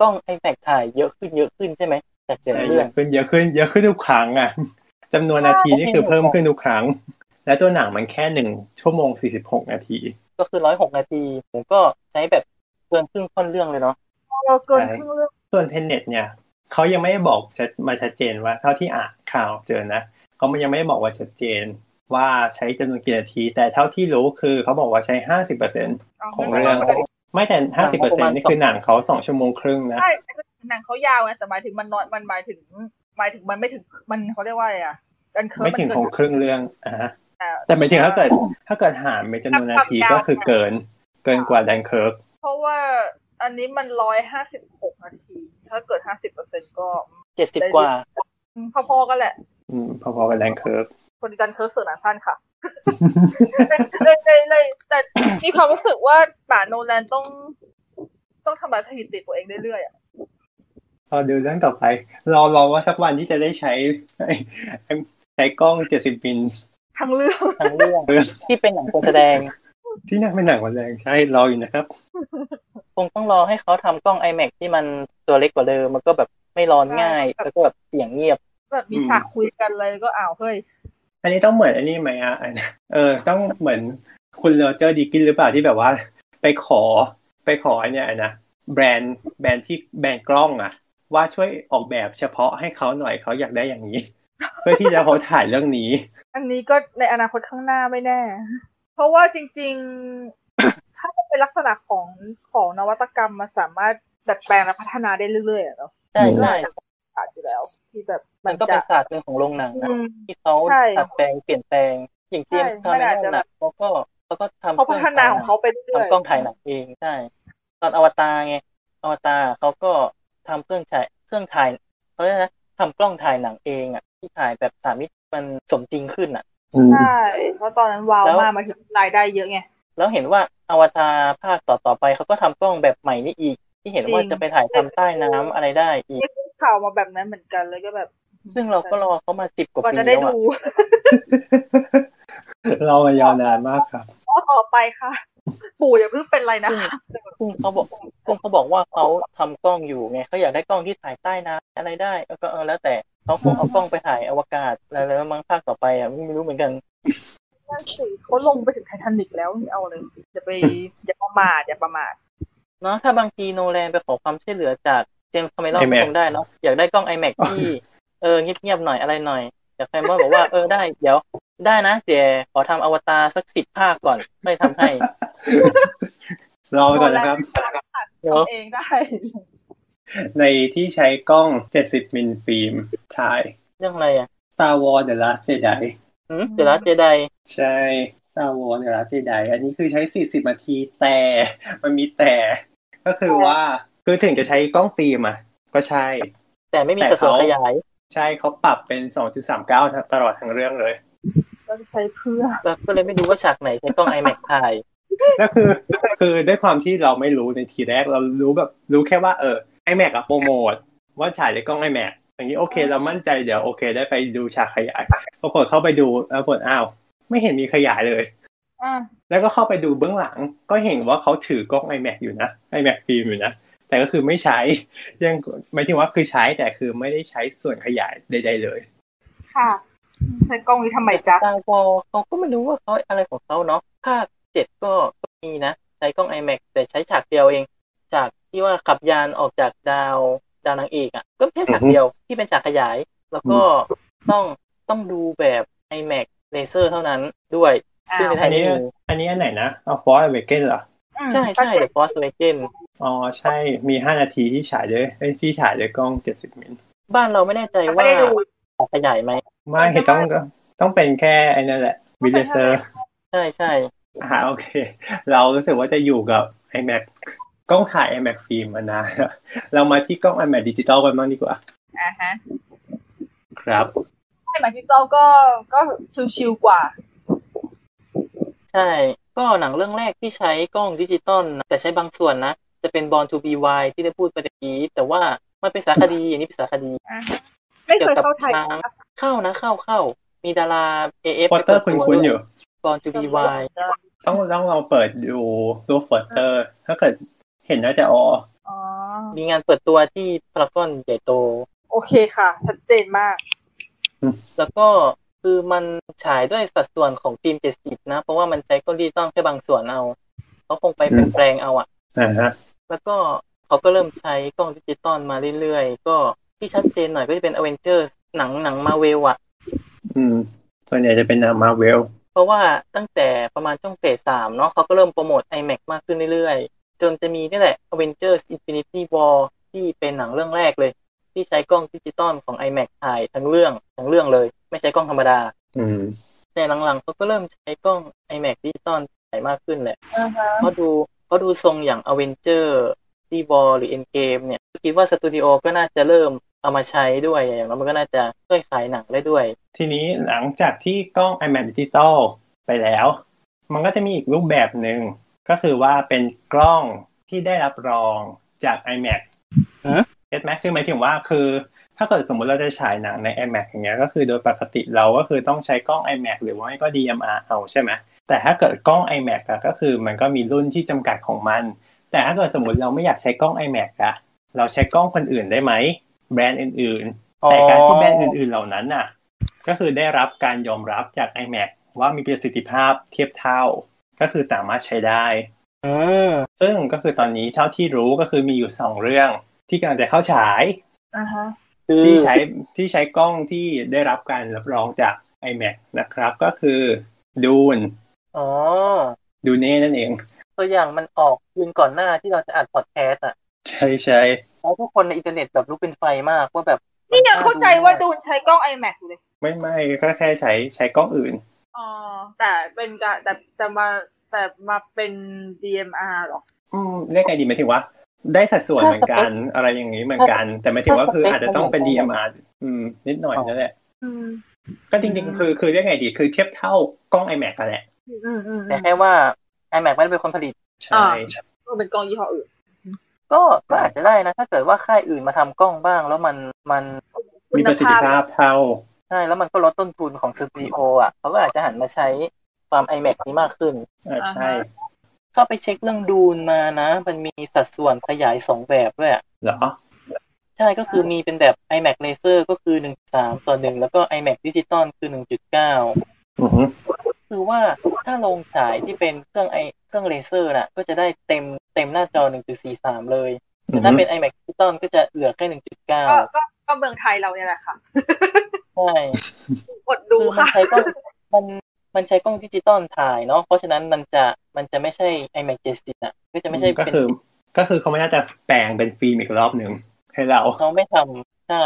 S3: กล้อง iMac ถ่ายเยอะขึ้นเยอะขึ้นใช่ไหมจากเดิม
S2: ใช่เย
S3: เรื่อง
S2: อะขึ้นเยอะขึ้นเยอะขึ้นทุกครั้งอ่ะ [laughs] จำนวนนาทีนี่คือเพิ่มขึ้นทุกครั้ง และตัวหนังมันแค่หนึ่งชั่วโมงสี่สิบหกนาที
S3: ก็คือร้อยหกนาที ผมก็ใช้แบบเกินครึ่งค่อนเรื่องเลยเนาะ
S4: เราเกินครึ่งเรื่อง
S2: ส่วนเทนเน็ตเนี่ยเขายังไม่ได้บอกชัดมาชัดเจนว่า เท่าที่อ่านข่าวเจอนะเขามันยังไม่ได้บอกว่าชัดเจนว่าใช้จำนวนกี่นาที แต่เท่าที่รู้คือเขาบอกว่าใช้ห้าสิบเปอร์เซ็นของเรื่องไม่แต่ห้าสิบเปอร์เซ็นนี่คือหนังเขาสองชั่วโมงครึ่งนะ
S4: ใช่หนังเขายาวไงแต่หมายถึงมันน้อยมันหมายถึงหมายถึงมันไม่ถึงมันเขาเรียกว่าอะไรอ่ะกันเคิร์ฟ
S2: ไม่ถึงของครึ่งเรื่องอ่ะฮะ
S4: แต่
S2: แต่หมายถึงถ้าเกิดถ้าเกิดหารเป็นจำนวนนาทีก็คือเกินเกินกว่าแดนเคิร์ก
S4: เพราะว่าอันนี้มันร้อยห้าสิบหกนาที ถ้าเกิดห้าสิบเปอร์เซ็นก็
S3: เจ็ดสิบกว่า
S4: อืมพอๆกันแหละ
S2: อืมพอๆกับแรงเคิร์ฟ
S4: คนกันเคิร์ฟเสือหนังสั้นค่ะ [laughs] เลยเลยเลยแต่มีความรู้สึกว่าป่าโนแลนต้อง ต้องทำลายสถิติตัวเองเรื่อยๆอะ
S2: เราดูเรื่องต่อไป รอรอว่าสักวันที่จะได้ใช้ [laughs] ใช้กล้อง 70มิล
S4: ทั้งเรื่อง
S3: ทั้งเรื่องที่เป็นหนังคนแสดง
S2: ที่นั่งเป็นหนังวันแรงใช่รออยู่นะครับ
S3: คงต้องรอให้เขาทำกล้อง iMac ที่มันตัวเล็กกว่าเดิมมันก็แบบไม่ร้อนง่าย แล้วก็แบบเสียงเงียบ
S4: แบบมีฉากคุยกันเลยก็อ้าวเฮ้ย
S2: อันนี้ต้องเหมือนอันนี้ไหมอ่ะอันเออ ต้องเหมือนคุณโรเจอร์ดีกินหรือเปล่าที่แบบว่า ไปขอ ไปขอเนี่ยนะแบรนด์แบรนด์ที่แบรนด์กล้องอะว่าช่วยออกแบบเฉพาะให้เขาหน่อยเขาอยากได้อย่างนี้ [laughs] เพื่อที่จะโพสถ่ายเรื่องนี้
S4: อันนี้ก็ในอนาคตข้างหน้าไม่แน่ เพราะว่าจริง ๆ [coughs] ถ้ามันเป็นลักษณะของของนวัตกรรมมันสามารถดัดแปลงและพัฒนาได้เรื่อยๆอะเนาะ
S3: ใช่
S2: อืม
S3: ใช่
S4: ศาสตร์อยู่แล้ว ที่แบบ
S3: มันก็
S4: จะ
S3: เป็นศาสตร์หนึ่งของโรงหนังนะ
S4: อืม
S3: ที่เขา
S4: ใช่
S3: ดัดแปลงเปลี่ยนแปลงอย่างเจมส์ทำ
S4: ใช่มัน
S3: ใน
S4: อาจ
S3: โร
S4: จะ
S3: งหนั
S4: แบ
S3: ง
S4: บ
S3: เขาก็เขาก็ทำ
S4: เขาพัฒนาของเขาไป
S3: เครื่
S4: เรื่
S3: อ
S4: อง ย
S3: ถ่ายหนังทำกล้องถ่ายหนังเองใช่ตอนอวตารไงอวตารเขาก็ทำเครื่องถ่ายเครื่องถ่ายเขาเรียกนะทำกล้องถ่ายหนังเองอ่ะที่ถ่ายแบบสามมิติมันสมจริงขึ้นอ่ะ
S2: อืม
S4: ใช่เพราะตอนนั้นว้าว
S3: แล้ว
S4: มากมาถึงรายได้เยอะไง
S3: แล้วเห็นว่าอวตารภาคต่อๆไปเขาก็ทำกล้องแบบใหม่นี่อีก ที่เห็นว่า
S4: จริง
S3: จะไปถ่ายทำใต้น้ำอะไรได้อีก
S4: ข่าวมาแบบนั้นเหมือนกันเลยก็แบบ
S3: ซึ่งเราก็รอเขามาสิบกว่าก
S4: ว่า
S3: ปี
S4: จะได้
S3: แล้วอะ
S4: ดู
S2: เรามายาวนานมากครับ
S4: ข้อต่อไปค่ะ ปู่อย่าเพิ่งเป็นไรนะ
S3: ซึ่งเขาบอกซึ่งเขาบอกว่าเขาทำกล้องอยู่ไงเขาอยากได้กล้องที่ถ่ายใต้น้ำอะไรได้เออก็เออแล้วแต่เขาคงเอากล้องไปถ่ายอวกาศแล้วแล้วมั้งภาคต่อไปอ่ะไม่รู้เหมือนกัน
S4: นั่นสิเขาลงไปถึงไททานิกแล้วเอาเลยอย่าไปอย่าประมาทอย่าประมาท
S3: เนาะถ้าบางทีโนแลนไปขอความช่วยเหลือจากเจมส์คาเมรอนก็คงได้เนาะอยากได้กล้อง iMac ที่ เออเงียบๆหน่อยอะไรหน่อยแต่คาเมรอนบอกว่าเออได้เดี๋ยว ได้นะเดี๋ยวขอทำอวตารสักสิบภาคก่อนไม่ทำให้
S2: รอไปก่อนนะครับ
S3: [laughs] เนาะ
S4: เองได้ [laughs]
S2: ในที่ใช้กล้อง 70 มิลฟิล์มถ่าย
S3: เรื่องอะไรอ่ะ
S2: Star Wars The Last Jedi
S3: หืมเดอะลัสเจได
S2: ใช่ Star Wars The Last Jedi อันนี้คือใช้ 40 นาทีแต่มันมีแต่ ก็คือว่า คือถึงจะใช้กล้องฟิล์มอ่ะ ก็ใช่
S3: แต่ไม่มี
S2: แต่
S3: สัดส่วน
S2: เขา
S3: ขยาย
S2: ใช่เขาปรับเป็น 2.39 ตลอดทั้งเรื่องเลย
S4: เราจะใช้เพื่อ
S3: แล้วก็เลยไม่รู้ว่าฉากไหนใช้กล้อง iMac ถ่าย
S2: ก็คือคือด้วยความที่เราไม่รู้ในทีแรกเรารู้แบบรู้แค่ว่าเออไอแม็กอะโปรโมทว่าฉายในกล้องไอแม็กอย่างนี้โอเคเรามั่นใจเดี๋ยวโอเค ได้ไปดูฉากขยายปรากฏเข้าไปดูปรากฏอ้าว ไม่เห็นมีขยายเลย
S4: อ่ะ
S2: แล้วก็เข้าไปดูเบื้องหลัง ก็เห็นว่าเขาถือกล้องไอแม็กอยู่นะไอแม็กฟิล์มอยู่นะ แต่ก็คือไม่ใช้ยังหมายถึงว่าคือใช้แต่คือไม่ได้ใช้ส่วนขยายใด ๆ เลย
S4: ค่ะ ใช้กล้องนี้ทำไมจ๊ะ
S3: ตาวอลเขาก็ไม่รู้ว่าเขาอะไรของเขาเนาะภาคเจ็ดก็ก็มีนะ ใช้กล้อง iMac แต่ใช้ฉากเดียวเอง ฉากที่ว่าขับยานออกจากดาวดาวนางเอกอะ่ะ ก็แค่ฉาก
S2: อือฮึ
S3: เดียวที่เป็นฉากขยาย แล้วก็ต้องต้องดูแบบ iMac เลเซอร์เท่านั้นด้วย ซึ่งในไทยไม่
S2: อ้าว
S3: มี
S2: อันนี้อันไหนนะเอาฟอร์เวเกนเหรอ
S3: ใช่ใช่ The Force Awakens
S2: อ๋อใช่มีห้านาทีที่ฉายด้วยเอ้ยที่ถ่ายด้วยกล้องเจ็ดสิบมิล
S3: บ้านเราไม่แน่ใจ
S4: แต่ไม่
S3: ว่า
S4: ได้ดู
S3: ฉากขยายไหม
S2: ไม่
S4: ไม่ได้
S2: ต้องต้องเป็นแค่ไอ้นั่นแหละ
S4: ต้
S2: วิ
S4: อง
S2: เล
S4: เป็น
S2: เซอร์
S4: เท่าไหร่
S3: ใช่ใช่
S2: อ่าโอเค เรารู้สึกว่าจะอยู่กับ iMac กล้องถ่าย iMac ฟิล์มมานานแล้วเรามาที่กล้อง iMac ดิจิตอลกันบ้างดีกว่า
S4: อ่าฮะ
S2: ครับ
S4: ใช่หมายถึงเราก็ก็ชิวๆกว่า
S3: ใช่ ก็หนังเรื่องแรกที่ใช้กล้องดิจิตอลนะแต่ใช้บางส่วนนะ จะเป็น Born to be Wild ที่ได้พูดไปตะกี้แต่ว่ามันเป็นสารคดีอันนี้เป็นสารคดี
S4: อ่าฮะไม่เคยเข้าไทยนะคะ
S3: เข้านะเข้าเข้า มีดารา AF
S2: โปสเตอร์คุ้นๆอยู่
S3: บอลจูบีวาย
S2: ต้องต้องลองเปิดดูดูโปสเตอร์ ถ้าเกิดเห็นน่าจะอ๋อ
S4: อ๋อ
S3: มีงานเปิดตัวที่พารากอนใหญ่โต
S4: โอเคค่ะ ชัดเจนมาก
S3: แล้วก็คือมันฉายด้วยสัดส่วนของฟิล์ม70 นะ เพราะว่ามันใช้กล้องดิจิตอลแค่บางส่วนเอาเขาคงไปเป็นแปลงเอาอะ
S2: นะฮะ
S3: แล้วก็เขาก็เริ่มใช้กล้องดิจิตอลมาเรื่อยๆ ก็ที่ชัดเจนหน่อยก็จะเป็นอเวนเจอร์หนังหนังมาเวลอะ
S2: อืม ส่วนใหญ่จะเป็นหนางมาเวล
S3: เพราะว่าตั้งแต่ประมาณช่วงเฟสสามเนาะเขาก็เริ่มโปรโมท iMac มากขึ้นเรื่อยๆ จนจะมีนี่แหละ Avengers Infinity War ที่เป็นหนังเรื่องแรกเลย ที่ใช้กล้องดิจิตอลของ iMac ถ่ายทั้งเรื่องทั้งเรื่องเลย ไม่ใช้กล้องธรรมดา
S2: อืม
S3: แต่หลังๆเขาก็เริ่มใช้กล้อง iMac ดิจิตอลถ่ายมากขึ้นแหละ
S4: อ่าฮะ
S3: เขาดูเขาดูทรงอย่าง Avenger d w a r หรือ Endgame เนี่ยก็คิดว่าสตูดิโอก็น่าจะเริ่มเอามาใช้ด้วยอย่างนั้นมันก็น่าจะช่วยขายหนังได้ด้วย
S2: ทีนี้หลังจากที่กล้อง iMac ดิจิตอลไปแล้ว มันก็จะมีอีกรูปแบบหนึ่งก็คือว่าเป็นกล้องที่ได้รับรองจาก iMac
S3: ฮะ
S2: เก็ตไหมคือหมายถึงว่าคือ ถ้าเกิดสมมติเราจะฉายหนังใน iMac อย่างเงี้ยก็คือโดยปกติเราก็คือต้องใช้กล้อง iMac หรือว่าไม่ก็ DMR เอาใช่ไหมแต่ถ้าเกิดกล้อง iMac อะก็คือมันก็มีรุ่นที่จำกัดของมัน แต่ถ้าเกิดสมมติเราไม่อยากใช้กล้อง iMac อะเราใช้กล้องคนอื่นได้ไหมแบรนด์อื่น ๆ แต่การที่แบรนด์อื่นๆ เหล่านั้นน่ะ ก็คือได้รับการยอมรับจาก iMac ว่ามีประสิทธิภาพเทียบเท่า ก็คือสามารถใช้ได้
S3: อืม
S2: ซึ่งก็คือตอนนี้เท่าที่รู้ก็คือมีอยู่สองเรื่องที่กำลังจะเข้าฉาย
S4: อ่าฮะ
S3: คือ
S2: ที่ใช้ที่ใช้กล้องที่ได้รับการรับรองจาก iMac นะครับ ก็คือดูน
S3: อ๋อ
S2: ดูเน่นั่นเอง
S3: ตัวอย่างมันออกยืนก่อนหน้าที่เราจะอัดพอดแคสต์อ่ะ
S2: ใช่ใช่
S3: เพราะทุกคนในอินเทอร์เน็ตแบบรู้เป็นไฟมากว่าแบบ
S4: นี่ยังเข้าใจว่าดูนใช้กล้อง iMac อยู่เลย
S2: ไม่ไม่ก็แค่ใช้ใช้กล้องอื่น
S4: อ๋อแต่เป็นกะแต่แต่มาแต่มาเป็น DMR หรอ
S2: อืมเรียกไงดีหมายถึงว่า ได้สัดส่วนเหมือนกันอะไรอย่างนี้เหมือนกัน แต่หมายถึงว่าคืออาจจะต้องเป็น DMR อืม นิดหน่อยนั่นแหละ
S4: อืม
S2: ก็จริงๆ คือคือเรียกไงดีคือเทียบเท่ากล้อง iMac กันแหละ
S4: อืมอืมอืม
S3: แต่แค่ว่า iMac ไม่ได้เป็นคนผลิต
S2: ใช่
S4: ก็เป็นกล้องยี่ห้ออื่น
S3: ก็ก็อาจจะได้นะ ถ้าเกิดว่าค่ายอื่นมาทำกล้องบ้าง แล้วมันมัน
S2: มีประสิทธิภาพเท่า
S3: ใช่แล้วมันก็ลดต้นทุนของสตูดิโออ่ะเขาก็อาจจะหันมาใช้ความ iMac นี้มากขึ้น
S2: อ่าใช่
S3: ก็ไปเช็คเรื่องดูนมานะ มันมีสัดส่วนขยายสองแบบด้วยอะ
S2: เหรอ
S3: ใช่ก็คือมีเป็นแบบ iMac Laser ก็คือหนึ่งสามต่อหนึ่งแล้วก็ iMac Digital คือหนึ่งจุดเก้า
S2: อือฮึ
S3: คือว่าถ้าลงฉายที่เป็นเครื่องไอเครื่องเลเซอร์น่ะ ก็จะได้เต็มเต็มหน้าจอ 1.43 เลย
S2: อื
S3: แต่
S2: อ
S3: ถ้า
S2: ฮึ
S3: เป็น iMac ดิจิตอลก็จะเหลือแค่ 1.9
S4: ก็ก็ก็เมืองไทยเราเนี่ยแหละค่ะ
S3: ใช่
S4: อด
S3: คื
S4: ดู
S3: อมัน
S4: ค่ะ
S3: ใช้กล้องมันมันใช้กล้องดิจิตอลถ่ายเนาะเพราะฉะนั้นมันจะมันจะไม่ใช่ iMac 70อ่ะ ก็จะไม่ใช่
S2: ก็
S3: เป็น
S2: คือ ก็คือเขาไม่น่าจะแปลงเป็นฟิล์มอีกรอบหนึ่งให้เรา
S3: เขาไม่ทำใช่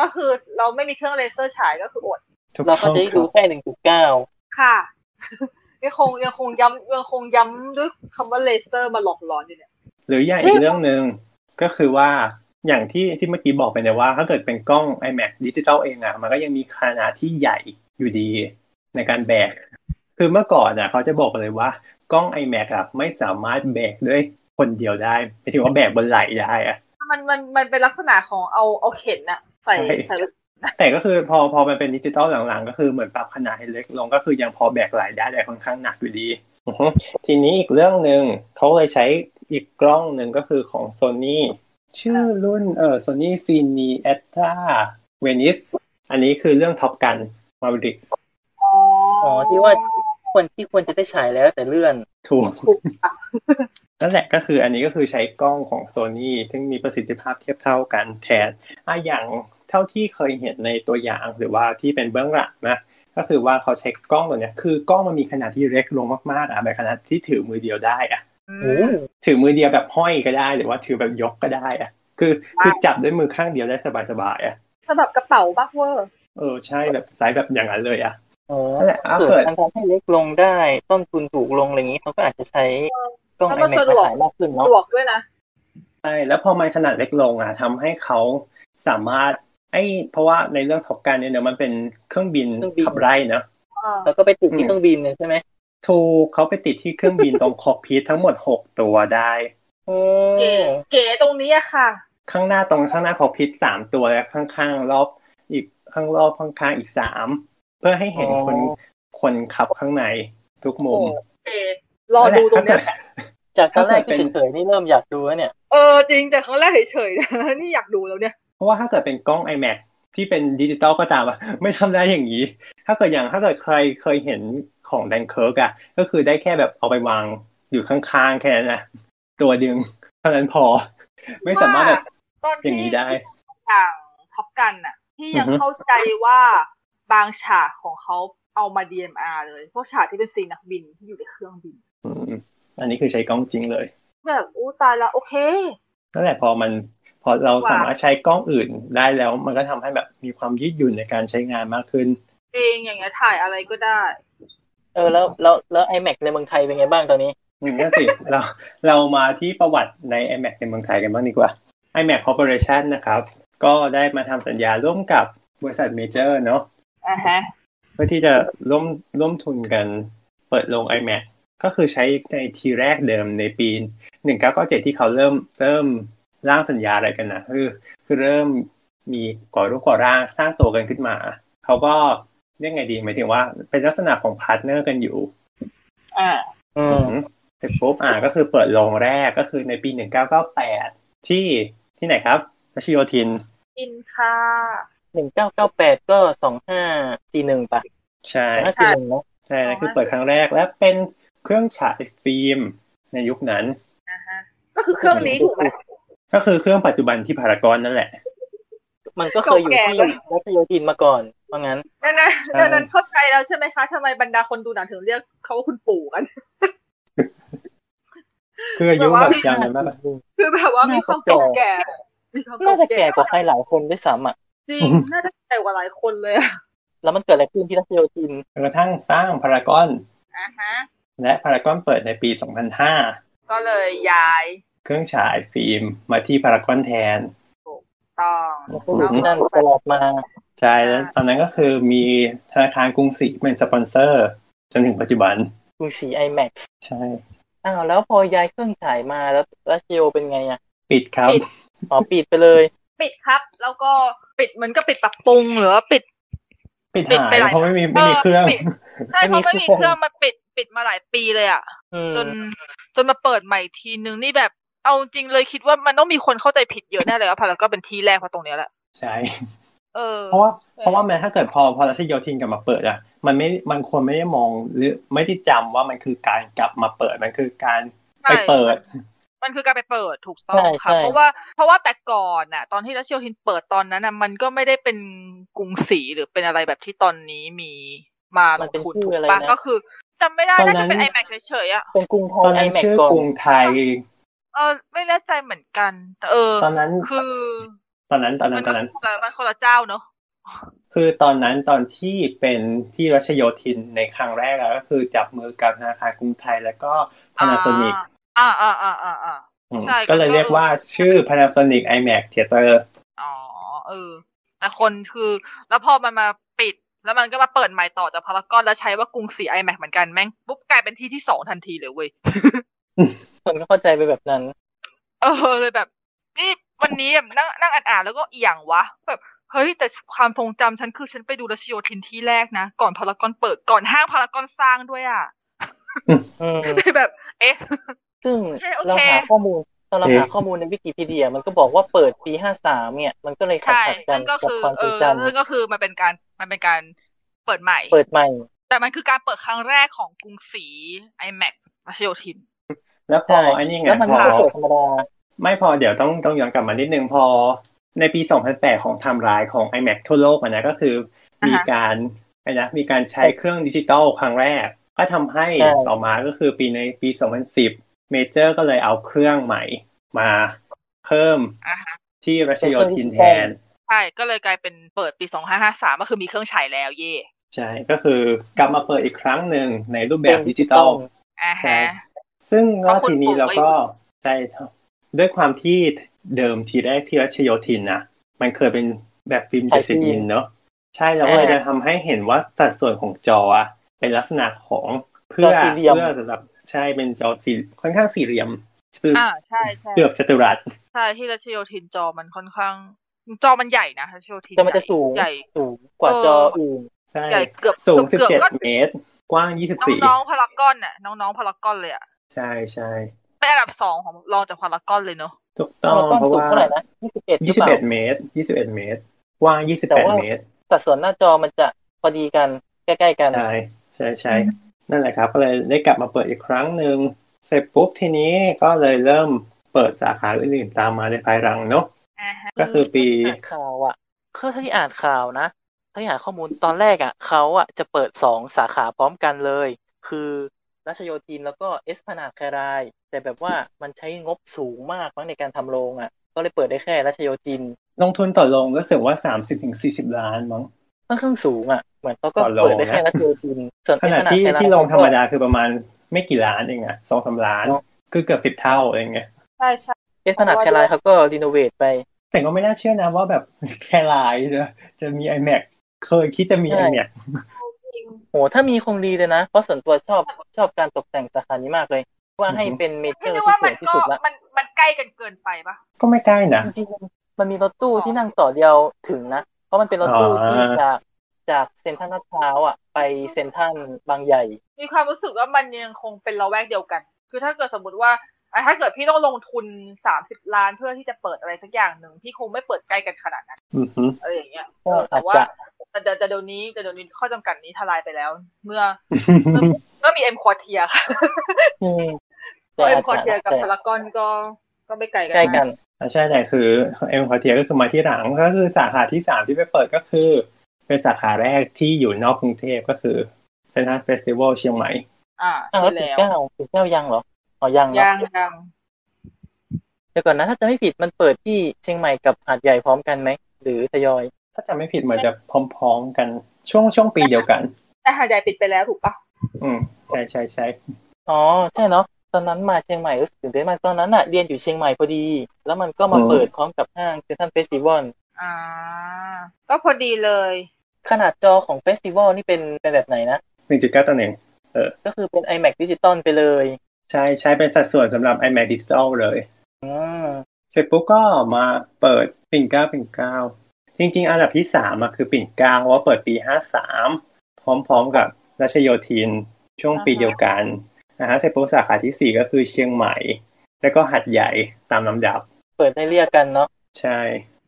S4: ก็คือเราไม่มีเครื่องเลเซอร์ฉายก็คืออด
S2: ถู
S3: เราก็จะได้
S2: ต้
S3: ดู
S2: อง
S3: แค่ 1.9
S4: ค่ะยังคงยังคงย้ำยังคงย้ำด้วยคำว่าเลเซอร์มาหลอกหลอนอยู่เนี่ย
S2: หรืออย่างอีกเรื่องหนึ่งก็คือว่าอย่างที่ที่เมื่อกี้บอกไปเนี่ยว่า ถ้าเกิดเป็นกล้อง iMac ดิจิตอลเองอะมันก็ยังมีขนาดที่ใหญ่อยู่ดีในการแบก คือเมื่อก่อนอะเขาจะบอกเลยว่ากล้อง iMac อะไม่สามารถแบกด้วยคนเดียวได้หมายถึงว่าแบกบนไหล่ได้อะ
S4: มันมันมันเป็นลักษณะของเอาเอาเข็นน่ะ ใส่
S2: ใช่
S4: ใส่
S2: แต่ก็คือพอพอมันเป็นดิจิตอลหลังๆ ก็คือเหมือนปรับขนาดให้เล็กลงก็คือยังพอแบกหลายได้แต่ค่อนข้างหนักอยู่ดีอือฮึทีนี้อีกเรื่องหนึ่งเขาเลยใช้อีกกล้องหนึ่งก็คือของ Sony ชื่อรุ่นเออ Sony c i n e a t a Venice อันนี้คือเรื่องท็อปกันมาบริก
S4: อ๋อ
S3: อ๋อที่ว่าคนที่ควรจะได้ฉายแล้วแต่เลื่อน
S2: ถูกนั่นแหละก็คืออันนี้ก็คือใช้กล้องของ Sony ซึ่งมีประสิทธิภาพเทียบเท่ากันแทนอ่ะอย่างเท่าที่เคยเห็นในตัวอย่างหรือว่าที่เป็นเบื้องหลังนะ ก็คือว่าเขาใช้กล้องตัวเนี้ยคือกล้องมันมีขนาดที่เล็กลงมากๆอ่ะแบบขนาดที่ถือมือเดียวได้อ่ะ
S4: อื
S3: โอ้
S4: ม
S2: ถือมือเดียวแบบห้อยก็ได้ หรือว่าถือแบบยกก็ได้อ่ะ คือคือจับด้วยมือข้างเดียวได้สบายๆอ่ะ
S4: สำหรับกระเป๋าบักเวอร์
S2: เออใช่แบบไซส์แบบอย่างนั้นเลยอ่ะ
S3: โห
S2: นั่นแหละเอา
S3: เกิ
S2: เกิ
S3: ด
S2: ด
S3: การทำให้เล็กลงได้ ต้นทุนถูกลงอะไรอย่างนี้เขาก็อาจจะใช้กล้อง
S4: แล้วมัน
S3: iMac
S4: สะดวก
S3: ถ่ายมากขึ้น
S4: สะ
S3: เนาะ
S4: ดวกด้วยนะ
S2: ใช่แล้วพอมันขนาดเล็กลงอ่ะทำให้เขาสามารถไอ้เพราะว่าในเรื่องท็อปการเนี่ยเนอะมันเป็นเครื่องบิน
S3: เครื่องบิน
S2: ขับไล่เนอะ
S4: อ่า
S3: แล้วก็ไปติดที่เครื่องบินเลยใช่ไหม
S2: ถูกเขาไปติดที่เครื่องบินตรงค [laughs] อกพีททั้งหมดหกตัวได้
S3: โอ้
S4: เก๋เก๋ตรงนี้อะค่ะ
S2: ข้างหน้าตรงข้างหน้าคอกพีทสามตัวและข้างๆรอบอีกข้างรอบข้างๆอีกสามเพื่อให้เห็นคนคนขับข้างในทุกมุม
S4: โอ้ เก๋รอดูตรงเนี้ย
S3: [laughs]
S2: นั่นแหละ
S3: จากตอนแรกก็
S2: ถ้าเกิดเป็น
S3: เฉยๆนี่เริ่มอยากดูแล้วเนี่ย
S4: เออจริงจากครั้งแรกเฉยๆนะนี่อยากดูแล้วเนี่ย
S2: เพราะว่าถ้าเกิดเป็นกล้อง iMac ที่เป็นดิจิตอลก็ตามอะ [laughs] ไม่ทำได้อย่างนี้ ถ้าเกิดอย่างถ้าเกิดใครเคยเห็นของแดนเคิร์กอะก็คือได้แค่แบบเอาไปวางอยู่ข้างๆ แค่นั้นนะตัวดึงเท่านั้นพอ [laughs] ไม่สามารถแบบ
S4: ตอน
S2: อย่า
S4: ที่
S2: งนี้ได้
S4: ต่างท็อปกันอะที่ยัง
S2: อือฮึ
S4: เข้าใจว่าบางฉากของเขาเอามา DMR เลยพวกฉากที่เป็นซีนนักบินที่อยู่ในเครื่องบิน
S2: อืมอันนี้คือใช้กล้องจริงเลย
S4: แบบอู้ตายละโอเค
S2: นั่นแหละพอมันพอเราสามารถใช้กล้องอื่นได้แล้ว มันก็ทำให้แบบมีความยืดหยุ่นในการใช้งานมากขึ้น
S4: เองอย่างเงี้ยถ่ายอะไรก็ได้
S3: เออแล้วแล้วแล้วไอแม็กในเมืองไทยเป็นไงบ้างตอนนี้
S2: อืมนั่นสิ [laughs] เราเรามาที่ประวัติใน iMac ในเมืองไทยกันบ้างดีกว่า iMac Corporation นะครับ ก็ได้มาทำสัญญาร่วมกับบริษัทเมเจอร์เนาะ
S4: อ่าฮะ
S2: เพื่อที่จะร่วมร่วมทุนกันเปิดโรง iMac ก็คือใช้ในทีแรกเดิมในปี 1997 ที่เขาเริ่มเริ่มร่างสัญญาอะไรกันนะคือคือเริ่มมีก่อรูปก่อร่างสร้างตัวกันขึ้นมา เขาก็เรียกไงดีหมายถึงว่าเป็นลักษณะของพาร์ทเนอร์กันอยู่
S4: อ่า
S3: อืม
S2: เสร็จปุ๊บอ่าก็คือเปิดโรงแรกก็คือในปี 1998 ที่ที่ไหนครับรัชโยธิน
S4: อินค่ะ
S3: หนึ่งเก้าเก้าแปดก็สองห้าสี่หนึ่งป่ะ
S2: ใช่
S3: สองห้า
S4: ใช่
S3: สี่หนึ่งเนาะ
S2: ใช่นั่นคือเปิดครั้งแรกและเป็นเครื่องฉายฟิล์ม ในยุคนั้น
S4: อ่าฮะก็คือเครื่องนี้ถูกไหม
S2: ก็คือเครื่องปัจจุบันที่พารากอนนั่นแหละ
S3: มันก็เคยอยู่
S4: เก่าแก่
S3: ที่
S4: แล้ว
S3: รัชโยธินมาก่อนว่างั้น
S4: ดังนั้นดังนั้นเข้าใจแล้วใช่ไหมคะทำไมบรรดาคนดูหนังถึงเรียกเขาว่าคุณปู่กัน
S2: คืออายุ
S4: แบ
S2: แบบ บ
S4: ว่า
S2: ยาวนั้นมาก
S4: คือแบบว่ามีความเก่าแก่มีความ
S3: น่า
S4: เก่า
S3: จะ
S4: แก่
S3: แก่กว่าใครหลายคนด้วยซ้ำอ่ะ
S4: จริงน่าจะแก่กว่าหลายคนเลยอะ
S3: แล้วมันเกิดอะไรขึ้นที่รัชโยธิน
S2: จนกระทั่งสร้างพารากอน
S4: อ่าฮะ
S2: และพารากอนเปิดในปี 2005
S4: ก็เลยย้าย
S2: เครื่องฉายฟิล์มมาที่พารากอนแทน
S4: ต้อง
S3: มันก็อยู่ที่นั่นตลอดมา
S2: ใช่แล้วตอนนั้นก็คือมีธนาคารกรุงศรีเป็นสปอนเซอร์ จนถึงปัจจุบัน
S3: กรุงศรี IMAX
S2: ใช่
S3: อ้าวแล้วพอย้ายเครื่องฉายมาแล้วรัชโยเป็นไงอ่ะ
S2: ปิดครับ
S4: ปิด
S3: อ๋อปิดไปเลย
S4: ปิดครับ แล้วก็ปิดเหมือนก็ปิดปรับปรุงหรือว่าปิด
S2: ปิด
S4: ปิด
S2: หาย
S4: ไปหลาย
S2: เพราะไม่มีไม่มีเครื่อง
S4: เออปิด ใช่
S3: ไม่มี
S4: เพราะไม่มี
S3: เครื่อง
S4: เครื่องมันปิดปิดมาหลายปีเลยอ่ะ
S3: อืม
S4: จนจนมาเปิดใหม่อีกทีนึงนี่แบบเอาจริงเลยคิดว่ามันต้องมีคนเข้าใจผิดเยอะแน่เลยว่าพารากอนเป็นที่แรกเพราะตรงเนี้ยแหละ
S2: ใช่
S4: เออ
S2: เพราะว่าเพราะว่าแม้ถ้าเกิดพอพอรัชโยธินกลับมาเปิดอ่ะ มันไม่มันคนไม่ได้มองหรือไม่ได้จำว่ามันคือการกลับมาเปิดมันคือการ
S4: ใช่
S2: ไปเปิด
S4: มันคือการไปเปิดถูกต้องค่ะ เพราะว่าเพราะว่าแต่ก่อนน่ะ ตอนที่รัชโยธินเปิดตอนนั้นน่ะ มันก็ไม่ได้เป็นกรุงศรีหรือเป็นอะไรแบบที่ตอนนี้มีมาลงทุน
S3: มันเป็นชื่
S4: ถู
S3: อก อะไร
S4: ปะ
S3: นะ
S4: ก็คือจำไม่ได้
S2: ตอนนั้
S4: น่าน จะเป็นไอแม็กเฉยๆอ่ะ
S3: เป็นกรุงไท
S2: ต
S3: ย
S2: อนนั้น
S3: IMAX
S2: ชื่อ
S3: ก่อน
S2: กรุงไทย
S4: เออไม่แน่ใจเหมือนกันแต่เออ
S2: ตอนนั้น
S4: คือ
S2: ตอนนั้นตอนนั้
S4: มั
S2: น นต
S4: ก็
S2: อนนั้น
S4: คนละมันคนละเจ้าเนอะ
S2: คือตอนนั้นตอนที่เป็นที่รัชโยธินในครั้งแรกอะก็คือจับมือกับธนาคารกรุงไทยแล้วก็ Panasonic
S4: อ่าอ่าอ่าอ่าอ่า
S2: อืม
S4: ใช่
S2: ก็เลย
S4: ก็
S2: เรียกว่าชื่อ Panasonic IMAX Theater
S4: อ๋อเออ แต่คนคือ แล้วพอมันมาปิด แล้วมันก็มาเปิดใหม่ต่อจากพารากอนแล้วใช้ว่ากรุงศรีไอแม็กเหมือนกันแม่งปุ๊บกลายเป็นที่ที่สองทันทีเลยเว้ย
S3: คนก็เข้าใจไปแบบนั้น
S4: เออเลยแบบ นี่วันนี้แบบนั่งนั่งอ่านอ่านแล้วก็เอียงวะแบบเฮ้ยแต่ความทรงจำฉันคือฉันไปดูรัชโยธินที่แรกนะ ก่อนพารากอนเปิดก่อนห้างพารากอนสร้างด้วยอ่ะ [laughs]
S3: อืม
S4: เลยแบบ เอ๊ะ
S3: ซึ่ง
S4: โอเคโอเค
S3: เราหาข้อมูลตอนเรา
S2: เอ๊ะ
S3: หาข้อมูลในวิกิพีเดีย มันก็บอกว่าเปิดปีห้าสามเนี่ย มันก็เลยขัด
S4: ใช่
S3: [laughs] ขัดกั
S4: นั่
S3: น
S4: น
S3: กั
S4: ก็
S3: บ
S4: คือ
S3: ความ
S4: เอ
S3: ทรง
S4: อ
S3: จ
S4: นั่นก็คือมันเป็นการมันเป็นการเปิดใหม่
S3: ำเปิดใหม่
S4: แต่มันคือการเปิดครั้งแรกของกรุงศรีไอแม็กรัชโยธิน
S2: แล้วพอ
S3: ใช่
S2: ไอันนี้ไง
S3: แล้วมัน
S2: พอ
S3: ไม่ได้เปิดธรรมดา
S2: ไม่พอเดี๋ยวต้องต้องย้อนกลับมานิดนึงพอในปี 2008 ของไทม์ไลน์ของ iMac ทั่วโลกอะนะก็คือมี
S4: อ่าฮะ
S2: การไอ้นะมีการใช้เครื่องดิจิตอลครั้งแรก ก็ทำให้
S3: ใช่
S2: ต่อมาก็คือปีในปี 2010 เมเจอร์ก็เลยเอาเครื่องใหม่มาเพิ่มที่รัชโยธินแทน
S4: ใช่ก็เลยกลายเป็นเปิดปีสองห้าห้าสามก็คือมีเครื่องฉายแล้วเย่
S2: ใช่ก็คือกลับมาเปิดอีกครั้งหนึ่งในรูปแบบดิจิตอล
S4: อ่า
S2: ใช่
S4: ฮะ
S2: ซึ่ง
S4: เพราะ
S2: ว่าทีนี้
S4: คุณปู่
S2: เรา
S4: ก็อยู่
S2: ก็ใช่ครับด้วยความที่เดิมทีแรกที่รัชโยธินนะมันเคยเป็นแบบฟิล์ม
S3: ใช่
S2: เจ็ดสิบมิลเนาะใช่เราก็เลย
S3: อ่า
S2: จะทำให้เห็นว่าสัดส่วนของจออะเป็นลักษณะของเพื่
S3: จ
S2: อ
S3: อสี่เหลี่ยม
S2: เพื่อสำหรับใช่เป็นจอสี่ค่อนข้างสี่เหลี่ยมซึ่ง
S4: อ่าใช่ใช่
S2: เกือบจัตุรัส
S4: ใช่ที่รัชโยธินจอมันค่อนข้าง จอมันใหญ่นะรัชโยธิน
S3: จะมันจะสูง
S4: ใหญ่
S3: สูงกว่า
S4: เออ
S3: จออื่น
S2: ใช่
S4: ใหญ่เกือบ
S2: สูงสิบ
S4: เกือบ
S2: เจ็ด
S4: ก็
S2: เมตร กว้างยี่สิบสี่
S4: น้องๆพารากอนน่ะน้องๆพารากอนเลยอ่ะ
S2: ใช่ใช่
S4: เป็นอันดับสองของรองจากพารากอนเลยเนอะ
S2: ถูกต้อง
S3: ต้น
S2: เพราะ
S3: สูง
S2: ว่า
S3: เท่าไหร่นะยี่สิบเอ็ดหรื
S2: ยี่
S3: อ
S2: สิบ
S3: เปล่า
S2: เอ็ดเมตรยี่สิบเอ็ดเมตร กว้างยี่สิบ
S3: แต่
S2: แปด
S3: ว่า
S2: เมตร
S3: สัดส่วนหน้าจอมันจะพอดีกันใกล้ๆกัน
S2: ใช่ใช่ใช่นั่นแหละครับ ก็เลยได้กลับมาเปิดอีกครั้งหนึ่งเสร็จปุ๊บทีนี้ก็เลยเริ่มเปิดสาขาอื่นๆตามมาในภายหลังเนาะ
S4: อ่าฮะ
S2: ก็คือปี
S3: อ่านข่าวอ่ะคือถ้าที่อ่านข่าวนะถ้าที่อ่านข้อมูลตอนแรกอ่ะเขาอ่ะจะเปิดสองสาขาพร้อมกันเลย คือรัชโยธินแล้วก็เอสพนาดแคราย แต่แบบว่ามันใช้งบสูงมากมั้งในการทำโรงอ่ะ ก็เลยเปิดได้แค่รัชโยธิน
S2: ลงทุนต่อลงก็สึกว่าสามสิบถึงสี่สิบล้านมั้ง
S3: ค่อนข้างสูงอ่ะเหมือนเขาก็
S2: ต่อโรงนะ
S3: เปิดได้แค่รัชโยธินส่วน
S2: ข
S3: เอสพ
S2: ณะ
S3: นาด
S2: ที่
S3: แคราย
S2: ที่ลงธรรมดาคือประมาณไม่กี่ล้านเองอะสองสามล้าน คือเกือบสิบเท่าเองไง
S4: ใช่ใช่
S3: เอสพนาดแครายเขาก็รีโนเวทไป
S2: แต่ก็ไม่น่าเชื่อนะว่าแบบ [laughs] แค่ลายนะจะมี iMac เคยคิดจะมี
S3: ใช่
S2: iMac
S4: จริง
S3: โหถ้ามีคงดีเลยนะ เพราะส่วนตัวชอบชอบการตกแต่งสาขานี้มากเลย ว่าให้เป็นเมเจอ
S4: พี่
S3: ร์
S4: นึก
S3: ที่
S4: ว่า
S3: ส
S4: มั
S3: วย
S4: น
S3: ที่
S4: ก็
S3: สุดละ
S4: มันมันใกล้กันเกินไปปะ
S2: ก็ไม่ใกล้นะ
S3: จริงๆมันมีรถตู้ที่นั่งต่อเดียวถึงนะ เพราะมันเป็นรถตู้
S2: อ๋อ
S3: ที่จากจากเซ็นทรัลลาดพร้าวอ่ะ ไปเซ็นทรัลบางใหญ่
S4: มีความรู้สึกว่ามันยังคงเป็นละแวกเดียวกัน คือถ้าเกิดสมมติว่าอ่ะถ้าเกิดพี่ต้องลงทุนสามสิบล้านเพื่อที่จะเปิดอะไรสักอย่างหนึ่งพี่คงไม่เปิดใกล้กันขนาดนั้น
S2: อือหือ
S4: อะไรอย่างเงี้ย
S3: ก็
S4: เออแต่
S3: อาจ
S4: ว่า
S3: จะ
S4: แต่แต่แต่เดี๋ยวนี้แต่เดี๋ยวนี้ข้อจำกัด
S2: [laughs]
S4: นี้ทลายไปแล้ว เมื่อเมื่อเมื่อมีเอ็มควอเทียค่ะ
S3: อืม แต่
S4: ตัวเอ็มคอเทียกับพารากอนก็ก็ไม่ไกลกัน
S3: ใกล้กัน
S2: อ่าใช่แต่คือเอ็มคอเทียก็คือมาที่หลังก็คือสาขาที่สามที่ไปเปิดก็คือ เป็นสาขาแรกที่อยู่นอกกรุงเทพก็คือเซนทรัลเฟสติวัลเชียงใหม่
S4: อ่า
S3: อ้าว
S4: ใช่
S3: แล้วปิด
S4: แล้ว
S3: เก้าปิดเก้ายังเหรออ๋อยังเนอะ
S4: ยังยัง
S3: เดี๋ยวก่อนนะถ้าจะไม่ผิดมันเปิดที่เชียงใหม่กับหาดใหญ่พร้อมกันไหมหรือทยอย
S2: ถ้าจำไม่ผิดเหมือนจะพร้อมๆกันช่วงช่วงปีเดียวกัน
S4: แต่หาดใหญ่ปิดไปแล้วถูกปะ
S2: อืมใช่ใช่ใช่
S3: อ๋อใช่เนาะตอนนั้นมาเชียงใหม่รู้สึกตื่นเต้นมากตอนนั้นอะเรียนอยู่เชียงใหม่พอดี แล้วมันก็มาเปิดพร้อมกับห้างเซนทรัลเฟสติวัล
S4: อ่า ก็พอดีเลย
S3: ขนาดจอของเฟสติวัลนี่เป็นเป็นแบบไหนนะ
S2: หนึ่งจุดเก้าต่อหนึ่ง
S3: ก็คือเป็น iMac ดิจิตอลไปเลย
S2: ใช่ใช่เป็นสัดส่วนสำหรับ iMac Digital เลย
S3: อืม
S2: เสร็จปุ๊บก็มาเปิดปิ่นเกล้าปิ่นเกล้าจริง ๆ อันดับที่สามอะคือปิ่นเกล้าเพราะว่าเปิดปีห้าสามพร้อมๆกับรัชโยธินช่วงปีเดียวกันนะฮะเสร็จปุ๊บสาขาที่สี่ก็คือเชียงใหม่ แล้วก็หัดใหญ่ตามลำดับ
S3: เปิดให้เรียกกันเนาะ
S2: ใช่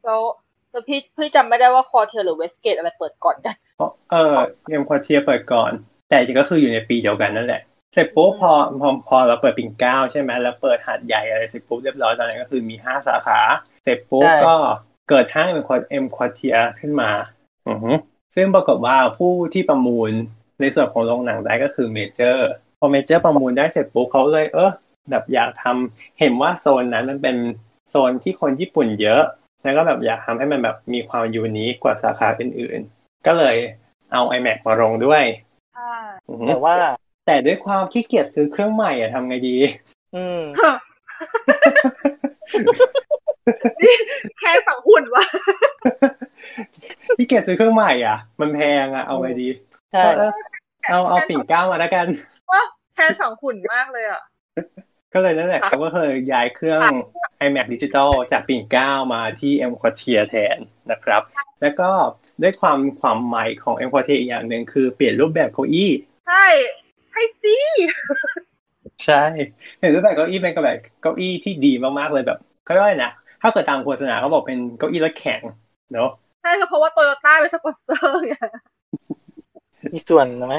S4: แล้วแล้วพี่พี่จำไม่ได้ว่าคอเทียหรือเวสเกตอะไรเปิดก่อนกัน
S2: เพราะเออเอ็มควอเทียเปิดก่อน แต่จริงๆก็คืออยู่ในปีเดียวกันนั่นแหละ เสร็จปุ๊บพอพอพอเราเปิดปิ่นเกล้าใช่ไหมแล้วเปิดหัดใหญ่อะไรเสร็จปุ๊บเรียบร้อยตอนนั้นก็คือมีห้าสาขา เสร็จปุ๊บก็เกิดห้างเอ็มควอเอ็มควอเทียขึ้นมาอือฮึซึ่งปรากฏว่าผู้ที่ประมูลในส่วนของโรงหนังได้ก็คือเมเจอร์ พอเมเจอร์ประมูลได้เสร็จปุ๊บเขาเลย เออแบบอยากทำเห็นว่าโซนนั้นมันเป็นโซนที่คนญี่ปุ่นเยอะ แล้วก็แบบอยากทำให้มันแบบมีความยูนิคกว่าสาขาอื่นๆก็เลยเอา iMac มาลงด้วย
S4: อ่า
S2: อือฮึ
S3: แต่ว่า
S2: แต่ด้วยความขี้เกียจซื้อเครื่องใหม่อะทำไงดี [laughs]
S3: อืม
S4: แค่ฝังหุ่นวะ
S2: ขี้เกียจซื้อเครื่องใหม่อ่ะ มันแพงอ่ะเอาไงดี
S3: ใช่
S2: ก็เออเอาเอาปิ่นเกล้ามาแล้วกัน
S4: แค่ฝังหุ่นมากเลยอ่ะ
S2: ก็เลยนั่นแหละเขาก็เคยย้ายเครื่อง iMac ดิจิตอลจากปิ่นเกล้ามาที่ M q u a r t i e r แทนนะครับ แล้วก็ด้วยความความใหม่ของ M q u a r t i e r อีกอย่างหนึ่งคือเปลี่ยนรูปแบบเก้าอี้
S4: ใช่ ใช่สิ
S2: ใช่เห็นรูปแบบเก้าอี้เป็นแบบเก้าอี้ที่ดีมากๆเลยแบบเขาเรียกว่าอะไรนะถ้าเกิดตามโฆษณาเขาบอกเป็นเก้าอี้รถแข่งเนาะ
S4: ใช่ก็เพราะว่าโตโยต้าเป็นสปอนเซอร์ไง
S3: มีส่วนไหม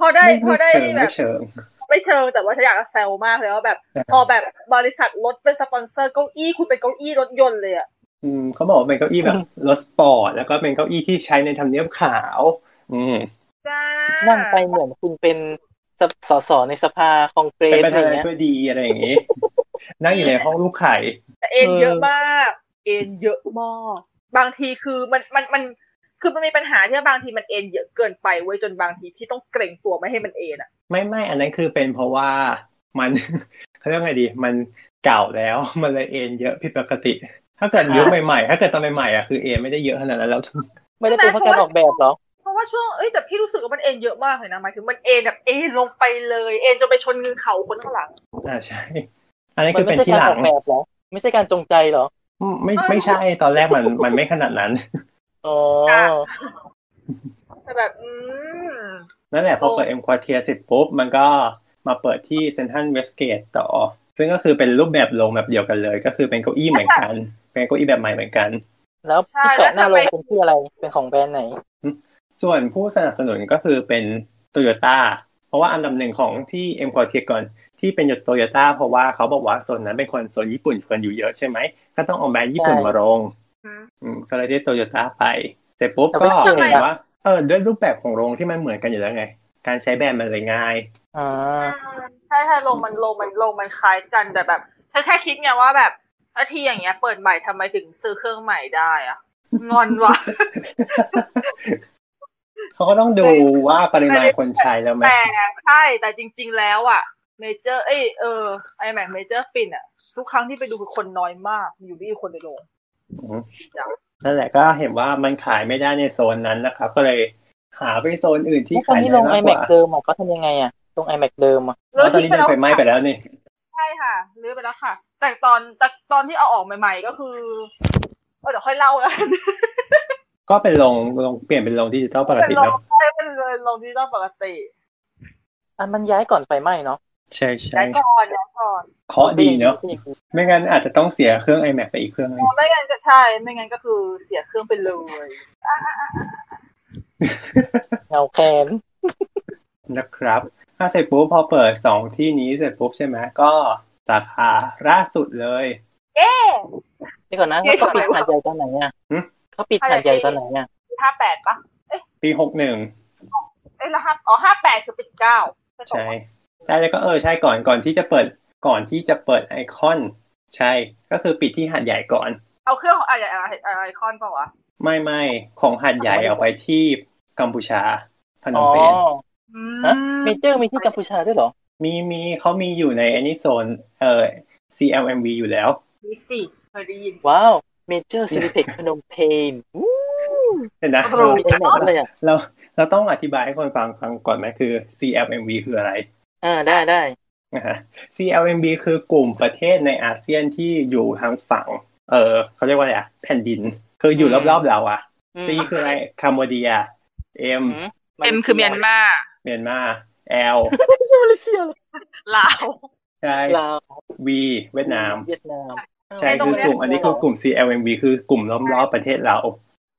S4: พอได้
S2: ไม่
S4: พอ
S2: ไม่
S4: ได้
S2: เชิง
S4: แบ
S2: ไม่
S4: บ
S2: เชิง
S4: ไม่เชิงแต่ว่าฉันอยากจะแซวมากเลยว่าแบบพอแบบบริษัทรถเป็นสปอนเซอร์เก้าอี้คุณเป็นเก้าอี้รถยนต์เลยอ่ะ
S2: อืมเขาบอกว่าเป็นเก้าอี้แบบรถสปอร์ตแล้วก็เป็นเก้าอี้ที่ใช้ในทำเนียบขาว อืม
S4: จ้า
S3: นั่งไปเหมือนคุณเป็นสสสในสภาคองเกร
S2: เป็น
S3: ส
S2: ประ
S3: อะ
S2: ธา
S3: ไร
S2: นาธิ
S3: เงี้ย
S2: บดีอะไรอย่างงี้ นั่งอยู่ในห้องลูกไข่
S4: แต่เอ็น
S3: เออ
S4: เยอะมาก เอ็นเยอะมากบางทีคือมันมันมันคือมันมีปัญหาที่ว่าบางทีมันเอ็นเยอะเกินไปเว้ยจนบางทีที่ต้องเกรงตัวไม่ให้มันเอ็นอ่ะ
S2: ไม่ไม่อันนั้นคือเป็นเพราะว่ามัน [laughs] เขาเรียกไงดี มันเก่าแล้ว [laughs] มันเลยเอ็นเยอะผิดปกติ ถ้าเกิดยุคใหม่ๆ ถ้าเกิดตอนใหม่ๆอ่ะคือเอ็นไม่ได้เยอะขนาดนั้นแล้ว [laughs]
S3: ไม่ได้เป็นเพราะการออกแบบเหรอ
S4: เพราะว่าช่วงเอ้ยแต่พี่รู้สึกว่ามันเอ็นเยอะมากเลยนะหมายถึงมันเอ็นแบบเอ็นลงไปเลยเอ็นจนไปชนเงินเขาคนข้างหลัง
S2: อ่าใช่ อันนี้
S3: มั
S2: คื
S3: น
S2: อ
S3: ไม่
S2: เป็น
S3: ใช่
S2: ที่
S3: การ
S2: หลั
S3: ออง กแบบเหรอ ไม่ใช่การจงใจเหรอ
S2: อืมไม่ไม่ใช่ตอนแรกมันมันไม่ขนาด [laughs] นั้น
S3: อ๋อ
S4: จ้ะ แต่แบบอืม
S2: นั่นแหละพอ
S4: โอ้
S2: เปิดเอ็มควอเทียเสร็จปุ๊บ มันก็มาเปิดที่เซนทรัลเวสเกตต่อ ซึ่งก็คือเป็นรูปแบบโรงแบบเดียวกันเลย ก็คือเป็นเก้าอี้เหมือน [laughs] กัน เป็นเก้าอี้แบบใหม่เหมือนกัน
S3: แล้ว
S4: ใช่
S3: ที่
S4: แล้
S3: เกาะ
S4: ว
S3: หน้า
S4: ทำ
S3: โร
S4: ไม
S3: งเป็นชื่ออะไร เป็นของแบรนด์ไหน
S2: ส่วนผู้สนับสนุนก็คือเป็นโตโยต้าเพราะว่าอันดับหนึ่งของที่เอ็มควอเทียก่อนที่เป็นโตโยต้าเพราะว่าเขาบอกว่าโซนนั้นเป็นคนโซนญี่ปุ่นคนอยู่เยอะใช่ไหมก็ต้องเอาแบรนด์ญี่ปุ่น
S3: ใช่
S2: มาลง อืมก็เลยได้โตโยต้าไป เสร็จปุ๊บ
S3: แต่
S2: ก็
S3: ว่าเก่งอะ
S2: เห็นว่าเออด้วยรูปแบบของโรงที่มันเหมือนกันอยู่แล้วไง การใช้แบรนด์มันเลยง่าย [laughs]
S3: อ่า
S4: ใช่ใช่ลงมันลงมันลงมันคล้ายกันแต่แบบเธอแค่คิดไงว่าแบบถ้าทีอย่างเงี้ย เปิดใหม่ทำไมถึงซื้อเครื่องใหม่ได้อะงอน
S2: [laughs]
S4: วะ
S2: เขาก็ต้องดูว่าปริมาณคนใช้แล้วไหม
S4: แต่ใช่แต่จริง ๆ แล้วอ่ะเมเจอร์เอยเออไอแม็กเมเจอร์ฟินอ่ะ ทุกครั้งที่ไปดูคือคนน้อยมากมีอยู่ไม่กี่คนในโรง
S2: อืม
S4: จ้ะ
S2: นั่นแหละก็เห็นว่ามันขายไม่ได้ในโซนนั้นนะครับ ก็เลยหาไปโซนอื่นที่
S3: แล้วตอน
S2: ขาย
S3: นี้
S2: ได้
S3: ลง
S2: มากก
S3: iMac
S2: ว่า
S3: เดิมอ่ะเขาทำยังไงอ่ะลง iMac เดิมอ่ะ
S2: เพราะตอนนี้โดนไฟไหม้ไปแล้วนี่
S4: ใช่ค่ะลื้อไปแล้วค่ะ แต่ตอนแต่ตอนที่เอาออกใหม่ ๆ ก็คือเออเดี๋ยวค่อยเล่าแล้วกัน
S2: ก็เป็นลงลงเปลี่ยนเป็นลงดิจิตอลปกติ
S4: เป็นลง
S2: เนาะ
S4: ใช่เป็นลงที่ต้องปกติ
S3: อันมันย้ายก่อนไฟไหม้เนาะ
S2: ใช่ใช่
S4: ย้ายก่อนย้ายก่อน
S2: เคราะห์ดีเนาะ
S3: ก็ยังดี
S2: ไม่งั้นอาจจะต้องเสียเครื่อง iMac ไปอีกเครื่องหนึง
S4: ไม่งั้นก็ใช่ ไม่งั้นก็คือเสียเครื่องไปเลย
S3: เงาแขน
S2: นะครับ ถ้าเสร็จปุ๊บพอเปิดสองที่นี้เสร็จปุ๊บใช่ไหมก็สาขาล่าสุดเลย
S4: เย้
S3: เดี๋ยวก่อนนะ
S4: เดี๋ยวก่
S3: เขา
S4: อน
S3: ปิดหาดใหญ่ตอนไหนอ่ะ
S2: หึ
S3: เขาปิด
S4: อะไร
S3: หาดใหญ่ตอนไหนอ่ะ
S4: ห้าแปดปะ
S2: ปีหกหนึ่ง
S4: เอ้ยแล้วห้าอ๋อห้าแปดคือเป็นเก้า
S2: ใช่ใช่แล้วก็เออใช่ก่อนก่อนที่จะเปิดก่อนที่จะเปิดไอคอน ใช่ ก็คือปิดที่หาดใหญ่ก่อน
S4: เอาเครื่องของไอไอคอนเปล่าวะ
S2: ไม่ไม่ของหาดใหญ่เอาไปที่กัมพูชาพน
S3: อ๋
S2: ม
S3: อ
S2: เปญ
S4: อื
S3: ฮะ
S4: ม
S3: เมเจอร์มีที่กัมพูชาด้วยเหรอ
S2: มีมีเขามีอยู่ในอันนี้โซนเอ่อ CLMV อยู่แล้ว
S4: มีสิเคยได้ยิน
S3: ว้าวเมเจอร์ซิลิเทค [laughs] พนมเพญอู้
S2: เห็นนะ
S4: โอ้
S2: เรา
S4: โห
S3: มีไอแม็กเลยอ่ะ
S2: เราเราต้องอธิบายให้คนฟังฟังก่อนไหมคือ CLMV คืออะไร
S3: อ่าได้ได้
S2: นะฮะ CLMV คือกลุ่มประเทศในอาเซียนที่อยู่ทางฝั่ง เออเขาเรียกว่าอะไรอะแผ่นดิน คืออยู่รอบๆเราอะ
S3: อืม
S2: C คืออะไรคัมโบเดีย M
S3: ม
S4: เอ็มคือเมียนมา
S2: เมียนมา L
S3: ไม่ใช่มาเลเซียเหรอ
S4: ลาว
S2: ใช่
S3: ลาว
S2: V เวียดนาม
S3: เวียดนาม
S2: ใช่คือกลุ่มอันนี้คือกลุ่ม CLMV คือกลุ่มล้อมๆประเทศเรา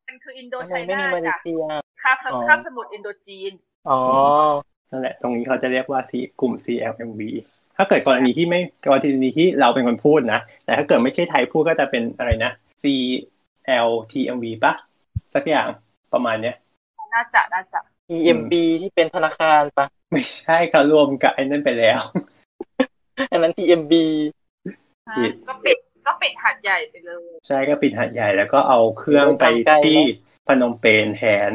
S4: มันคืออินโด
S3: ทำ
S4: ไช
S3: ไมไม่
S4: น่า
S3: มีมาเล
S4: จ้ะ
S3: เซีย
S4: คาบ
S3: อ๋อ
S4: คาบสมุทรอินโดจีน
S3: อ๋อ
S2: นั่นแหละ ตรงนี้เขาจะเรียกว่า C กลุ่ม CLMV ถ้าเกิดกรณีที่ไม่กรณีที่เราเป็นคนพูดนะ แต่ถ้าเกิดไม่ใช่ไทยพูดก็จะเป็นอะไรนะ CLTMV ปะสักอย่างประมาณเนี้ย
S4: น่าจะน่าจะ
S3: EMB ที่เป็นธนาคารปะ
S2: ไม่ใช่เขารวมกับไอ้นั่นไปแล้ว
S3: อันนั้น TMB
S2: ผิด
S4: ก็ปิดก็ปิดหัดใหญ่ไปเลย
S2: ใช่ก็ปิดหัดใหญ่แล้วก็เอาเครื่องไปที่พนมเปญแทน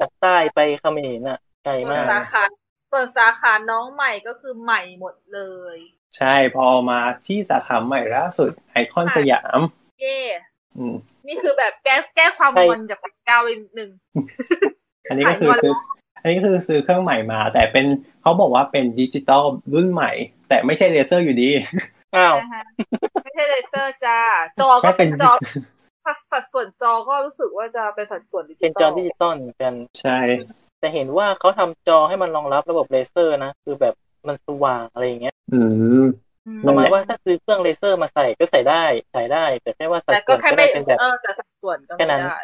S3: จากใต้ไปเขมรน่ะไกล
S4: เปิ
S3: มา
S4: ด
S3: ก
S4: สาขาเปิดสาขาน้องใหม่ก็คือใหม่หมดเลย
S2: ใช่พอมาที่สาขาใหม่ล่าสุดไอคอนสยาม
S4: เย่
S2: อืม
S4: นี่คือแบบแก้แก้ความ
S3: ใช่
S4: งอนจากปักเก้าไปหนึ่ง
S2: อันนี้ก็คือซื้อ อันนี้คือซื้อเครื่องใหม่มา แต่เป็นเขาบอกว่าเป็นดิจิตอลรุ่นใหม่ แต่ไม่ใช่เลเซอร์อยู่ดี
S3: อ้าว
S4: นะฮะไม่ใช่เลเซอร์จ้า จอก็เป็นจอสัดสัดส่วนจอก็รู้สึกว่าจะเป็นสัดส่วนดิจิ
S3: เป็นจ
S4: ต
S3: อ
S4: อล
S3: ดิจิตอลเหมือนกัน
S2: ใช่
S3: แต่เห็นว่าเขาทำจอให้มันรองรับระบบเลเซอร์นะ คือแบบมันสว่างอะไรอย่างเงี้ย
S2: อืม
S4: อืม
S2: นั่
S3: ประ
S2: น
S3: มาณ
S2: แหละ
S3: ว่าถ้าซื้อเครื่องเลเซอร์มาใส่ก็ใส่ได้ใส่ได้ แต่แค่ว่าสัด
S4: แต่
S3: ส่
S4: ก็
S3: วน
S4: แค่
S3: ก็
S4: ไม่
S3: ได้เป็นแบบ
S4: เออแต่สัดส่วนก็
S3: แค่นั้
S4: ไม่
S3: น
S4: ได้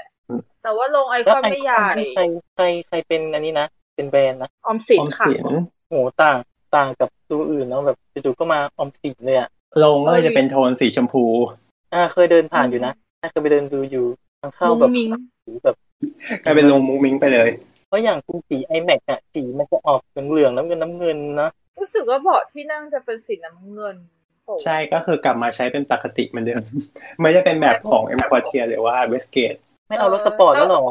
S4: แต่ว่าลงไอค
S3: แล้ว
S4: อน
S3: ไอ
S4: ไม่
S3: คอ
S4: ให
S3: น
S4: ญ่
S3: นี่ใครใครใครเป็นอันนี้นะ เป็นแบรนด์นะ
S4: ออมสิ
S2: อน อม
S4: ค่ะ
S2: สิน
S3: โหต่างต่างกับตัวอื่นเนาะแบบจู่ๆก็มาออมสินเลยอ่ะ
S2: ลงก็เลยจะเป็นโทนสีชมพู
S3: อ่าเคยเดินผ่านอยู่นะน่าเคยไปเดินดูอยู่ทางเข้า
S4: มุ้ง
S3: แบบ
S4: มิ้ง
S3: หูแบบ
S2: กลายเป็นลงมุ้งมิ้งไปเลย
S3: เพราะอย่างคุณสีไอแม็กอะสีมันจะออกเหลืองๆน้ำเงินน้ำเงินนะ
S4: รู้สึกว่าเบาะที่นั่งจะเป็นสีน้ำเงินโอ้
S2: ใช่ก็คือกลับมาใช้เป็นปกติเหมือนเดิม ไม่ได้เป็นแบบของเอ็มควอเทียหรือว่าเวสเกต
S3: ไม่เอารถสปอร์ตแล้วเหรอ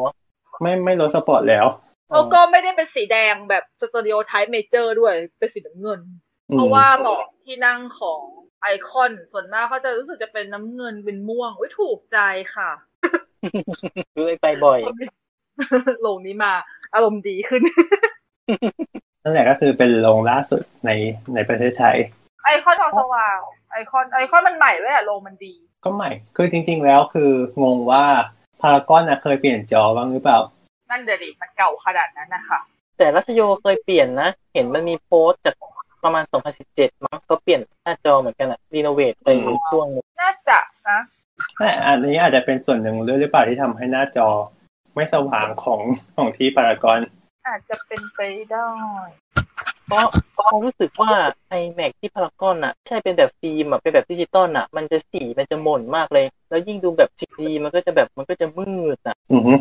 S2: ไม่ไม่ลดสปอร์ตแล้ว
S4: แล้วก็ไม่ได้เป็นสีแดงแบบสตูดิโอไทป์เมเจอร์ด้วย เป็นสีน้ำเงิน
S2: อืม
S4: เพราะว่าเบาะที่นั่งของไอคอนส่วนมากเขาจะรู้สึกจะเป็นน้ำเงินเป็นม่วงอุ้ยถูกใจค่ะ [laughs]
S3: ซื้อไปบ่อย
S4: ลงนี้มาอารมณ์ดีขึ้น [laughs]
S2: นั่นแหละก็คือเป็นลงล่าสุดในในประเทศไทย
S4: ไอคอนทองสว่างไอคอนไอคอนมันใหม่ด้วยแหละโรงมันดี
S2: ก็ใหม่ คือจริง ๆ แล้วคืองงว่าพารากอนนะเคยเปลี่ยนจอบ้างหรือเปล่า
S4: นั่นเดี๋ยวดิมันเก่าขนาดนั้นนะคะ
S3: แต่รัชโยเคยเปลี่ยนนะ เห็นมันมีโพสต์จากประมาณ 2017 มั้งก็เปลี่ยนหน้าจอเหมือนกันอะรีโนเวทไปช่วงหนึง
S4: น่าจะนะ
S2: แต่อันนี้อาจจะเป็นส่วนหนึ่งด้วยหรือเปล่าที่ทำให้หน้าจอ ไม่สว่างของของที่ปารากอน
S4: อาจจะเป็นไปได้
S3: เพราะก็รู้สึกว่าไอแม็กที่พารากอนอะใช่เป็นแบบฟิล์มอะเป็นแบบดิจิตอลอะมันจะสีมันจะหม่นมากเลย แล้วยิ่งดูแบบ 3D มันก็จะแบบมันก็จะมืดอะ
S2: อือฮึ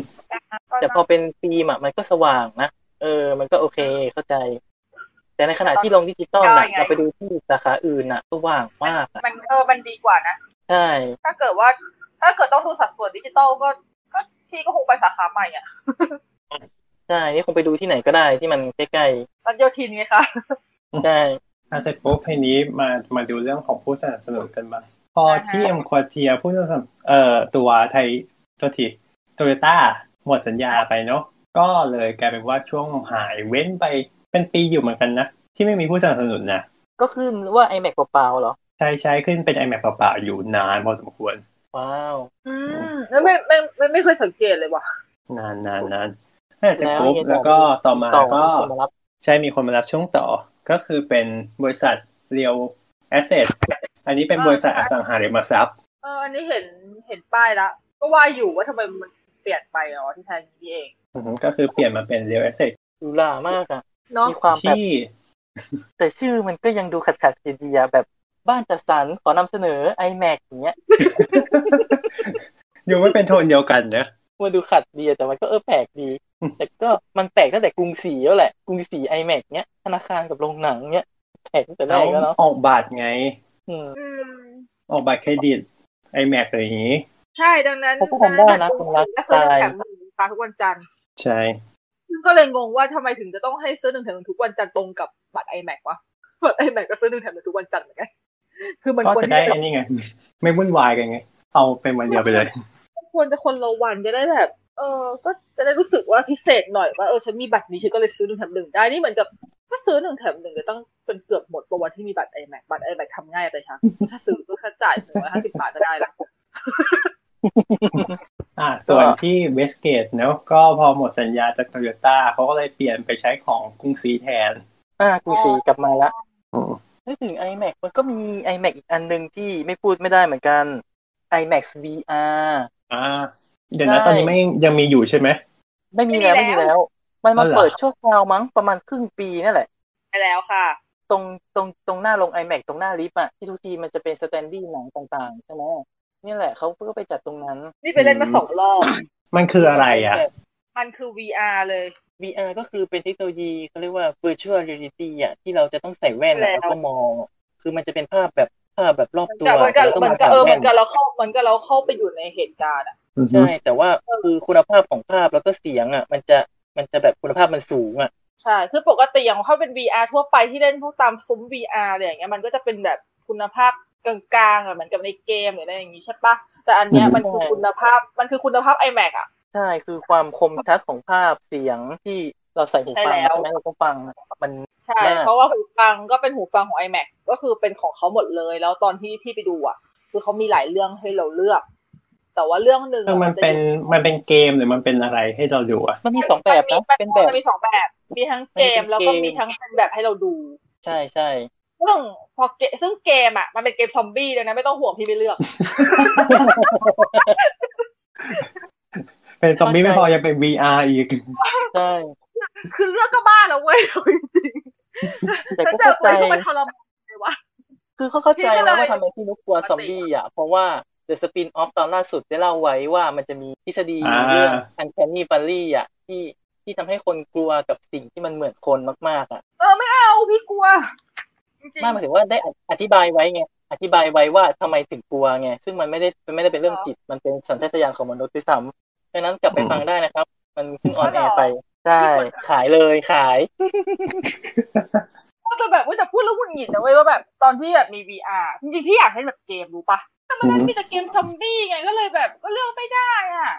S3: แต่พอเป็นฟิล์มอะมันก็สว่างนะเออ มันก็โอเคเข้าใจ แต่ในขณะที่ลงดิจิตอลอะเราไปดูที่สาขาอื่นอะสว่างมากอะ
S4: มันเออมันดีกว่านะ
S3: ใช่
S4: ถ้าเกิดว่า ถ้าเกิดต้องดูสัดส่วนดิจิตอลก็ก็พี่ก็คงไปสาขาใหม่อะ
S3: ใช่นี่คงไปดูที่ไหนก็ได้ที่มันใกล้
S4: รันโยทินไงคะ
S3: ๆใช่
S2: ถ้าเสร็จปุ๊บทีนี้มามาดูเรื่องของผู้สนับสนุนกันบ้างพอที่เอ็มควอเทียผู้สนับสนุนเอ่อตัวไทยตัวทีโตโยต้าหมดสัญญาไปเนาะก็เลยกลายเป็นว่าช่วงหายเว้นไปเป็นปีอยู่เหมือนกันนะ ที่ไม่มีผู้สนับสนุนนะ
S3: ก็ขึ้นว่า iMac เปล่าๆเหรอ
S2: ใช้ใช้ขึ้นเป็น iMac เปล่าๆอยู่นานพอสมควร
S3: ว้าว
S4: อืมแล้วไม่ไม่ไม่ไม่เคยสังเกตเลยว่ะ
S2: นานนานนานน่าจะ
S3: แล้ว
S2: ครบ
S3: ยังไง
S2: แล้วก็
S3: ต่
S2: ต่
S3: อ
S2: อมา
S3: ต่อ
S2: ก็
S3: มีคนมารับ
S2: ใช่มีคนมารับช่วงต่อ ก็คือเป็นบริษัทเรียวแอสเซทอันนี้เป็นบริษัทอสังหาริมทรัพย์
S4: เอออันนี้เห็นเห็นป้ายละก็ว่าอยู่ว่าทำไมมันเปลี่ยนไปอ๋อที่แท้นี่เอง
S2: อือฮึก็คือเปลี่ยนมาเป็นเรียวแอสเซท
S3: ดูหล่ามากอ่ะ
S4: เนาะ
S3: มีความแบบ
S2: ที่
S3: แต่ชื่อมันก็ยังดูขัดขัดๆดีๆอะแบบบ้านจัดสรรขอนำเสนอ iMac อย่างเงี้ย
S2: ยังไม่เป็นโทนเดียวกันนะ
S3: มันดูขัดดีอะแต่มันก็เออแปลกดี แต่ก็มันแปลกตั้งแต่กรุงศรีแล้วแหละกรุงศรี iMac เงี้ยธนาคารกับโรงหนังเงี้ยแปลกตั้งแต่แร
S2: เขา
S3: กแล้วเนาะ
S2: ออกบัตรไง
S3: อืม
S4: อืม
S2: ออกบัตรเครดิตไอแม็กอะไรอย่างนี้
S4: ใช่ดังนั้น
S3: ผมก็คงว่านะคุณรัก
S4: ซื้อหนึ่ง
S3: ตาย
S4: แถมหนึ่งนะคะทุกวันจันทร์
S2: ใช่
S4: ซึ่งก็เลยงงว่าทำไมถึงจะต้องให้ซื้อหนึ่งแถมหนึ่งทุกวันจันทร์ตรงกับบัตรไอแม็กวะบัตรไอแม็กก็ซื้อหนึ่งแถมหนึ่งทุกวันจันทร์เหมือนกันคือมัน
S2: ก็
S4: ควร
S2: จะ
S4: ที่
S2: ได้
S4: จะ
S2: ไอันนี้ไง [laughs] ไม่วุ่นวายกันไง เอาเป็นวันเดียวไปเลย
S4: ควรจะคนละวันจะได้แบบ เออ ก็จะได้รู้สึกว่าพิเศษหน่อยว่าเออฉันมีบัตรนี้ฉันก็เลยซื้อหนึ่งแถมหนึ่งได้นี่เหมือนกับถ้าซื้อหนึ่งแถมหนึ่งจะต้องเป็นเกือบหมดประวันที่มีบัตรไอแม็กบัตรไอแม็กทำง่ายแต่ช้าถ้าซื้อก็แค่จ่ายหนึ่งร้อยห้าสิบบาทก็ได้ละ
S2: อ่าส่วนที่เวสเกตเนาะก็พอหมดสัญญาจากโตโยต้าเขาก็เลยเปลี่ยนไปใช้ของกรุงศรีแทน
S3: อ่ากรุงศรีกลับมาละ
S2: อืม
S3: นึกถึง iMac มันก็มี iMac อีกอันหนึ่งที่ไม่พูดไม่ได้เหมือนกัน iMac VR
S2: อ่า เดี๋ยวนะ
S3: ใช่
S2: ตอนนี้ไม่ยังมีอยู่ใช่ไหม
S3: ไม่มีแล้ว
S4: ไม่
S3: ไม่
S4: มี
S3: มี
S4: แล้ว
S3: แล้ว มัน
S2: อ๋
S3: มา
S2: อเหรอ
S3: เปิดชั่วคราวมั้งประมาณครึ่งปีนั่นแหละ
S4: ไปแล้วค่ะ
S3: ตรงตรงตรงหน้าลง iMac ตรงหน้าลิฟต์อะที่ทุกทีมันจะเป็นสแตนดี้หนังต่างๆ ใช่ไหมเนี่ยแหละเขาก็ไปจัดตรงนั้น
S4: นี่ไปเล่นมาสองรอบ
S2: มันคืออะไรอ่ะ
S3: แต่
S4: มันคือ VR เลย
S3: VR ก็คือเป็นเทคโนโลยีเขาเรียกว่า virtual reality อะที่เราจะต้องใส่แว่นอะ
S4: แล้ว
S3: แล้วก็มอง คือมันจะเป็นภาพแบบภาพแบบรอบตัว
S4: แต่เหมือนกับ
S3: แล้วก็
S4: เหมื
S3: มา
S4: อนกับ
S3: ตาม
S4: เออเหมื
S3: แว่
S4: อน
S3: น
S4: กับเราเข้าเหมือนกับเราเข้าไปอยู่ในเหตุการณ์อะ
S2: อือฮึ
S3: ใช่ แต่ว่าคือคุณภาพของภาพแล้วก็เสียงอ่ะ มันจะมันจะแบบคุณภาพมันสูงอ่ะ
S4: ใช่คือปกติอย่างถ้าเป็น VR ทั่วไปที่เล่นพวกตามซุ้ม VR อะไรอย่างเงี้ยมันก็จะเป็นแบบคุณภาพกลางๆอะเหมือนกับในเกมหรืออะไรอย่างงี้ใช่ปะแต่อันเนี้ยมันคือคุณภาพมันคือคุณภาพ iMac อะ
S3: ใช่คือความคมชัดของภาพเสียงที่เราใส่หู
S4: ใช่
S3: ฟัง
S4: แล้ว
S3: ใช่ไหมเราก็ฟังมัน
S4: ใช่
S3: มาก
S4: เพราะว่าหูฟังก็เป็นหูฟังของ iMac ก็คือเป็นของเขาหมดเลย แล้วตอนที่พี่ไปดูอ่ะ คือเขามีหลายเรื่องให้เราเลือก แต่ว่าเรื่องหนึ่ง
S2: คือ
S4: อะ
S2: มัน
S4: จะ
S2: เป็นมันเป็นเกมหรือมันเป็นอะไรให้เราดูอ่ะ
S3: มันมีสองแบบนะ
S4: มั
S3: เป็นแบบ
S4: มัมีสองแบบ มีทั้งเกม
S3: มันเป็นเกม
S4: แล้วก็มีทั้งเป็นแบบให้เราดู
S3: ใช่ใช่
S4: ซึ่งพอเกมซึ่งเกมอ่ะมันเป็นเกมซอมบี้เลยนะไม่ต้องห่วงพี่ไปเลือก
S2: เป็นซอมบี้ไม่พอยังเป็น VR อีก
S3: ใช่
S4: คือเลือกก็บ้าแล้วเว้ย [laughs] เอาจริง
S3: แต่
S4: ๆฉั
S3: ก็
S4: นจะ
S3: เข้า
S4: เอา
S3: ใจ
S4: ตัวเข้ามาทรมานเลยวะ
S3: คือเขาเข้าใจ
S4: พี่ก็เล
S3: นะ
S4: ย
S3: ว่าทำไมพี่นุกกลัวซอมบี้อ่ะ เพราะว่า The Spin Off ตอนล่าสุดได้เล่าไว้ว่ามันจะมีทฤษฎี
S2: อ่า
S3: เรื่อง Uncanny Valley อ่ะที่ที่ทำให้คนกลัวกับสิ่งที่มันเหมือนคนมากๆอ่ะ
S4: เออไม่เอาพี่กลัว จริง
S3: ไมากหมายถึงว่าได้อธิอธิบายไว้ไง อธิบายไว้ว่าทำไมถึงกลัวไง ซึ่งมันไม่ได้มันไม่ได้เป็นเรื่องจิต มันเป็นสัญชาตญาณของมนุษย์ด้วยซ้ำดังนั้นกลับไปฟังได้นะครับ มันเพิ่งออนแอร์ไป ใช่ ขายเลยขาย
S4: ๆก็จะแบบว่าจะพูดแล้วหงุดหงิดนะเว้ยว่าแบบตอนที่แบบมี VR จริงๆพี่อยากเล่นแบบเกมรู้ปะ มันเล่นมีแต่เกมซอมบี้ไงก็เลยแบบก็เลือกไม่ได้อ่ะ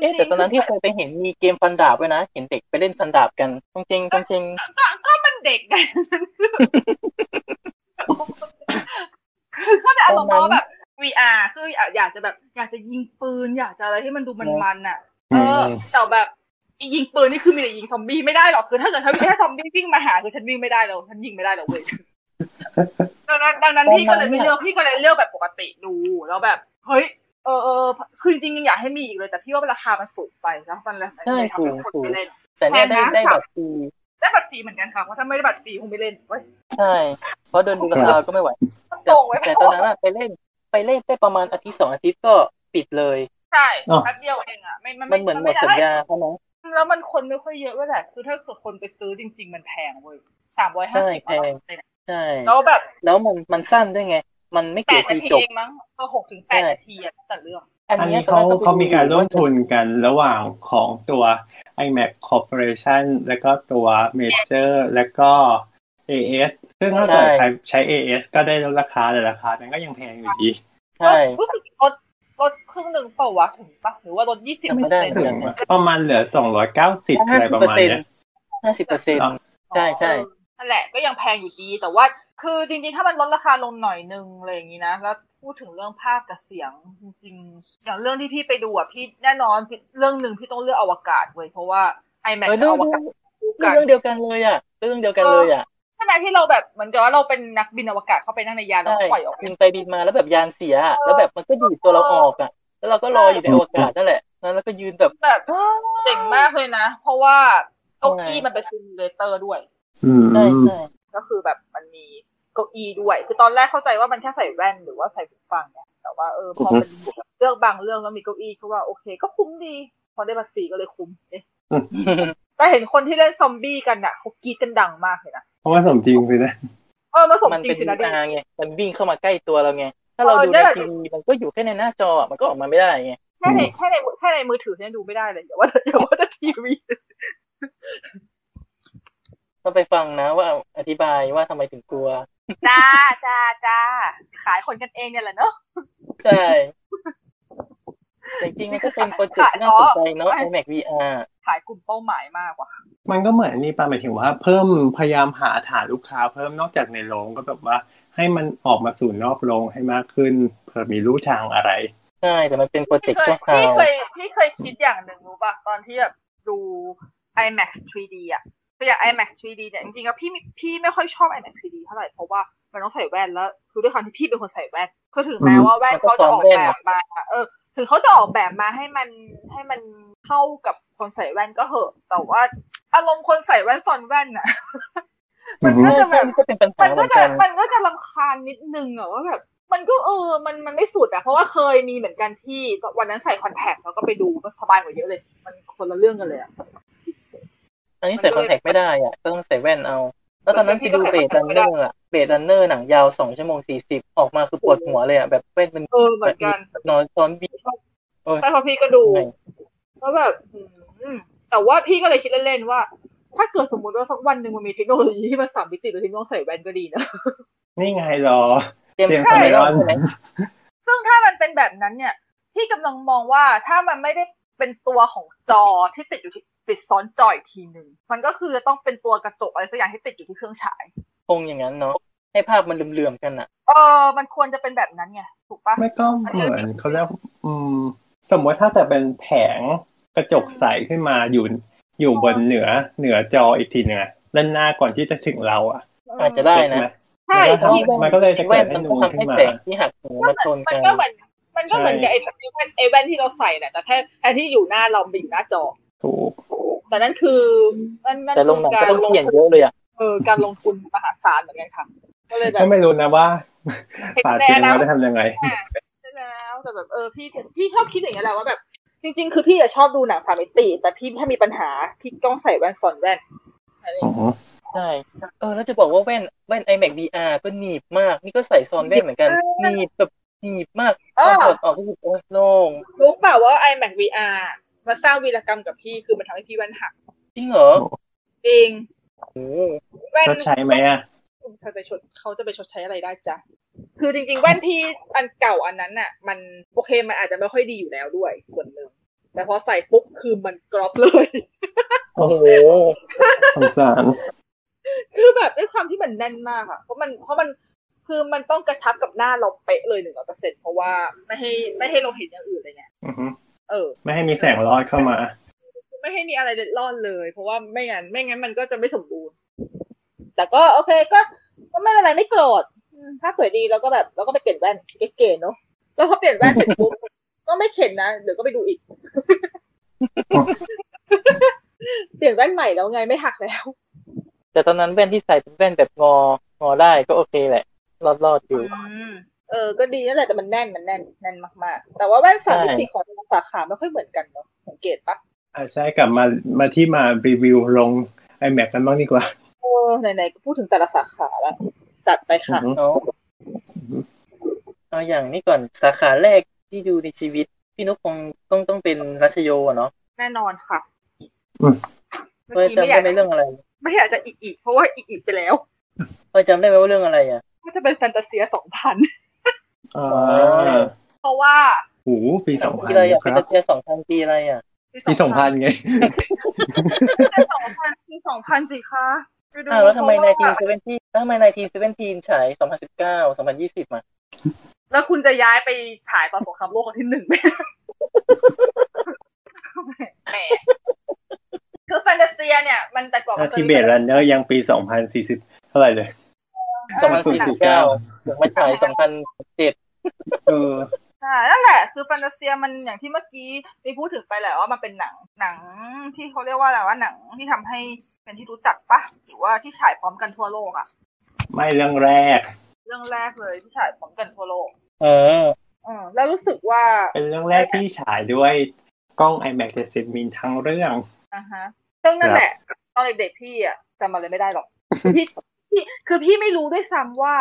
S3: เอ๊ะแต่ตอนนั้นที่เคยไปเห็นมีเกมฟันดาบด้วยนะ เห็นเด็กไปเล่นฟันดาบกันตรงเจงตรงเจง
S4: ก็ก็มันเด็ [laughs] กไงคือเขาจะอารมณ์ว่าแบบ VR คืออยากจะแบบ อยากจะยิงปืน อยากจะอะไรให้มันดูมันๆอ่ะ เออแต่แบบยิงปืนนี่คือมีแต่ยิงซอมบี้ไม่ได้หรอกคือถ้าเกิดถ้ามีแค่ซอมบี้วิ่งมาหาคือฉันวิ่งไม่ได้แล้วฉันยิงไม่ได้แล้ว [laughs] เว้ยดังนั้นดังนั้นพี่ก็เลยไม่เลือกพี่ก็เลยเลือกแบบปกติดูแล้วแบบ เฮ้ยเออเออคือจริงๆอยากให้มีอีกเลยแต่พี่ว่าราคามันสูงไปแล้วมันเลยทำให้คนไม่เล่น
S3: แต่เนี่ยได้ได้แบบฟรี
S4: ได้บัตรฟรีเหมือนกันค่ะเพราะถ้าไม่ได้บัตรฟรีคงไม่เล่นเว้ย
S3: ใช่ เพราะเดินดูราคาก็ไม่ไหว
S4: ต้อง
S3: แต่
S4: ตรงไว้
S3: แต่ตอนนั้นอะไปเล่นไปเล่นได้ประมาณอาทิตย์สองอาทิตย์ก็ปิดเลย
S4: ใช่
S2: อ้าว
S4: แป๊บเดียวเองอ่ะไม่มัน
S3: มันเหมือนหมดสัญญาเขาเนาะ
S4: แล้วมันคนไม่ค่อยเยอะเว้ยแหละคือถ้าเกิดคนไปซื้อจริง ๆ มันแพงเว้ยสามร้อยห้า
S3: ใช่
S4: สิบ
S3: แพง ใช่
S4: แล้วแบบ
S3: แล้วมันมันสั้นด้วยไง มันไม่
S4: แป
S3: เกี่ยวน
S4: ดาน ที
S3: จบ
S4: เองมั้งก็หกถึงแปด
S3: ใช่
S4: นาทีอะแต่เรื่อง
S3: อัน
S2: อัน
S3: เนี้ย
S2: นี้เขา
S3: ตอนแก็
S2: เขามีการร่วมทุ
S3: น
S2: นกันระหว่างของตัว iMac Corporation แล้วก็ตัว Major แล้วก็ AS ซึ่งถ้าเกิดใครใช้ AS ก็ได้ลดราคาแต่ราคานั้นก็ยังแพงอยู่ดี
S3: ใช่
S4: รู้สึกลดลดครึ่งหนึ่งเปล่าวะถึงปะหรือว่าลดยี่สิบ
S3: จำ
S4: เป
S3: ไม่
S4: อร์
S3: ได้
S4: เซ็นต์
S2: ถึงประมาณเหลือ 290อะไรประมาณเนี้ย
S3: ห้าสิบเปอร์เซ็น
S2: อ๋อ
S3: ต์ใช่ใช่
S4: เออนั่นแหละก็ยังแพงอยู่ดีแต่ว่า คือจริงๆ ถ้ามันลดราคาลงหน่อยนึงอะไรอย่างนี้นะ แล้วพูดถึงเรื่องภาพกับเสียงจริงๆ อย่างเรื่องที่พี่ไปดูอ่ะพี่แน่นอนพี่เรื่องหนึ่งพี่ต้องเลือกอวกาศเว้ยเพราะว่าไอแม็ก
S3: เออ
S4: ซ์
S3: เรื่อง
S4: อวกาศคู่
S3: เรื่
S4: กั
S3: องเรื่
S4: น
S3: องเดียวกันเลยอ่ะ เรื่องเดียวกันเลยอ่ะ
S4: ใช่ไหมที่เราแบบเหมือนกับว่าเราเป็นนักบินอวกาศเข้าไปนั่งในยานแล้ว
S3: ใช่
S4: ก็ปล่อยออกไป
S3: บินไปบินมาแล้วแบบยานเสียอะแล้วแบบมันก็ดีดตัวเราออกอ่ะ แล้วเราก็ลอยอยู่ใน
S2: ใช่
S3: อวกาศนั่นแหละแล้วเราก็ยืนแบบ
S4: แบบเจ๋งมากเลยนะ เพราะว่าเก้าอี้
S3: ใช่
S4: มันเป็นซิมูเลเตอร์ด้วย
S2: อืม
S3: ใช่ใช่
S4: ก็ มีเก้าอี้ด้วย คือตอนแรกเข้าใจว่ามันแค่ใส่แว่นหรือว่าใส่หูฟังเนี่ยแต่ว่าเออพอเป็นเลือกบางเรื่องแล้วมีเก้าอี้ก็ว่าโอเค ก็คุ้มดี พอได้ภาษีก็เลยคุ้มเอ๊ะแต่เห็นคนที่เล่นซอมบี้กันน่ะเขากรีดกันดังมากเลยนะ
S2: เพราะว่าสมจริงสินะ
S4: เออมาสม
S3: มัน
S4: จริ
S3: เป็
S4: ง
S3: น
S4: สินะเด็ก
S3: ตาไงมันวิ่งเข้ามาใกล้ตัวเราไง ถ้าเรา
S4: เออ
S3: ดู
S4: ได้
S3: ในทีวีมันก็อยู่แค่ในหน้าจออะมันก็ออกมาไม่ได้ไง
S4: แค่ในแค่ในมือแค่ในมือถือเนี่ยดูไม่ได้เลยอย่าว่าอย่าว่าแต่ทีวี
S3: ต้องไปฟังนะว่าอธิบายว่าทำไมถึงกลัว
S4: จ้าจ้าจ้าขายคนกันเองเนี่ยแหละเนอะ
S3: ใช่แต่จริงๆมันก็เป็นโปรเจกต์น่าสนใจเนาะ iMac VR
S4: ขายกลุ่มเป้าหมายมากกว่า
S2: มันก็เหมือนนี่ปะหมายถึงว่า เพิ่มพยายามหาฐานลูกค้า เพิ่มนอกจากในโรงก็แบบว่า ให้มันออกมาสู่นอกโรงให้มากขึ้นเพื่อมีลู่ทางอะไร
S3: ใช่แต่มันเป็นโปรเจก
S4: พี่
S3: ต์
S4: เค
S3: ชั่ค
S4: ยว
S3: รา
S4: พี่
S3: ว
S4: เคยพี่เคยคิดอย่างหนึ่งรู้ป่ะ ตอนที่แบบดู IMAX 3D อ่ะคืออย่าง IMAX 3D เนี่ยจริงๆแล้วพี่พี่ไม่ค่อยชอบ IMAX 3D เท่าไหร่เพราะว่ามันต้องใส่แว่นแล้วคือด้วยความที่พี่เป็นคนใส่แว่นคือถึงแม้
S2: อืม
S4: ว่าแว่นเขาจะออกแบบมาเออถึงเขาจะออกแบบมาให้มันให้มันเข้ากับคนใส่แว่นก็เหอะ แต่ว่าอารมณ์คนใส่แว่นซอนแว่นอ่ะ มัน
S3: เอ
S4: ก็
S3: อ
S4: จะแบบ
S3: มันก็เป็นปัญหา
S4: มัน
S3: เหมือน
S4: ก็จะ
S3: กัน
S4: มันก็จะรำคาญนิดนึงอะว่าแบบ มันก็เออ มันมันไม่สุดอะเพราะว่าเคยมีเหมือนกันที่วันนั้นใส่คอนแทคแล้วก็ไปดูมันสบายกว่าเยอะเลย มันคนละเรื่องกันเลยอะ
S3: อันนี้ใส่คอนแทคไม่ได้อ่ะ ก็ต้องใส่แว่นเอา แล้วตอนนั้นไปดูเบดดันเนอร์อ่ะเบดดันเนอร์หนังยาวสองชั่วโมงสี่สิบออกมาคือปวดหัวเลยอ่ะ แบบแว่นมัน
S4: เออเหมือนกัน
S3: นอนซ้อนบีโอ้ย
S4: ใช่เพราะพี่ก็ดู
S3: ไง
S4: แล้วแบบอืมแต่ว่าพี่ก็เลยคิดเล่นๆว่า ถ้าเกิดสมมติว่าสักวันหนึ่งมันมีเทคโนโลยีที่มันสามมิติหรือเทคโนโลยีใส่แว่นก็ดีนะ [laughs]
S2: นี่ไงรอ
S3: เจม
S2: เจมส์
S3: ส์คาเมรอน
S2: ใช่
S3: ใช่ไหม
S4: ซึ่งถ้ามันเป็นแบบนั้นเนี่ย พี่กำลังมองว่าถ้ามันไม่ได้เป็นตัวของจอที่ติดอยู่ที่ติดซ้อนจออีกทีหนึ่งมันก็คือจะต้องเป็นตัวกระจกอะไรสักอย่างที่ติดอยู่ที่เครื่องฉาย
S3: คงอย่างนั้นเนาะให้ภาพมันเหลื่อมๆกันอ่ะ
S4: เออ มันควรจะเป็นแบบนั้นไงถูกปะ
S2: ไม่ก็เหมือนเขาเรียกอืม สมมติถ้าแต่เป็นแผงกระจกใสขึ้นมาอยู่อยู่บนเหนือเหนือจออีกทีหนึ่งอะด้านหน้าก่อนที่จะถึงเราอะ
S3: อาจจะได้
S2: เก็ต
S3: นะ
S2: ไหม
S4: ใช่
S2: แล้ว
S3: เพราะว่าแว่
S2: มันก็เลยจะเกิ
S3: แว่
S2: ด
S3: น
S2: ให้
S3: มัน
S2: นู
S3: ก็
S2: น
S3: ทำ
S2: ขึ้
S3: ให้
S2: นมา
S3: แสงที่หักหูมาชน
S4: มัน
S3: กัน
S4: ก็เหมือนมันก็เหมือนกับไอ้ไอ้แว่นไอ้แว่นที่เราใส่แหละแต่แค่ไอ้ที่อยู่หน้าเราไปอยู่หน้าจอ
S2: ถูก
S4: แต่นั่นคือนั่นนั่น
S3: แต่ลงหนังก็ต้องเปลี่ยนเยอะเลยอ่ะ
S4: เออการลงทุนมหาศาลเหมือนกันค่ะ ก็เลยแบบ
S2: ก็ไม่รู้นะว่า
S4: เห็น
S2: ป่า
S4: แน่
S2: เจน
S4: นะ
S2: ว่าจะทำยังไง
S4: ใช่แล้วแต่แบบเออพี่พี่ชอบคิดอย่างเงี้ยแหละว่าแบบ จริง ๆ คือพี่อะชอบดูหนังสามมิติ แต่พี่ถ้ามีปัญหาพี่ต้องใส่แว่นซ้อนแว่นอะไรอย่าง
S2: อ๋
S4: เงี้ย
S2: อ
S3: ใช่ เออ แล้วจะบอกว่าแว่นแว่น iMac VR ก็หนีบมาก นี่ก็ใส่ซอนแว่นเหมือนกัน หนีบแบบหนีบมาก
S4: เอ
S3: ตอน
S4: อ
S3: ถอดออกก็คือโอ้ยโล่ง
S4: รู้เปล่าว่า iMac VR มาสร้างวีรกรรมกับพี่คือมันทำให้พี่แว่นหัก
S3: จริงเหรอ
S4: จริง
S3: โอ้
S4: แว่น
S2: ก็ใช้ไหมอ่ะ
S4: จะไปชดเขาจะไปชดใช้อะไรได้จ๊ะ คือจริงๆ แว่นพี่อันเก่าอันนั้นน่ะ มันโอเคมันอาจจะไม่ค่อยดีอยู่แล้วด้วย ส่วนหนึ่ง แต่พอใส่ปุ๊บคือมันกรอบเลย [laughs]
S3: โอ้โห
S2: สงสาร
S4: คือแบบด้วยความที่มันแน่นมากอะเพราะมันเพราะมันคือมันต้องกระชับกับหน้าเราเป๊ะเลยหนึ่งร้อยเปอร์เซ็นเพราะว่าไม่ให้ไม่ให้เราเห็นอย่างอื่นเลยไง
S2: อือฮึ
S4: เออ
S2: ไม่ให้มีแสงรอดเข้ามา
S4: ไม่ให้มีอะไรเล็ดลอดเลย เพราะว่าไม่งั้นไม่งั้นมันก็จะไม่สมบูรณ์ แต่ก็โอเคก็ก็ไม่เป็นไรไม่โกรธอืมถ้าสวยดีแล้วก็แบบแล้วก็ไปเปลี่ยนแว่นเก๋ๆเนาะแล้วพอเปลี่ยนแว่นเสร็จปุ๊บ ก็ไม่เข็นนะเดี๋ยวก็ไปดูอีก เปลี่ยนแว่นใหม่แล้วไงไม่หักแล้ว
S3: แต่ตอนนั้นแว่นที่ใส่เป็นแว่นแบบงอ งอได้ก็โอเคแหละ รอดรอดอยู่
S4: เออ ก็ดีนั่นแหละแต่มันแน่นมันแน่นแน่นมากๆ แต่ว่าแว่นสามมิติของแต่ละสาขาไม่ค่อยเหมือนกันเนาะสังเกตปะ
S2: อ่าใช่กลับมา มาที่มารีวิวลง iMac กันบ้างดีกว่า
S4: เออไหนๆก็พูดถึงแต่ละสาขาแล้วจัดไปค่ะ
S2: อือฮึ
S3: เนาะเอาอย่างนี้ก่อนสาขาแรกที่ดูในชีวิต พี่นุ๊กคงต้องต้องเป็นรัชโยอะเนาะ
S4: แน่นอนค่ะ
S2: อืม
S4: เมื่
S3: เพื่อ
S4: อกี้
S3: จำ
S4: ไม่อ
S3: ได้ไหม
S4: ยาก
S3: เรื่องอะไร
S4: ไม่อยากจะอีกอีกเพราะว่าอีกอีกไปแล้ว
S3: เพื่อจำได้ไหมว่าเรื่องอะไรอ่ะ
S4: ก็จะเป็นแฟนตาเซียสองพัน
S3: อ๋
S2: อ่า
S3: อ
S4: เพราะว่า
S2: โอ้โหปีสองพั
S3: ปี
S2: น
S3: อะไรอ่ะ
S2: ค
S3: เป็น
S2: รับ
S3: เจียสองพันปีอะไรอ่ะ
S2: ปีสองพันไง
S4: ปีสองพันปีสองพันสิคะไปดู
S3: อ้าวแล้วทำไม
S4: เพ
S3: ใน
S4: ราะ
S3: ที
S4: ว่า
S3: เซเวนทีแล้วทำไมในทีเซเวนทีฉายสองพันสิบเก้าสองพันยี่สิบอ่ะ
S4: แล้วคุณจะย้ายไปฉายตอนสงครามโลกครั้งที่
S3: [laughs]
S4: หนึ่งไหมแหมคือแฟนตาเซียเนี่ย มันแต่ก่อนมันจะ
S2: ที
S4: มี
S2: เบตรันเนอร์ยังปีสองพันสี่สิบเท่าไหร่เลย
S3: สองพันสี่สิบเก้าถึงมาฉายสองพันเจ็ด
S2: เออ
S4: ใช่นั่นแหละ คือแฟนตาเซียมันอย่างที่เมื่อกี้มีพูดถึงไปแหละว่ามันเป็นหนังหนังที่เขาเรียกว่าอะไรว่าหนังที่ทำให้เป็นที่รู้จักปะหรือว่าที่ฉายพร้อมกันทั่วโลกอะ
S2: ไม่เรื่องแรก
S4: เรื่องแรกเลยที่ฉายพร้อมกันทั่วโลก
S3: เออ
S4: เออแล้วรู้สึกว่า
S2: เป็นเรื่องแรกที่ฉายด้วยกล้อง iMac 70มิลทั้งเรื่อง
S4: อ่ะฮะซึ่งนั่นแหละ ตอนเด็กๆพี่อ่ะจำอะไรไม่ได้หรอกคือพี่พี่คือพี่ไม่รู้ด้วยซ้ำว่า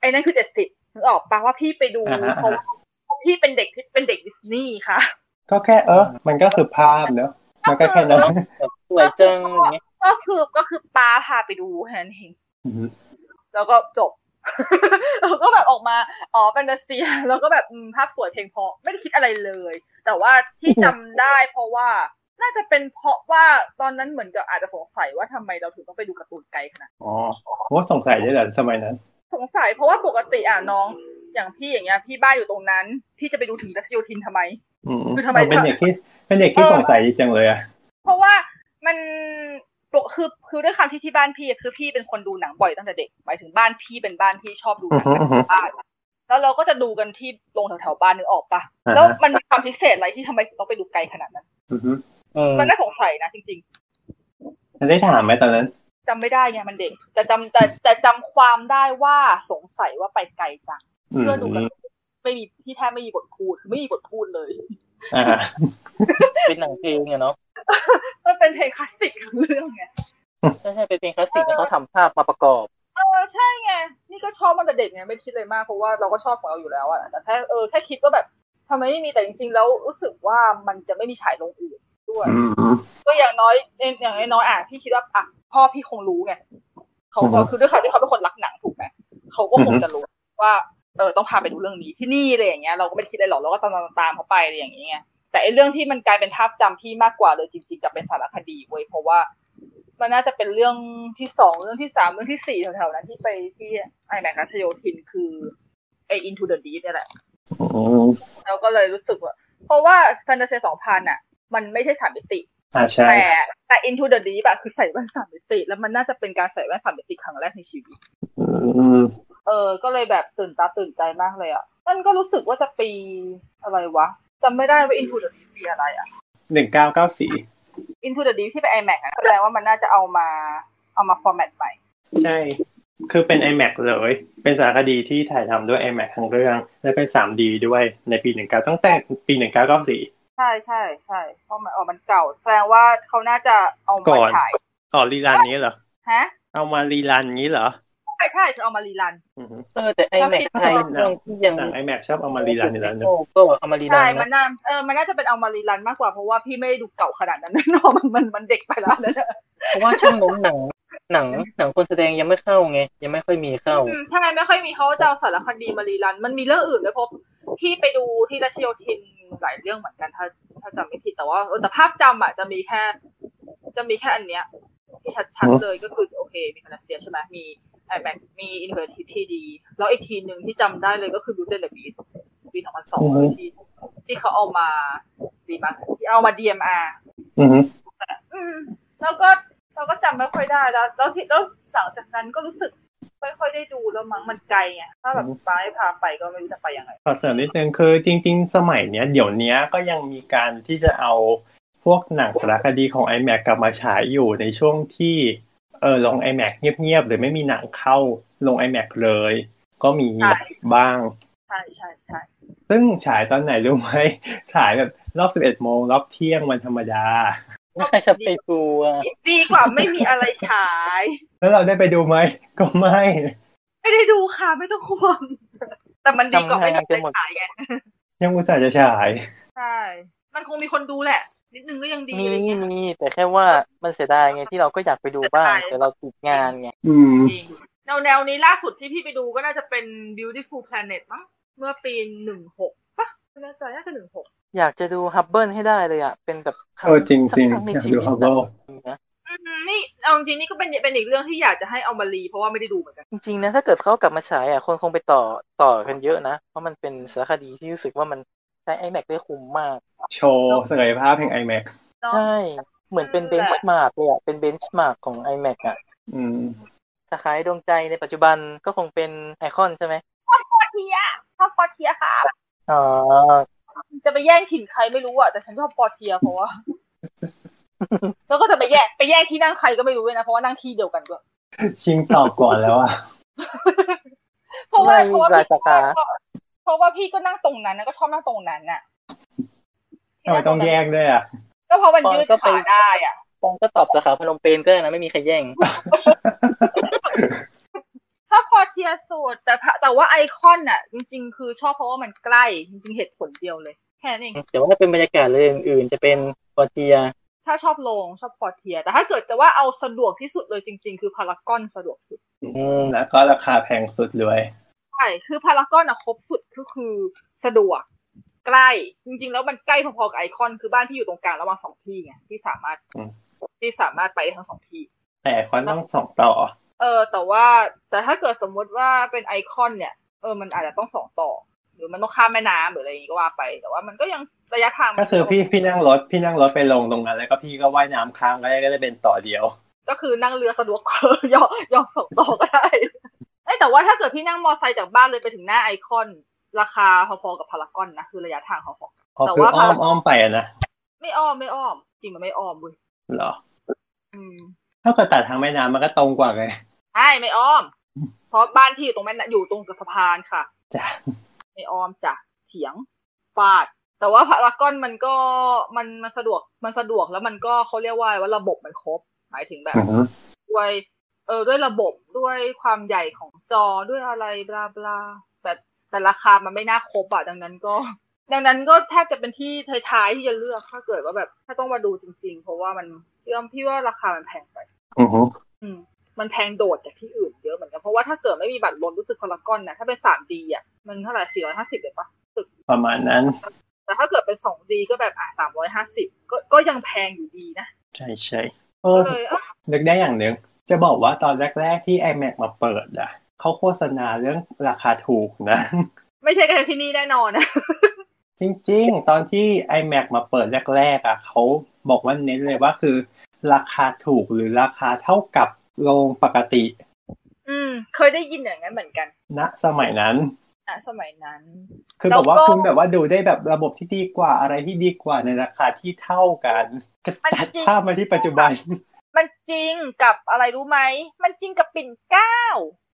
S4: ไอ้นั่นคือเจ็ดสิบถึงออกปะว่าพี่ไปดู
S2: อ่าฮะ
S4: เพราะว่าพี่เป็นเด็กที่เป็นเด็กดิสนีย์ค่ะ
S2: ก็แค่เออ มันก็คือภาพเนอะมันก็แค่นั้น
S3: แบบสวยจังอย่างเงี้ย
S4: ก็คือก็คือป้าพาไปดูแค่นั้นเอง
S2: อืม
S4: แล้วก็จบ [laughs] แล้วก็แบบออกมาอ๋อแฟน [laughs] ตาเซีย แล้วก็แบบอืมภาพสวยเพลงเพราะไม่ได้คิดอะไรเลย แต่ว่าที่จำได้เพราะว่าน่าจะเป็นเพราะว่าตอนนั้นเหมือนกับอาจจะสงสัยว่าทำไมเราถึงต้องไปดูการ์ตูนไกลขนาดนั้น
S2: อ๋อโหสงสัยด้วยเหรอสมัยนั้น
S4: สงสัยเพราะว่าปกติอ่ะน้อง อย่างพี่อย่างเงี้ยพี่บ้านอยู่ตรงนั้น พี่จะไปดูถึงดัชโยธินทำไม
S2: อืม
S4: คือทำไม
S2: เราเป็นเด็กที่เป็นเด็กที่สงสัยจังเลยอะ
S4: เพราะว่ามันปกคือคือด้วยความที่ที่บ้านพี่อะคือพี่เป็นคนดูหนังบ่อยตั้งแต่เด็กหมายถึงบ้านพี่เป็นบ้านที่ชอบดูห
S2: อือง
S4: นั
S2: ฮึอือฮึ
S4: บ้านแล้วเราก็จะดูกันที่โรงแถวๆบ้านนึกออกปะ
S2: อ่าฮะ
S4: แล้วมันมีความพิเศษอะไรที่ทำไมถึงต้องไปดูไกลขนาดนั้น
S2: อือฮึ
S3: เออ
S4: มันน่าสงสัยนะจริง
S2: ได้ถามไหมตอนนั้น
S4: ๆจำไม่ได้ไงมันเด็ก แต่จำแต่แต่จำความได้ว่าสงสัยว่าไปไกลจัง
S2: อืม
S4: เพื่อดูกันไม่มีที่แทบไม่มีบทพูดคือไม่มีบทพูดเลย [laughs]
S2: อ่า
S3: เป็นหนังเพลงอะเนาะ
S4: มันเป็นเพลงคลาสสิกของเรื่องไง
S3: ใช่ใช่เป็นเพลงคลาสสิกแล้วเขาทำภาพมาประกอบ
S4: เออใช่ไง นี่ก็ชอบมันแต่เด็กไงไม่คิดเลยมากเพราะว่าเราก็ชอบของเราอยู่แล้วอะแต่แค่เออแค่คิดว่าแบบทำไมไม่มีแต่จริงๆ แล้วรู้สึกว่ามันจะไม่มีฉายลงอื่นด้วย
S2: อืม
S4: ก็อย่างน้อยเอ่ออย่างน้อยๆอ่ะพี่คิดว่าอ่ะพ่อพี่คงรู้ไงเขาก็
S2: อือฮึ
S4: คือด้วยความที่เขาเป็นคนรักหนังถูกไหมเขาก็ค
S2: อื
S4: ง
S2: อฮึ
S4: จะรู้ว่าเออต้องพาไปดูเรื่องนี้ที่นี่อะไรอย่างเงี้ยเราก็ไม่ได้คิดอะไรหรอกเราก็ตามๆตามเขาไปอะไรอย่างเงี้ย แต่ไอ้เรื่องที่มันกลายเป็นภาพจำพี่มากกว่าเลยจริงๆกับเป็นสารคดีเว้ยเพราะว่ามันน่าจะเป็นเรื่องที่สองเรื่องที่สามเรื่องที่สี่แถวๆนั้นที่ไปที่ไอแมกรัชโยธินคือไออินทูเดอะดีนี่ยแหละ
S2: อืม
S4: เราก็เลยรู้สึกว่า เพราะว่าแฟนตาซีสองพันอ่ะ มันไม่ใช่สามมิติ
S2: อ่าใช่
S4: แต่แต่ Into the Deep อะคือใส่แว่นสามมิติ แล้วมันน่าจะเป็นการใส่แว่นสามมิติครั้งแรกในชีวิต
S2: อืม
S4: เออ ก็เลยแบบตื่นตาตื่นใจมากเลยอะมันก็รู้สึกว่าจะปีอะไรวะจำไม่ได้ว่า Into the Deep ปีอะไรอะ
S2: หนึ่งเก้าเก้าสี่
S4: Into the Deep ที่เป็น iMac อะแสดงว่ามันน่าจะเอามาเอามาฟอร์แมตใหม่
S2: ใช่ คือเป็น iMac เลย เป็นสารคดีที่ถ่ายทำด้วย iMac ทั้งเรื่อง และเป็น 3D ด้วยในปี 19ตั้งแต่ปี 1994
S4: ใช่ใช่ใช่เพราะมันอ๋อมันเก่า แสดงว่าเขาน่าจะเอา
S2: ก่
S4: มา
S2: อน
S4: ฉาย
S2: อ๋อรีรันนี้เหรอ
S4: ฮะ
S2: เอามารีรันนี้เหรอ
S4: ใช่ใช่จะเอามารีรัน
S2: อือฮึ
S3: เออแต่ไอแม็กไทยช่วงที่ยัง
S2: หนัง iMac ชอบเอามารีรันอยู่แล้วเนอะ
S3: ก็เอามารีรั
S4: ใช่
S3: น
S4: มั
S3: นะ
S4: นน่าเออมันน่าจะเป็นเอามารีรันมากกว่าเพราะว่าพี่ไม่ได้ดูเก่าขนาดนั้นแน่น [laughs] อนมันมันมันเด็กไปแล้ว [laughs] นะ
S3: เพราะว่าช่วงนั้นหนังหนังหนังคนแสดงยังไม่เข้าไงยังไม่ค่อยมีเข้า
S4: อืมใช่ไม่ค่อยมีเขาจะเอาสารคดีมารีรัน มันมีเรื่องอื่นด้วยเพราะพี่ไปดูที่ราชโยธินหลายเรื่องเหมือนกันถ้าถ้าจำไม่ผิดแต่ว่าเออแต่ภาพจำอ่ะจะมีแค่ จะมีแค่อันเนี้ยที่ชัดๆเลยก็คือโอเค มีคานาเซียใช่ไหมมีไอแม็กมีอินเวอร์ทิทีดี แล้วอีกทีหนึ่งที่จำได้เลยก็คือดูเดนเดอะบีสปีสองพันสองที่ที่เขาเอามาดีมาที่เอามา DMR
S2: อือฮึ
S4: อืมแล้วก็เราก็จำไม่ค่อยได้แล้วแล้วที่แล้วหลังจากนั้นก็รู้สึกไม่ค่อยได้ดูแล้วมั้งมันไกลไงถ้าแบบป้าให้พาไปก็ไม่รู้จะไปยังไง
S2: ขอเสริมนิดนึงคือจริง ๆ สมัยเนี้ย เดี๋ยวเนี้ยก็ยังมีการที่จะเอาพวกหนังสารคดีของ iMac กลับมาฉายอยู่ในช่วงที่ เออลง iMac เงียบๆ หรือไม่มีหนังเข้าลง iMac เลย ก็มีบ้าง
S4: ใช่ใช่ใช่
S2: ซึ่งฉายตอนไหนรู้ไหม [laughs] ฉายแบบรอบ 11 โมงรอบเที่ยงวันธรรมดา
S3: ไม่ใครจะไปดูอ่ะ
S4: ดีกว่าไม่มีอะไรฉาย
S2: แล้วเราได้ไปดูไหม ก็ไม่
S4: ไม่ได้ดูค่ะไม่ต้องห่วงแต่มันดีกว่าไม่มีอะไรฉายไง
S2: ยังอุตส่าห์จะฉาย
S4: ใช่ มันคงมีคนดูแหละ นิดนึงก็ยังดี
S3: มี
S4: อะไรเงี้ย
S3: มีแต่แค่ว่ามันเสียดายไงที่เราก็อยากไปดูบ้าง แต่เราติดงานไง
S2: อืม
S4: จริงแนวแนวนี้ล่าสุดที่พี่ไปดูก็น่าจะเป็น Beautiful Planet มั้งเมื่อปีหนึ่งหกปะไม่แน่ใจน่าจะหนึ่งหก
S3: อยากจะดูฮับเบิลให้ได้เลยอ่ะเป็นแบบครั้
S2: เออจริง
S3: สั
S2: จริง
S3: กครั้ใน
S2: อยาก
S3: ชี
S2: ดู
S3: วิต
S2: ฮับเบิ
S3: อะ
S2: ล
S3: นะ
S4: อืมนี่เอาจริงๆนี่ก็เป็นเป็นอีกเรื่องที่อยากจะให้เอามารีเพราะว่าไม่ได้ดูเหมือนกัน
S3: จริงๆนะถ้าเกิดเขากลับมาฉายอ่ะคนคงไปต่อต่อกันเยอะนะ เพราะมันเป็นสารคดีที่รู้สึกว่ามันใช้ไอแม็กได้คุ้มมาก
S2: โชว์ศักยภาพแห่ง iMac
S4: เนาะ
S3: ใช่ เหมือนเป็นเบนช์มาร์กเลยอ่ะ เป็นเบนช์มาร์กของ iMac อ่ะ
S2: อืม
S3: ถ้าขายดวงใจในปัจจุบันก็คงเป็นไอคอนใช่ไหม
S4: พอเทียชอบพอเทียค่ะ
S3: อ๋อ
S4: จะไปแย่งถิ่นใครไม่รู้อ่ะแต่ฉันชอบพอเทียเพราะว่า แล้วก็จะไปแย่งไปแย่งที่นั่งใครก็ไม่รู้ด้วยนะเพราะว่านั่งที่เดียวกันด้วย
S2: ชิงตอบก่อนแล้วอ่ะ
S4: เพราะว่า
S3: ไม่
S4: เพ
S3: มี
S4: ราะ
S3: ห
S4: ว่าพี่
S3: ลายสาขา
S4: เพราะว่าพี่ก็นั่งตรงนั้นนะก็ชอบนั่งตรงนั้นน่ะ
S2: [laughs] ทำไมต้องแย่งด้วยอ่ะ
S4: ก็เพราะมันยืด
S3: ก็ไป
S4: ขาได้อ่ะ
S3: ปองก็ตอบสาขาพนมเปญก็ได้นะไม่มีใครแย่ง [laughs]
S4: ชอบคอเทียสุดแต่พะแต่ว่าไอคอนน่ะ จริง ๆ คือชอบเพราะว่ามันใกล้ จริง ๆเหตุผลเดียวเลย แค่นั้นเอง
S3: แต่ว่าถ้าเป็นบรรยากาศเลยอื่นๆจะเป็นปอเทีย
S4: ถ้าชอบลงชอบคอเทีย แต่ถ้าเกิดจะว่าเอาสะดวกที่สุดเลยจริง ๆ คือพารากอนสะดวกสุด
S3: อืม
S2: แล้วก็ราคาแพงสุดด้วย
S4: ใช่ คือพารากอนอะครบสุดก็คือสะดวกใกล้ จริง ๆ แล้วมันใกล้พอๆกับไอคอน คือบ้านพี่อยู่ตรงกลางระหว่างสองที่ไงที่สามารถ
S2: อืม
S4: ที่สามารถไปได้ทั้งสองที่
S2: แต่คอนต้องสองต่อ
S4: เออ แต่ว่าแต่ถ้าเกิดสมมุติว่าเป็นไอคอนเนี่ย เออ มันอาจจะต้องสองต่อ หรือมันต้องข้ามแม่น้ำหรืออะไรอย่างงี้ก็ว่าไป แต่ว่ามันก็ยังระยะทางมัน
S2: ก็คือพี่พี่นั่งรถพี่นั่งรถไปลงตรงนั้น แล้วก็พี่ก็ว่ายน้ำค้างก็ได้ก็ได้เป็นต่อเดียว
S4: ก็คือนั่งเรือสะดวกกว่า [laughs] ยอมยอมสองต่อก็ได้ [laughs] เอ้ยแต่ว่าถ้าเกิดพี่นั่งมอไซค์จากบ้านเลยไปถึงหน้าไอคอน ราคาพอๆกับพารากอนนะคือระยะทางพอ
S2: พอ
S4: แต่
S2: คือ
S4: ว่า
S2: อ้อม
S4: พา
S2: อ้อมไปอะนะ
S4: ๆไม่อ้อมไม่อ้อม จริงมันไม่อ้อมเว้ย
S2: เหรอ
S4: อืม
S2: ถ้าเกิดตัดทางแม่น้ำมันก็ตรงกว่าไง [laughs]
S4: ใช่ไม่อ้อม เพราะบ้านพี่อยู่ตรงแม่น้ำอยู่ตรงกับสะพานค่ะ
S2: จ้ะ
S4: ไม่ออมจ้ะเถียงฟาด แต่ว่าพารากอนมันก็มันมันสะดวกมันสะดวกแล้วมันก็เขาเรียกว่าว่าระบบมันครบ หมายถึงแบบ
S2: อือฮึ
S4: ด้วยเออด้วยระบบด้วยความใหญ่ของจอด้วยอะไรบลาบลาแต่แต่ราคามันไม่น่าครบอะดังนั้นก็ ดังนั้นก็แทบจะเป็นที่ท้ายๆที่จะเลือกถ้าเกิดว่าแบบ ถ้าต้องมาดูจริง ๆ เพราะว่ามันพี่ว่าพี่ว่าราคามันแพงไป
S2: อือฮึ
S4: อืมมันแพงโดดจากที่อื่นเยอะเหมือนกันเพราะว่าถ้าเกิดไม่มีบัตรลดรู้สึกพารากอนนะถ้าเป็นสามดีอ่ะมันเท่าไหร่สี่ร้อยห้าสิบเลยปะ
S2: ประมาณนั้น
S4: แต่ถ้าเกิดเป็นสองดีก็แบบอ่ะสามร้อยห้าสิบก็ก็ยังแพงอยู่ดีนะ
S2: ใช่ใช่เอ
S4: ก็
S2: อ
S4: เลยเอ้า
S2: นึกได้อย่างหนึ่งจะบอกว่าตอนแรก ๆ ที่ iMac มาเปิดอ่ะเขาโฆษณาเรื่องราคาถูกนะ [laughs]
S4: ไม่ใช่แค่ที่นี่แน่นอนนะ [laughs]
S2: จริง ๆ ตอนที่ iMac มาเปิดแรก ๆ อ่ะเขาบอกว่าเน้นเลยว่าคือ ราคาถูกหรือราคาเท่ากับโรงปกติ
S4: อืม เคยได้ยินอย่างนั้นเหมือนกัน
S2: ณสมัยนั้น
S4: นะสมัยนั้น
S2: คือแบบว่า
S4: แล้วก็
S2: คุณแบบว่าดูได้แบบระบบที่ดีกว่าอะไรที่ดีกว่าในราคาที่เท่ากัน
S4: มัน
S2: ตัด
S4: จริง
S2: ภาพมาที่ปัจจุบัน [laughs]
S4: มันจริงกับอะไรรู้ไหม มันจริงกับปิ่นเกล้า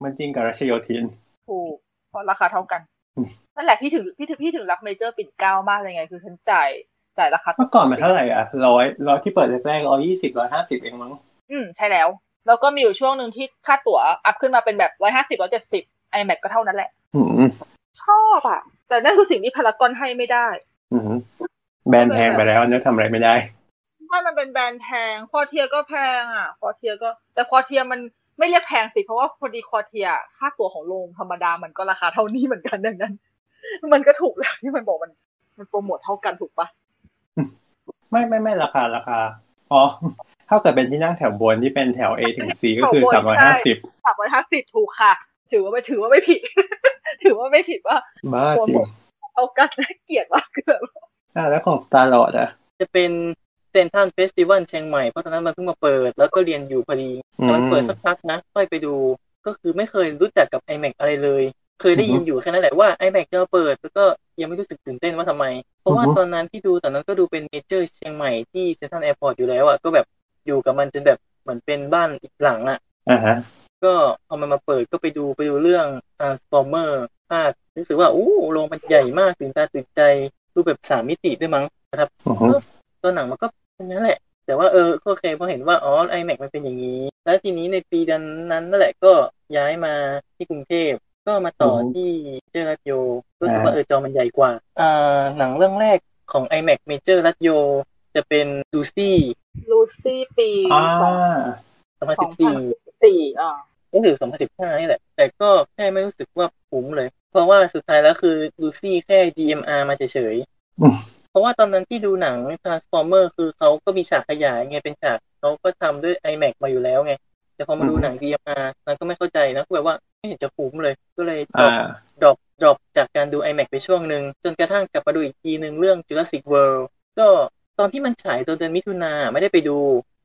S2: มันจริงกับรัชโยธิน
S4: ถูกเพราะราคาเท่ากัน
S2: อืม
S4: นั่นแหละพี่ถึงพี่ถึงพี่ถึงรักเมเจอร์ปิ่นเกล้ามากเลยไง คือฉันจ่ายจ่ายราคา
S2: เมื่อก่อนมันเท่าไหร่อ่ะร้อยร้อยที่เปิดแรกๆร้อยยี่สิบร้อยห้าสิบเองมั้ง
S4: อืมใช่แล้ว แล้วก็มีอยู่ช่วงหนึ่งที่ค่าตั๋วอัพขึ้นมาเป็นแบบร้อยห้าสิบร้อยเจ็ดสิบไอแม็กก็เท่านั้นแหละ
S2: อืม
S4: ชอบอ่ะ แต่นั่นคือสิ่งที่พารากอนให้ไม่ได้
S2: อืมแบรนด์แพงไปแล้วเนี่ยทำอะไรไม่ได้
S4: ว่ามันเป็นแบรนด์แพง คอเทียก็แพงอ่ะ คอเทียก็ แต่คอเทียมันไม่เรียกแพงสิ เพราะว่าพอดีคอเทียค่าตั๋วของโรงธรรมดามันก็ราคาเท่านี้เหมือนกันดังนั้น [laughs] มันก็ถูกแล้วที่มันบอกมัน มันโปรโมทเท่ากันถูกปะ
S2: ไม่ไม่ไม่ราคาราคาอ๋อถ้าเกิดเป็นที่นั่งแถวบนที่เป็นแถว A ถึง C ก็คือสามร้อยห้าสิบ
S4: สามร้อยห้าสิบถูกค่ะ ถือว่าไม่ถือว่าไม่ผิด [laughs] ถือว่าไม่ผิดว่า
S2: บ้าจริง
S4: เท่ากัน [laughs] น่าเกลียดมากเกิน
S2: อ่ะแล้วของสตาร์ลอดอ่ะ
S3: จะเป็นเซนทันเฟสติวัลเชียงใหม่เพราะตอนนั้นมันเพิ่งมาเปิด แล้วก็เรียนอยู่พอดี
S2: อื
S3: แต่
S2: ม
S3: มันเปิดสักพักนะค่อยไปดูก็คือไม่เคยรู้จักกับ iMac อะไรเลย เคยได้ยินอยู่แค่นั้นแหละว่า iMac จะมาเปิด แล้วก็ยังไม่รู้สึกตื่นเต้นว่าทำไม เพราะว่าตอนนั้นที่ดูตอนนั้นก็ดูเป็นเมเจอร์เชียงใหม่ที่เซนทรัลแอร์พอร์ตอยู่แล้วอ่ะก็แบบอยู่กับมันจนแบบเหมือนเป็นบ้านอีกหลังอ่ะ
S2: อ่าฮะ
S3: ก็พอมันมาเปิดก็ไปดูไปดูเรื่อง Transformer ภาครู้สึกว่าอู้โรงมันใหญ่มากตื่นตาตื่นใจรูปแบบสามมิติด้วยมั้งนะครับ
S2: อือฮึ
S3: ตัวหนังมันก็เป็นอย่างนั้นแหละ แต่ว่าเออก็โอเคพอเห็นว่าอ๋อ iMac มันเป็นอย่างนี้ แล้วทีนี้ในปีนั้นนั้นนั่นแหละก็ย้ายมาที่กรุงเทพก็มาต่อที่เจอรัตโยรู้สึกว่าเออจอมันใหญ่กว่าอ่าหนังเรื่องแรกของ iMac เมเจอร์รัตโยจะเป็นลูซี่
S4: ลูซี่ปี
S2: อ่า
S4: สองสองพัน
S3: 2014
S4: สิบสี่อ่า
S3: ก็คือสองพันสิบห้านี่แหละ แต่ก็แค่ไม่รู้สึกว่าคุ้มเลย เพราะว่าสุดท้ายแล้วคือลูซี่แค่ DMR มาเฉย
S2: อืม
S3: ๆ เพราะว่าตอนนั้นที่ดูหนัง Transformer คือเขาก็มีฉากขยายไงเป็นฉากเขาก็ทำด้วย iMac มาอยู่แล้วไง แต่พอมาดูหนัง DMR มันก็ไม่เข้าใจนะก็แบบว่าไม่เห็นจะคุ้มเลย ก็เลยดรอ
S2: อ่า
S3: ปดรอปดรอปจากการดู iMac ไปช่วงหนึ่งจนกระทั่งกลับมาดูอีกทีหนึ่งเรื่อง Jurassic World ก็ตอนที่มันฉายตอนเดือนมิถุนาไม่ได้ไปดู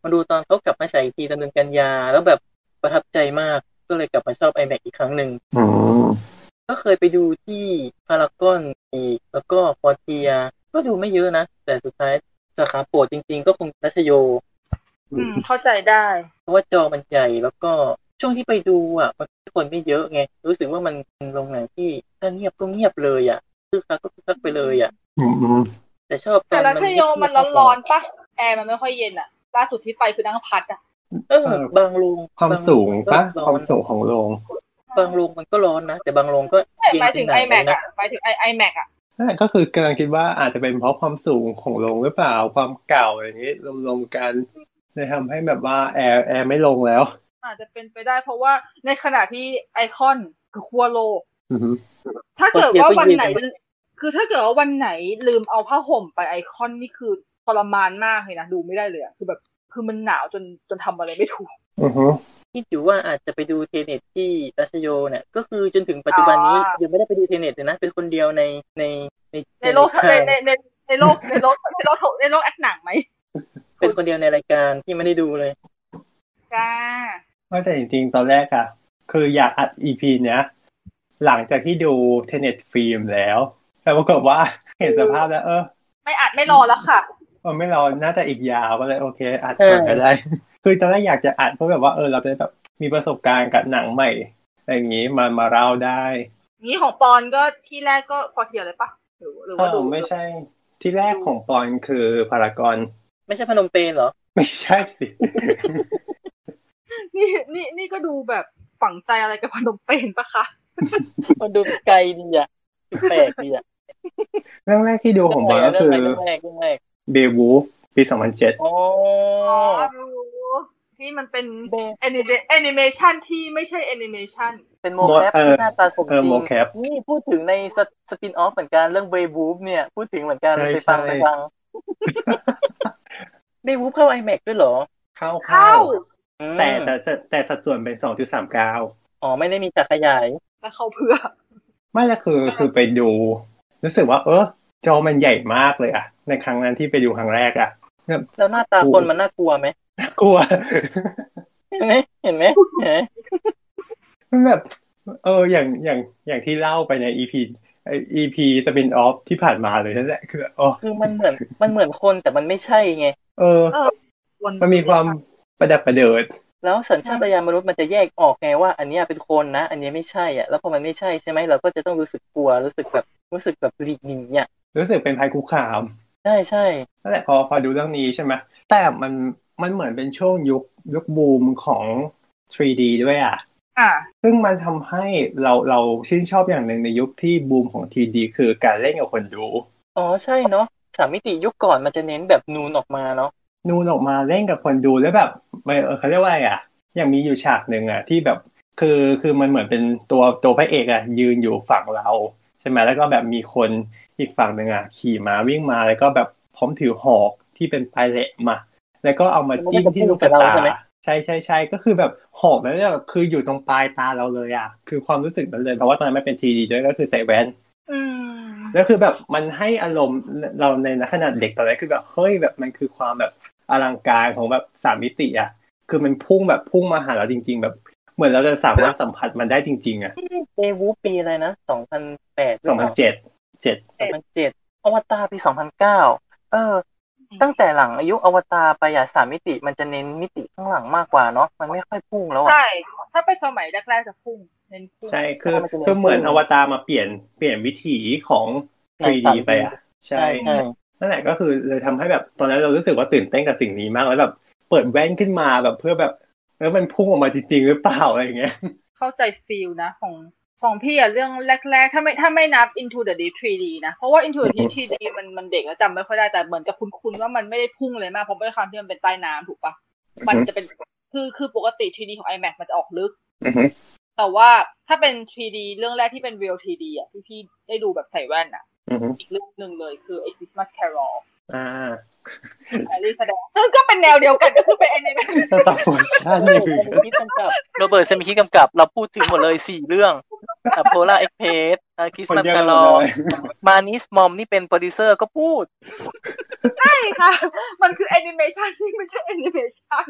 S3: มาดูตอนเขากลับมาฉายอีกทีตอนเดือนกันยาแล้วแบบประทับใจมาก ก็เลยกลับมาชอบ iMac อีกครั้งหนึ่ง
S2: อืม
S3: ก็เคยไปดูที่พารากอนอีก แล้วก็ฟอร์เทีย ก็ดูไม่เยอะนะ แต่สุดท้ายสาขาโปรดจริงๆ ก็คงรัชโย
S4: อืมเข้าใจได้
S3: เพราะว่าจอมันใหญ่แล้วก็ ช่วงที่ไปดูอ่ะมันคนไม่เยอะไงรู้สึกว่ามันเป็นโรงหนังที่ถ้าเงียบก็เงียบเลยอ่ะคือคักก็คือคักไปเลยอ่ะ
S2: อืมอืม
S3: แต่ชอบตอ
S4: แต่
S3: น
S4: รัฐยมมันร้อน
S3: เงียบ
S4: ๆปะแอร์มันไม่ค่อยเย็นอะล่าสุดที่ไปคือนั่งพัดอะ
S3: ๆเออบางโรง
S2: ความสูงปะ
S3: บา
S2: ความ
S3: โร
S2: สูงของโรง
S3: บางโรงมันก็ร้อนนะแต่บางโรงก็
S4: ไม่
S3: เย็น
S4: หมายถึง
S3: หน
S4: ไอ
S3: ว
S4: แม็ก
S3: นะ
S4: อะหมายถึงไอไอแม็กอะ
S2: นั่นก็คือกำลังคิดว่าอาจจะเป็นเพราะความสูงของโรงหรือเปล่าความเก่าอะไรอย่างนี้รวมๆกันเลยทำให้แบบว่าแอร์แอร์ไม่ลงแล้ว
S4: อาจจะเป็นไปได้เพราะว่าในขณะที่ไอคอนคือขั้วโลก
S2: อืม
S4: ถ้าเกิดว่าวันไหน
S3: คนเดียวก็ยืนกันหมด
S4: คือถ้าเกิดว่าวันไหนลืมเอาผ้าห่มไปไอคอนนี่คือทรมานมากเลยนะดูไม่ได้เลยอะคือแบบคือมันหนาวจนจนทำอะไรไม่ถูก
S2: อือฮึ
S3: คิดอยู่ว่าอาจจะไปดูเทเน็ตที่รัชโยเนี่ยก็คือจนถึงปัจจุบันนี้
S4: อ่ายั
S3: ยังไม่ได้ไปดูเทเน็ตเลยนะ เป็นคนเดียวในในใน
S4: ในโลกใน
S3: ราย
S4: ใน
S3: การ
S4: ในในโลกในโลกในโลกในโลกแอคหนังไหม
S3: เป็นคนเดียวในรายการที่ไม่ได้ดูเลย
S4: จ้า
S2: ว่าแต่จริงๆ ตอนแรกอะคืออยากอัด EP เนี้ยหลังจากที่ดูเทเน็ตฟิล์มแล้ว แต่ปรากฏว่าเห็นสภาพแล้ว เออ
S4: ไม่อัดไม่รอแล้วค่ะ
S2: มันไม่รอน่าจะอีกยาวก็เลยโอเค อัดก่อนก็ได้ คือตอนแรกอยากจะอัดเพื่อแบบว่าเออเราจะแบบมีประสบการณ์กับหนังใหม่อะไรอย่างนี้มามาเล่าได้
S4: นี้ของปอนก็ที่แรกก็พอเทียเลยปะหรือหรือ
S2: เอ
S4: ว่าดู
S2: อไม่ใช่ที่แรกของปอนคือพารากอน [laughs]
S3: ไม่ใช่พนมเปญเหรอ
S2: ไม่ใช่สิ
S4: นี่นี่นี่ก็ดูแบบฝังใจอะไรกับพนมเปญปะคะ
S3: มันดูไกลดีอ่ะแปลกดีอ่ะ
S2: เรื่องแรกที่ดูของปอนก็คือ
S3: เรื่องแรกเรื่องแรก
S2: เบวูฟปีสองพันเจ็ด
S3: อ๋อ
S4: ดูที่มันเป็น
S3: เบ
S4: แอนิเมแอนิเมชันที่ไม่ใช่แอนิเมชัน
S3: เป็นโมแคปที่หน้าตาสมจ
S2: เออ
S3: ริ
S2: โม
S3: ง
S2: แคป
S3: นี่พูดถึงในสสปินออฟเหมือนกันเรื่องเบบูฟเนี่ย พูดถึงเหมือนกัน
S2: ใช่
S3: ไปฟังไป
S2: ใช่ [laughs]
S3: ฟังเบบูฟเข้า iMac ด้วยเหรอ
S2: เข้า
S4: เข้า
S2: เข้า
S3: อืม
S2: แต่แต่แต่แต่สัดส่วนเป็นสองจุดสามเก้า
S3: อ๋อไม่ได้มีจักรขยาย
S4: แล้วเขาเพื่อ
S2: ไม่ละคือคือไปดู รู้สึกว่า เออจอมันใหญ่มากเลยอะในครั้งนั้นที่ไปดูครั้งแรกอะ
S3: แล้วหน้าตาคนมันน่ากลัวไหม
S2: กลัว [laughs]
S3: เห็นไหมเห็นไหมเห็นไหม
S2: มันแบบ เอออย่างอย่างอย่างที่เล่าไปในอีพีอีพีสปินออฟที่ผ่านมาเลยนั่นแหละคืออ๋อ
S3: คือมันเหมือนมันเหมือนคนแต่มันไม่ใช่ไง
S2: เออ มันมีความประดับประเดิด
S3: แล้วสัญชาตญาณมนุษย์มันจะแยกออกไงว่า อันเนี้ยเป็นคนนะ อันเนี้ยไม่ใช่อ่ะแล้วพอมันไม่ใช่ใช่ไหมเราก็จะต้องรู้สึกกลัวรู้สึกแบบรู้สึกแบบหลีกหนีอ่ะ
S2: รู้สึกเป็นภัยคุกคาม
S3: ใช่ใช่
S2: นั่นแหละพอพอดูเรื่องนี้ใช่ไหมแต่มันมันเหมือนเป็นช่วงยุคยุคบูมของ 3D ด้วยอะ
S4: อ่า
S2: ซึ่งมันทำให้เราเราชื่นชอบอย่างหนึ่งในยุคที่บูมของทีดีคือการเล่นกับคนดู
S3: อ๋อใช่เนาะสามมิติยุคก่อนมันจะเน้นแบบนูนออกมาเนาะ
S2: นูนออกมาเล่นกับคนดูแล้วแบบไม่เออเขาเรียกว่าอะไรอ่ะอย่างมีอยู่ฉากหนึ่งอ่ะที่แบบคือคือมันเหมือนเป็นตัวตัวพระเอกอ่ะยืนอยู่ฝั่งเราใช่ไหมแล้วก็แบบมีคนอีกฝั่งหนึ่งอ่ะขี่ม้าวิ่งมาแล้วก็แบบพร้อมถือหอกที่เป็นปลายเหล็กมา แล้วก็เอามาจิ้มที่ลูกตาใช่ใช่ใช่ก็คือแบบหอกนั้นเนี่ยคืออยู่ตรงปลายตาเราเลยอ่ะคือความรู้สึกนั้นเลยเพราะว่าตอนนั้นไม่เป็นทีดีด้วยก็คือใส่แว่น
S4: อืม
S2: แล้วคือแบบมันให้อารมณ์เราในขนาดเด็กตอนแรกคือแบบเฮ้ยแบบมันคือความแบบอลังการของแบบสามมิติอ่ะคือมันพุ่งแบบพุ่งมาหาเราจริง ๆ แบบ เหมือนเราจะสามารถสัมผัสมันได้จริง ๆ อ่ะ
S3: เดวูปีอะไรนะสองพันแปด
S2: สองพันเจ็ดเจ็ด
S3: สองพันเจ็ดอวตารปีสองพันเก้าเออ ตั้งแต่หลังอายุอวตารไปอะสามมิติมันจะเน้นมิติข้างหลังมากกว่าเนาะมันไม่ค่อยพุ่งแล้วอะ
S4: ใช่ ถ้าไปสมัยแรกๆจะพุ่งเน้นพุ่ง
S2: ใช่คือคือเหมือนอวตารมาเปลี่ยนเปลี่ยนวิถีของ 3D ไปอ่ะใช่ นั่นแหละก็คือเลยทำให้แบบตอนนั้นเรารู้สึกว่าตื่นเต้นกับสิ่งนี้มากแล้วแบบเปิดแว่นขึ้นมาแบบเพื่อแบบแล้วมันพุ่งออกมาจริงๆหรือเปล่าอะไรอย่างเงี้ย
S4: เข้าใจฟิลนะของของพี่อะเรื่องแรกๆ ถ้าไม่ถ้าไม่นับ Into the Deep 3D นะ เพราะว่า Into the Deep 3D มันมันเด็กแล้วจำไม่ค่อยได้แต่เหมือนกับคุ้นๆว่ามันไม่ได้พุ่งเลยมากเพราะด้วยความที่มันเป็นใต้น้ำถูกปะมันจะเป็นคือคือปกติ 3D ของ iMac มันจะออกลึก
S2: อือฮึ
S4: แต่ว่าถ้าเป็น 3D เรื่องแรกที่เป็น Real 3D อ่ะที่พี่ได้ดูแบบใส่แว่นอ่ะ
S2: อือฮึ
S4: อีกเรื่องหนึ่งเลยคือไอ้ Christmas Carol
S2: อ่า
S4: แอลลี่แสดงซึ่งก็เป็นแนวเดียวกันก็คือเป็นแอนิเมะ
S2: สตาร์ฟอร์ชั่นเลย
S3: โรเบิร์ตเซมิคิกำกับโรเบิร์ตเซมิคิกำกับ เราพูดถึงหมดเลยสี่เรื่องโพล่าเอ็กเพสคิส
S2: คน
S3: มัน
S2: เดียว
S3: คา
S2: กัน
S3: ร์ล
S2: เล
S3: อย มานิสมอมนี่เป็นโปรดิวเซอร์ก็พูด
S4: ใช่ค่ะ มันคือแอนิเมชันที่ไม่ใช่แอนิเมชัน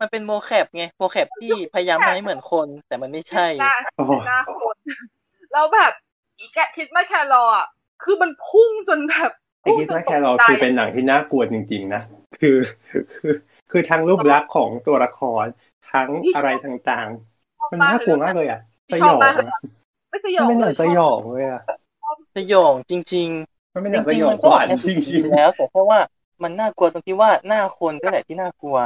S3: มันเป็นโมแคปไง โมแคปที่พยายามทำให้เหมือนคน แต่มันไม่ใช่
S4: หน้า
S2: โอ้โห
S4: หน้าคนแล้วแบบอีแกคิดมาแครออ่ะคือมันพุ่งจนแบบ
S2: ไอ้คิดว่าแครอลคือเป็นหนังที่น่ากลัวจริง ๆ นะ คือ คือ คือทั้งรูปลักษณ์ของตัวละคร ทั้งอะไรต่าง มันน่ากลัวมากเลยอ่ะส
S4: ช
S2: ย
S4: อ
S2: อ
S4: บ
S2: ง
S4: มาก
S2: อะ
S4: ไม่สย
S2: มั
S4: อนง
S2: เป็นหนัง
S4: ช
S2: ส
S4: บ
S2: ยองเลยอ่ะ
S3: สยองจริง ๆ
S2: มันเป็นห
S3: จ
S2: นังส
S3: ริง
S2: ย
S3: ๆ
S2: อง
S3: มัน
S2: ข
S3: ก็
S2: วัญ
S3: อาจจะ
S2: จ
S3: ถูก
S2: ริงๆ
S3: แล้วแต่เพราะว่ามันน่ากลัวตรงที่ว่าหน้าคนก็แหละที่น่ากลัว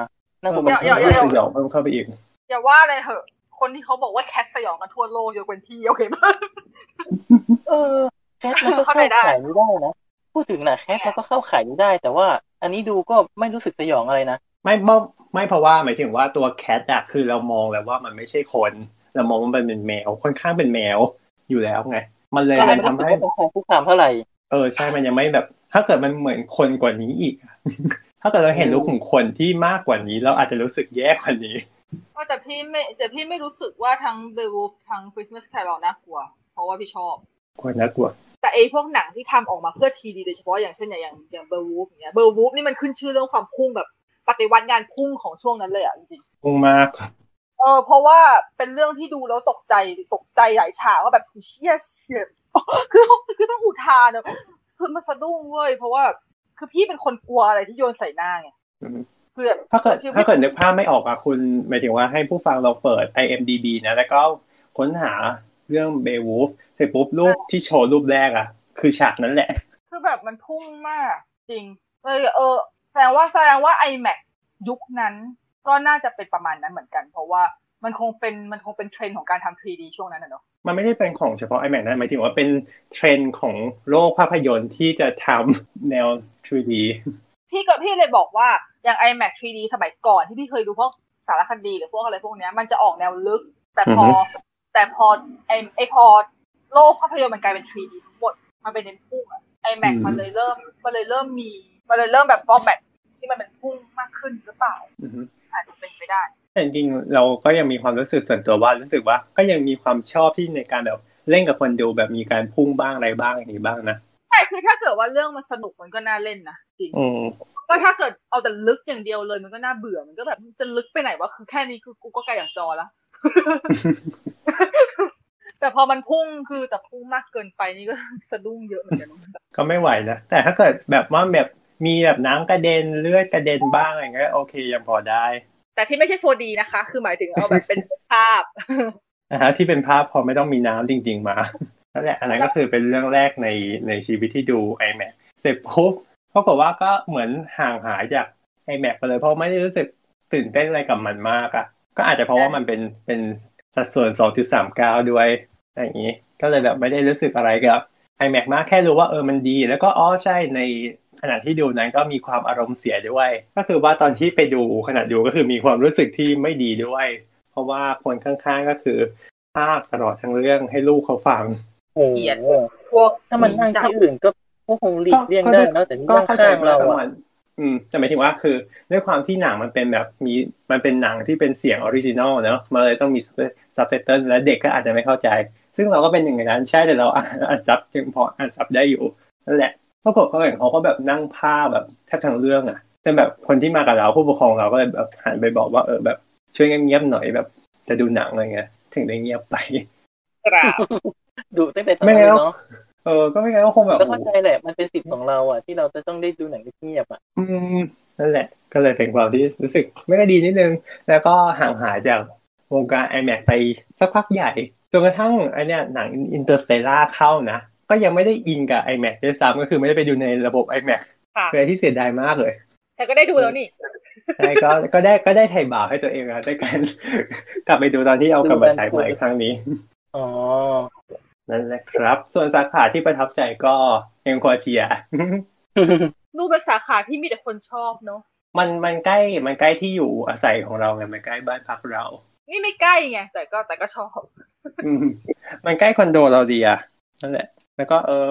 S3: น่า
S2: น่าก ก
S3: ลัวมัน
S2: ลัวมั
S4: อย่า
S2: เพิ่
S4: อย่ามอย่า
S2: สยองเพิ่มเข้าไปอีก
S4: อย่าว่าเลยเหอะ คนที่เขาบอกว่าแคทสยองกันทั่วโลกยกเว้นพี่โอเคมาก
S3: เออแคทมันก็
S4: เข้า
S3: เข้า
S4: ใจได้
S3: ขายไม่ได้นะพูดถึงนะแคทมันก็เข้าขายไม่ได้ แต่ว่าอันนี้ดูก็ไม่รู้สึกสยองอะไรนะ
S2: ไม่ไม่ไม่เพราะว่าหมายถึงว่าตัวแคทอะคือเรามองแล้วว่ามันไม่ใช่คน เรามองว่ามันเป็นแมวค่อนข้างเป็นแมวอยู่แล้วไง มันเลย
S3: แต่
S2: มั
S3: ไม่
S2: น
S3: รู้
S2: ทำ
S3: สึกว่าเป็นค
S2: ให้
S3: วามคุกคามเท่าไหร่
S2: เออใช่มันยังไม่แบบ ถ้าเกิดมันเหมือนคนกว่านี้อีกอะ [laughs] ถ้าเกิดเราเห็น
S3: อืม
S2: ลูกของคนที่มากกว่านี้เราอาจจะรู้สึกแย่กว่านี้
S4: ก็แต่พี่ไม่แต่พี่ไม่รู้สึกว่าทั้งเบลวูฟทั้งคริสต์มาสแคร์รอน่ากลัว เพราะว่าพี่ชอบ
S2: กลัวน่ากลัว
S4: แต่ไอ้พวกหนังที่ทำออกมาเพื่อทีดีโดยเฉพาะอย่างเช่นอย่างอย่างอย่างเบลวูฟอย่างเงี้ยเบลวูฟนี่มันขึ้นชื่อเรื่องความพุ่งแบบปฏิวัติงานพุ่งของช่วงนั้นเลยอ่ะจริง
S2: งงมาก
S4: ๆเออเพราะว่าเป็นเรื่องที่ดูแล้วตกใจตกใจหลายฉากว่าแบบเชี่ยเชี่ย [laughs] คือคือต้องอุทานอะคือมันสะดุ้งเว้ยเพราะว่าคือพี่เป็นคนกลัวอะไรที่โยนใส่หน้าไงคือแบบ
S2: ถ้าเกิด
S4: คือ
S2: ถ้าเกิดนึกภาพไม่ออกอะคุณหมายถึงว่าให้ผู้ฟังเราเปิด IMDB นะ แล้วก็ค้นหาเรื่องเบวูฟเสร็จปุ๊บรูปที่โชว์รูปแรกอะคือฉากนั้นแหละ
S4: คือแบบมันพุ่งมากจริงเลยเออแสดงว่าแสดงว่า iMac ยุคนั้นก็น่าจะเป็นประมาณนั้นเหมือนกัน เพราะว่ามันคงเป็นมันคงเป็นเทรนด์ของการทำ 3D ช่วงนั้นนะเนาะ
S2: มันไม่ได้เป็นของเฉพาะ iMac นะหมายถึงว่าเป็นเทรนด์ของโลกภาพยนตร์ที่จะทำแนว 3D
S4: พี่ก็พี่เลยบอกว่าอย่าง iMac 3D สมัยก่อนที่พี่เคยดูพวกสารคดีหรือพวกอะไรพวกเนี้ยมันจะออกแนวลึก แต่พอ
S2: อือฮึ
S4: แต่พอไอไอพอโลกภาพยนตร์มันกลายเป็น 3D ทั้งหมดมันเป็นเน้นพุ่งอะไอแม็กมันเลยเริ่มมันเลยเริ่มมีมันเลยเริ่มแบบฟอร์แมตที่มันเป็นพุ่งมากขึ้นหรือเปล่า
S2: อือฮึ
S4: อาจจะเป็นไปได้
S2: แต่จริงๆเราก็ยังมีความรู้สึกส่วนตัวว่ารู้สึกว่าก็ยังมีความชอบที่ในการแบบเล่นกับคนดูแบบมีการพุ่งบ้างอะไรบ้างอย่างนี้บ้างนะ
S4: ใช่คือถ้าเกิดว่าเรื่องมันสนุกมันก็น่าเล่นนะจริง
S2: อืม
S4: ก็ถ้าเกิดเอาแต่ลึกอย่างเดียวเลยมันก็น่าเบื่อมันก็แบบจะลึกไปไหนวะคือแค่นี้คือกูก็ไกลอย่างจอละ [laughs] แต่พอมันพุ่งคือแต่พุ่งมากเกินไปนี่ก็ สะดุ้งเยอะเหมือนกัน
S2: ก็ไม่ไหวนะ แต่ถ้าเกิดแบบว่าแบบมีแบบน้ำกระเด็นเลือดกระเด็นบ้างอะไรเงี้ยโอเคยังพอได้
S4: แต่ที่ไม่ใช่ 4D นะคะ คือหมายถึงเอาแบบเป็นภาพ
S2: นะฮะที่เป็นภาพพอไม่ต้องมีน้ำจริง ๆ มา [laughs] นั่นแหละอันนั้นก็คือเป็นเรื่องแรกในในชีวิตที่ดู iMac เสร็จปุ๊บปรากฏว่าก็เหมือนห่างหายจาก iMac ไปเลยเพราะไม่ได้รู้สึกตื่นเต้นอะไรกับมันมากอะ่ะ ก็อาจจะเพราะว่ามันเป็นเป็นสัดส่วน 2.39 ด้วยอะไรอย่างนี้ ก็เลยแบบไม่ได้รู้สึกอะไรกับ iMac มากแค่รู้ว่าเออมันดี แล้วก็อ๋อใช่ในขณะที่ดูนั้นก็มีความอารมณ์เสียด้วย ก็คือว่าตอนที่ไปดูขณะดูก็คือมีความรู้สึกที่ไม่ดีด้วย เพราะว่าคนข้างๆก็คือภาคตลอดทั้งเรื่องให้ลูกเขาฟัง
S3: โอ้
S4: เกลียด
S3: โห
S4: พวก
S3: ถ้ามันนั่ง [laughs] ที่อื่นก็ก็คงหลีกเลี่ยงได้นะแต่นี่
S2: ก็
S3: นั่ง
S2: เข้าใจ
S3: ข้าง
S2: มา
S3: เรา
S2: แต่
S3: อะ
S2: มันอืมแต่หมายถึงว่าคือด้วยความที่หนังมันเป็นแบบมีมันเป็นหนังที่เป็นเสียงออริจินอลเนอะมันเลยต้องมีซับไตเติลและเด็กก็อาจจะไม่เข้าใจ ซึ่งเราก็เป็นหนึ่งในนั้นใช่แต่เราอ่านอ่านซับจึงพออ่านซับได้อยู่นั่นแหละปรากฏเขาเห็นเขาก็แบบนั่งผ้าแบบแทบทั้งเรื่องอ่ะจนแบบคนที่มากับเราผู้ปกครองเราก็เลยแบบหันไปบอกว่าเออแบบช่วยเงียบๆหน่อยแบบจะดูหนังอะไรเงี้ยถึงได้เงียบไป
S4: กราบ
S3: ดูตั้งแต่ตอน
S2: ไม่
S3: นั้
S2: แล้ว
S3: นเนาะ
S2: เออก็ไม่งั้นก็คงแบบ
S3: แล้ว
S2: โอ้
S3: เข้า
S2: โห
S3: ใจแหละมันเป็นสิทธิ์ของเราอะที่เราจะต้องได้ดูหนังเงียบๆอะ
S2: อืมนั่นแหละ ก็เลยเป็นความที่รู้สึกไม่ค่อยดีนิดนึง แล้วก็ห่างหายจากวงการ iMac ไปสักพักใหญ่จนกระทั่งไอเนี่ยหนัง Interstellar เข้านะ ก็ยังไม่ได้อินกับ iMac ด้วยซ้ำก็คือไม่ได้ไปดูในระบบ iMac
S4: ค่ะ
S2: เป็นอะไรที่เสียดายมากเลย
S4: แต่ก็ได้ดูแล้วนี่
S2: ใช่ก็ก็ได้ก็ได้ไถ่บาปให้ตัวเองนะด้วยการ [laughs] กลับไปดูตอนที่เอากลับมาฉายใหม่ครั้งนี้
S3: อ๋อ
S2: นั่นแหละครับ ส่วนสาขาที่ประทับใจก็เอ็มควอเทีย
S4: ดูเป็นสาขาที่มีแต่คนชอบเนาะ
S2: มันมันใกล้มันใกล้ที่อยู่อาศัยของเราไงมันใกล้บ้านพักเรา
S4: นี่ไม่ใกล้ไงแต่ก็แต่ก็ชอบ
S2: อืม [laughs] มันใกล้คอนโดเราดีอะนั่นแหละ แล้วก็เออ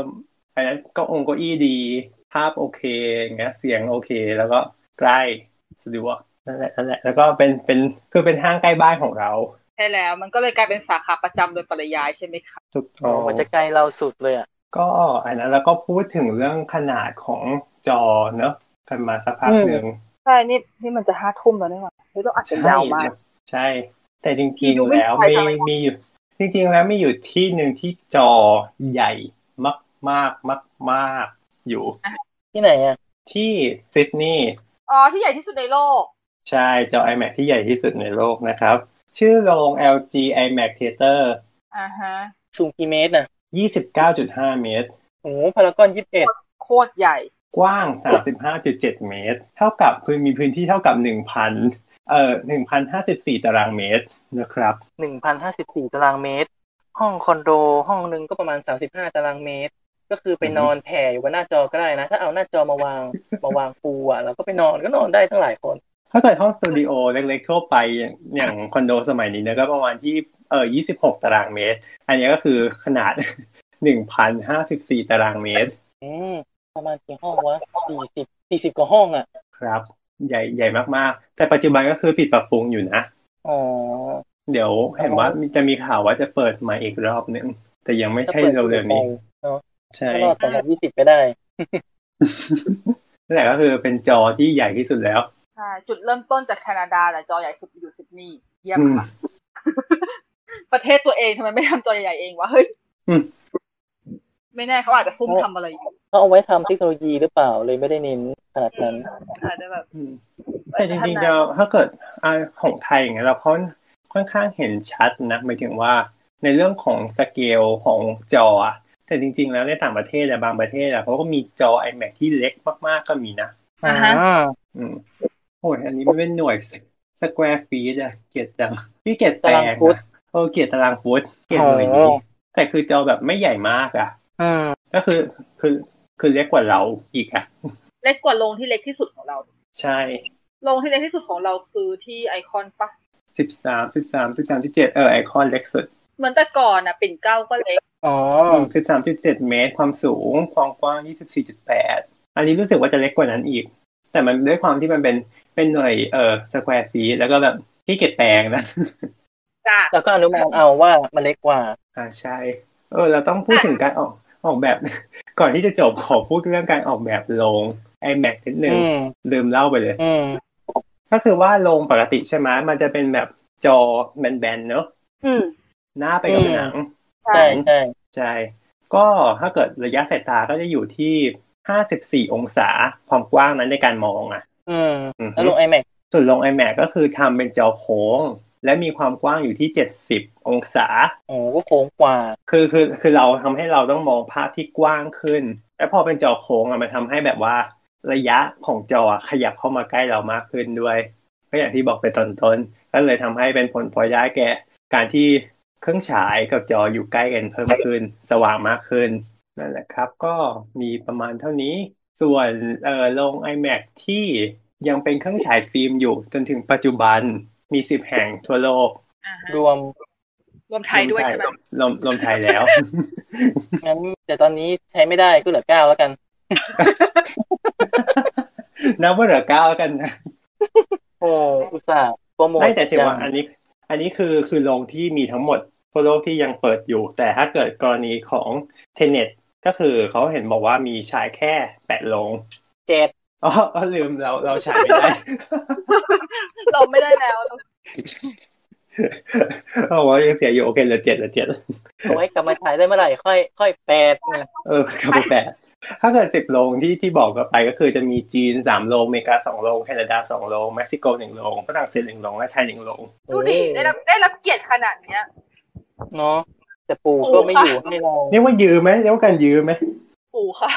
S2: อันนั้นก็องค์เก็อี้ดี ภาพโอเคอย่างเงี้ย เสียงโอเค แล้วก็ใกล้สะดวกนั่นแหละนั่นแหละ แล้วก็เป็นเป็นคือเป็นห้างใกล้บ้านของเรา
S4: ใช่แล้ว มันก็เลยกลายเป็นสาขาประจำโดยปริยายใช่ไหมคะ
S2: ถูกต้อง
S3: มันจะไกลเราสุดเลยอะ
S2: ก็อันนั้นแล้วก็พูดถึงเรื่องขนาดของจอเนอะกันมาสักพักหนึ่ง
S4: ใช่ นี่นี่มันจะห้าทุ่มแล้วนี่หว่าเฮ้ยเราอัดกันยาวมาก
S2: ใช่ แต่จ
S4: พี่
S2: ริง
S4: ดู
S2: ๆ
S4: ไม่
S2: แล้ว
S4: ไป
S2: มี
S4: ทำไม
S2: มีอยู่จริงๆแล้วมีอยู่ที่หนึ่งที่จอใหญ่มากๆมากๆอยู่
S3: ที่ไหนอะ
S2: ที่ซิดนีย์
S4: อ๋อ ที่ใหญ่ที่สุดในโลก
S2: ใช่จอ iMac ที่ใหญ่ที่สุดในโลกนะครับ ชื่อโรง LG IMAX Theater
S4: อ่าฮะ
S3: สูงกี่เมตรน่ะ
S2: 29.5 เมตร
S3: โอ้โหพารากอนยี่สิบเอ็ด
S4: โคตรใหญ่
S2: กว้าง 35.7 เมตร เท่ากับพื้นมีพื้นที่เท่ากับ 1,000เอ่อ1,054 ตารางเมตรนะครับ
S3: หนึ่งพันห้าสิบสี่ตารางเมตร ห้องคอนโด ห้องหนึ่งก็ประมาณสามสิบห้าตารางเมตร ก็คือไปนอนแผ่อยู่บนหน้าจอก็ได้นะ ถ้าเอาหน้าจอมาวาง [laughs] มาวางปูอ่ะเราก็ไปนอนก็นอนได้ทั้งหลายคน
S2: ถ้าเกิดห้องสตูดิโอเล็กๆทั่วไปอย่างอย่างคอนโดสมัยนี้เนี่ยก็ประมาณที่เอ่อ26 ตารางเมตร อันนี้ก็คือขนาด 1,054 ตารางเมตร
S3: อืมประมาณกี่ห้องวะสี่สิบสี่สิบกว่าห้องอ่ะ
S2: ครับ ใหญ่ใหญ่มากๆ แต่ปัจจุบันก็คือปิดปรับปรุงอยู่นะ
S3: อ๋อ
S2: เดี๋ยวเห็นว่ามีจะมีข่าวว่าจะเปิดมาอีกรอบหนึ่งแต่ยังไม่
S3: ถ้า
S2: ใช่
S3: เปิด
S2: เร็วๆนี้
S3: เนาะ
S2: ใช่
S3: ก็รอดสองพันยี่สิบไปได้
S2: นั่นแหละก็คือเป็นจอที่ใหญ่ที่สุดแล้ว
S4: ใช่ จุดเริ่มต้นจากแคนาดาแหละจอใหญ่สุดอยู่ซิดนีย์เยี่ยม
S2: อืม
S4: ค่ะ [laughs] ประเทศตัวเองทำไมไม่ทำจอใหญ่ๆเองวะเฮ้ย
S2: อืม
S4: ไม่แน่เขาอาจจะซุ่มทำอะไรอยู่
S3: เขาเอาไว้ทำเทคโนโลยีหรือเปล่าเลยไม่ได้เน้นขนาดนั้น
S4: อาจจะแบบ
S2: อืม แต่จริงๆเราถ้าเกิดอ่าของไทยอย่างเงี้ยเราค่อนค่อนข้างเห็นชัดนะหมายถึงว่าในเรื่องของสเกลของจออะแต่จริง ๆ แล้วในต่างประเทศอะบางประเทศอะเขาก็มีจอ iMac ที่เล็กมากๆก็มีนะ
S4: อ่าฮะ
S2: อืมโอ้ยอันนี้มันเป็นหน่วยสแควร์ฟีตอะเกลียดจังพี่เกลียดแปล
S3: ตาราง งฟุต
S2: นะโอ้เกลียดตารางฟุตเกลียดหน่วยนี้
S3: อ๋อ
S2: แต่คือจอแบบไม่ใหญ่มากอะ
S3: อืม
S2: ก็คือคือคือเล็กกว่าเราอีกอะ
S4: เล็กกว่าโรงที่เล็กที่สุดของเรา
S2: ใช่
S4: โรงที่เล็กที่สุดของเราคือที่ไอคอนปะ
S2: สิบสามสิบสามสิบสามที่เจ็ดเออไอคอนเล็กสุด
S4: เหมือนแต่ก่อนน่ะ ปิ่นเกล้าก็เล็ก
S3: อ๋อ
S2: สิบสามจุดเจ็ดเมตรความสูง ความกว้างยี่สิบสี่จุดแปดอันนี้รู้สึกว่าจะเล็กกว่านั้นอีก แต่มันด้วยความที่มันเป็นเป็นหน่วยเอ่อสแควร์ฟีแล้วก็แบบที่เก็บแปลงนะ
S4: จ้ะ
S3: แล้วก็อนุมานเอาว่ามันเล็กกว่า
S2: อ่าใช่ เออ เราต้องพูดถึงการออกออกแบบ [laughs] ก่อนที่จะจบขอพูดเรื่องการออกแบบโรงไอแม็กนิดนึง
S3: อืม
S2: ลืมเล่าไปเลย
S3: อืม
S2: ก็คือว่าโรงปกติใช่ไหมมันจะเป็นแบบจอแบนๆเนอะ
S4: อืม
S2: หน้าไปกับผนัง
S4: ใช่
S3: ใช่ใช่
S2: ใช่ ก็ถ้าเกิดระยะสายตาก็จะอยู่ที่ 54 องศาความกว้างนั้นในการมองอ่ะ
S3: อืม
S2: อือ
S3: แล้วล
S2: ฮึ
S3: ง iMac
S2: ส่วนลง iMac ก็คือทำเป็นจอโค้ง และมีความกว้างอยู่ที่ 70 องศา
S3: โอ้ก็โค้งกว่า
S2: คือคือคือเราทำให้เราต้องมองภาพที่กว้างขึ้น และพอเป็นจอโค้งอะมันทำให้แบบว่า ระยะของจอขยับเข้ามาใกล้เรามากขึ้นด้วยก็อย่างที่บอกไปตอนต้นก็เลยทำให้เป็นผลพลอยได้แก่ การที่เครื่องฉายกับจออยู่ใกล้กันเพิ่มขึ้น สว่างมากขึ้นนั่นแหละครับ ก็มีประมาณเท่านี้ ส่วนเอ่อโรง iMac ที่ยังเป็นเครื่องฉายฟิล์มอยู่ จนถึงปัจจุบันมีสิบแห่งทั่วโลก
S4: อ่าฮะ
S3: รวม [laughs]
S4: รวมไทยด้วยใช่ไหม
S2: รวมรวมไทยแล้ว
S3: งั้นแต่ตอนนี้ใช้ไม่ได้ก็เหลือเก้าแล้วกัน
S2: นับว่าเหลือเก้าแล้วกันนะ
S3: โอ้อุตส่าห์โปรโมท
S2: ไม่แต่ถือว่าอันนี้ อันนี้คือคือโรงที่มีทั้งหมดทั่วโลกที่ยังเปิดอยู่ แต่ถ้าเกิดกรณีของเทเน็ตก็คือเขาเห็นบอกว่ามีฉายแค่แปดโรง
S3: เจ็ด
S2: อ๋ออ๋อลืมเราเราฉายไม่ได้ [laughs]
S4: เราไม่ได้แล้วเรา
S2: เอาว่ายังเสียอยู่โอเคเหลือเจ็ดเหลือเจ็ด
S3: เอาไว้กลับมาใช้ได้เมื่อไหร่ค่อย ค่อยแปดนะ
S2: เออกลับไปแปดถ้าเกิดสิบโรงที่ที่บอกกันไปก็คือจะมีจีนสามโรงอเมริกาสองโรงแคนาดาสองโรงเม็กซิโกหนึ่งโรงฝรั่งเศสหนึ่งโรงและไทยหนึ่งโรง
S4: ดูดิได้รับได้รับเกียรติขนาดเนี้ย
S3: เนาะแต่ปู่ก็ไม่อยู่ให้เรา [laughs]
S2: เรียกว่ายืมไหมเรียกว่าการยืมไหม
S4: ปู่ค่ะ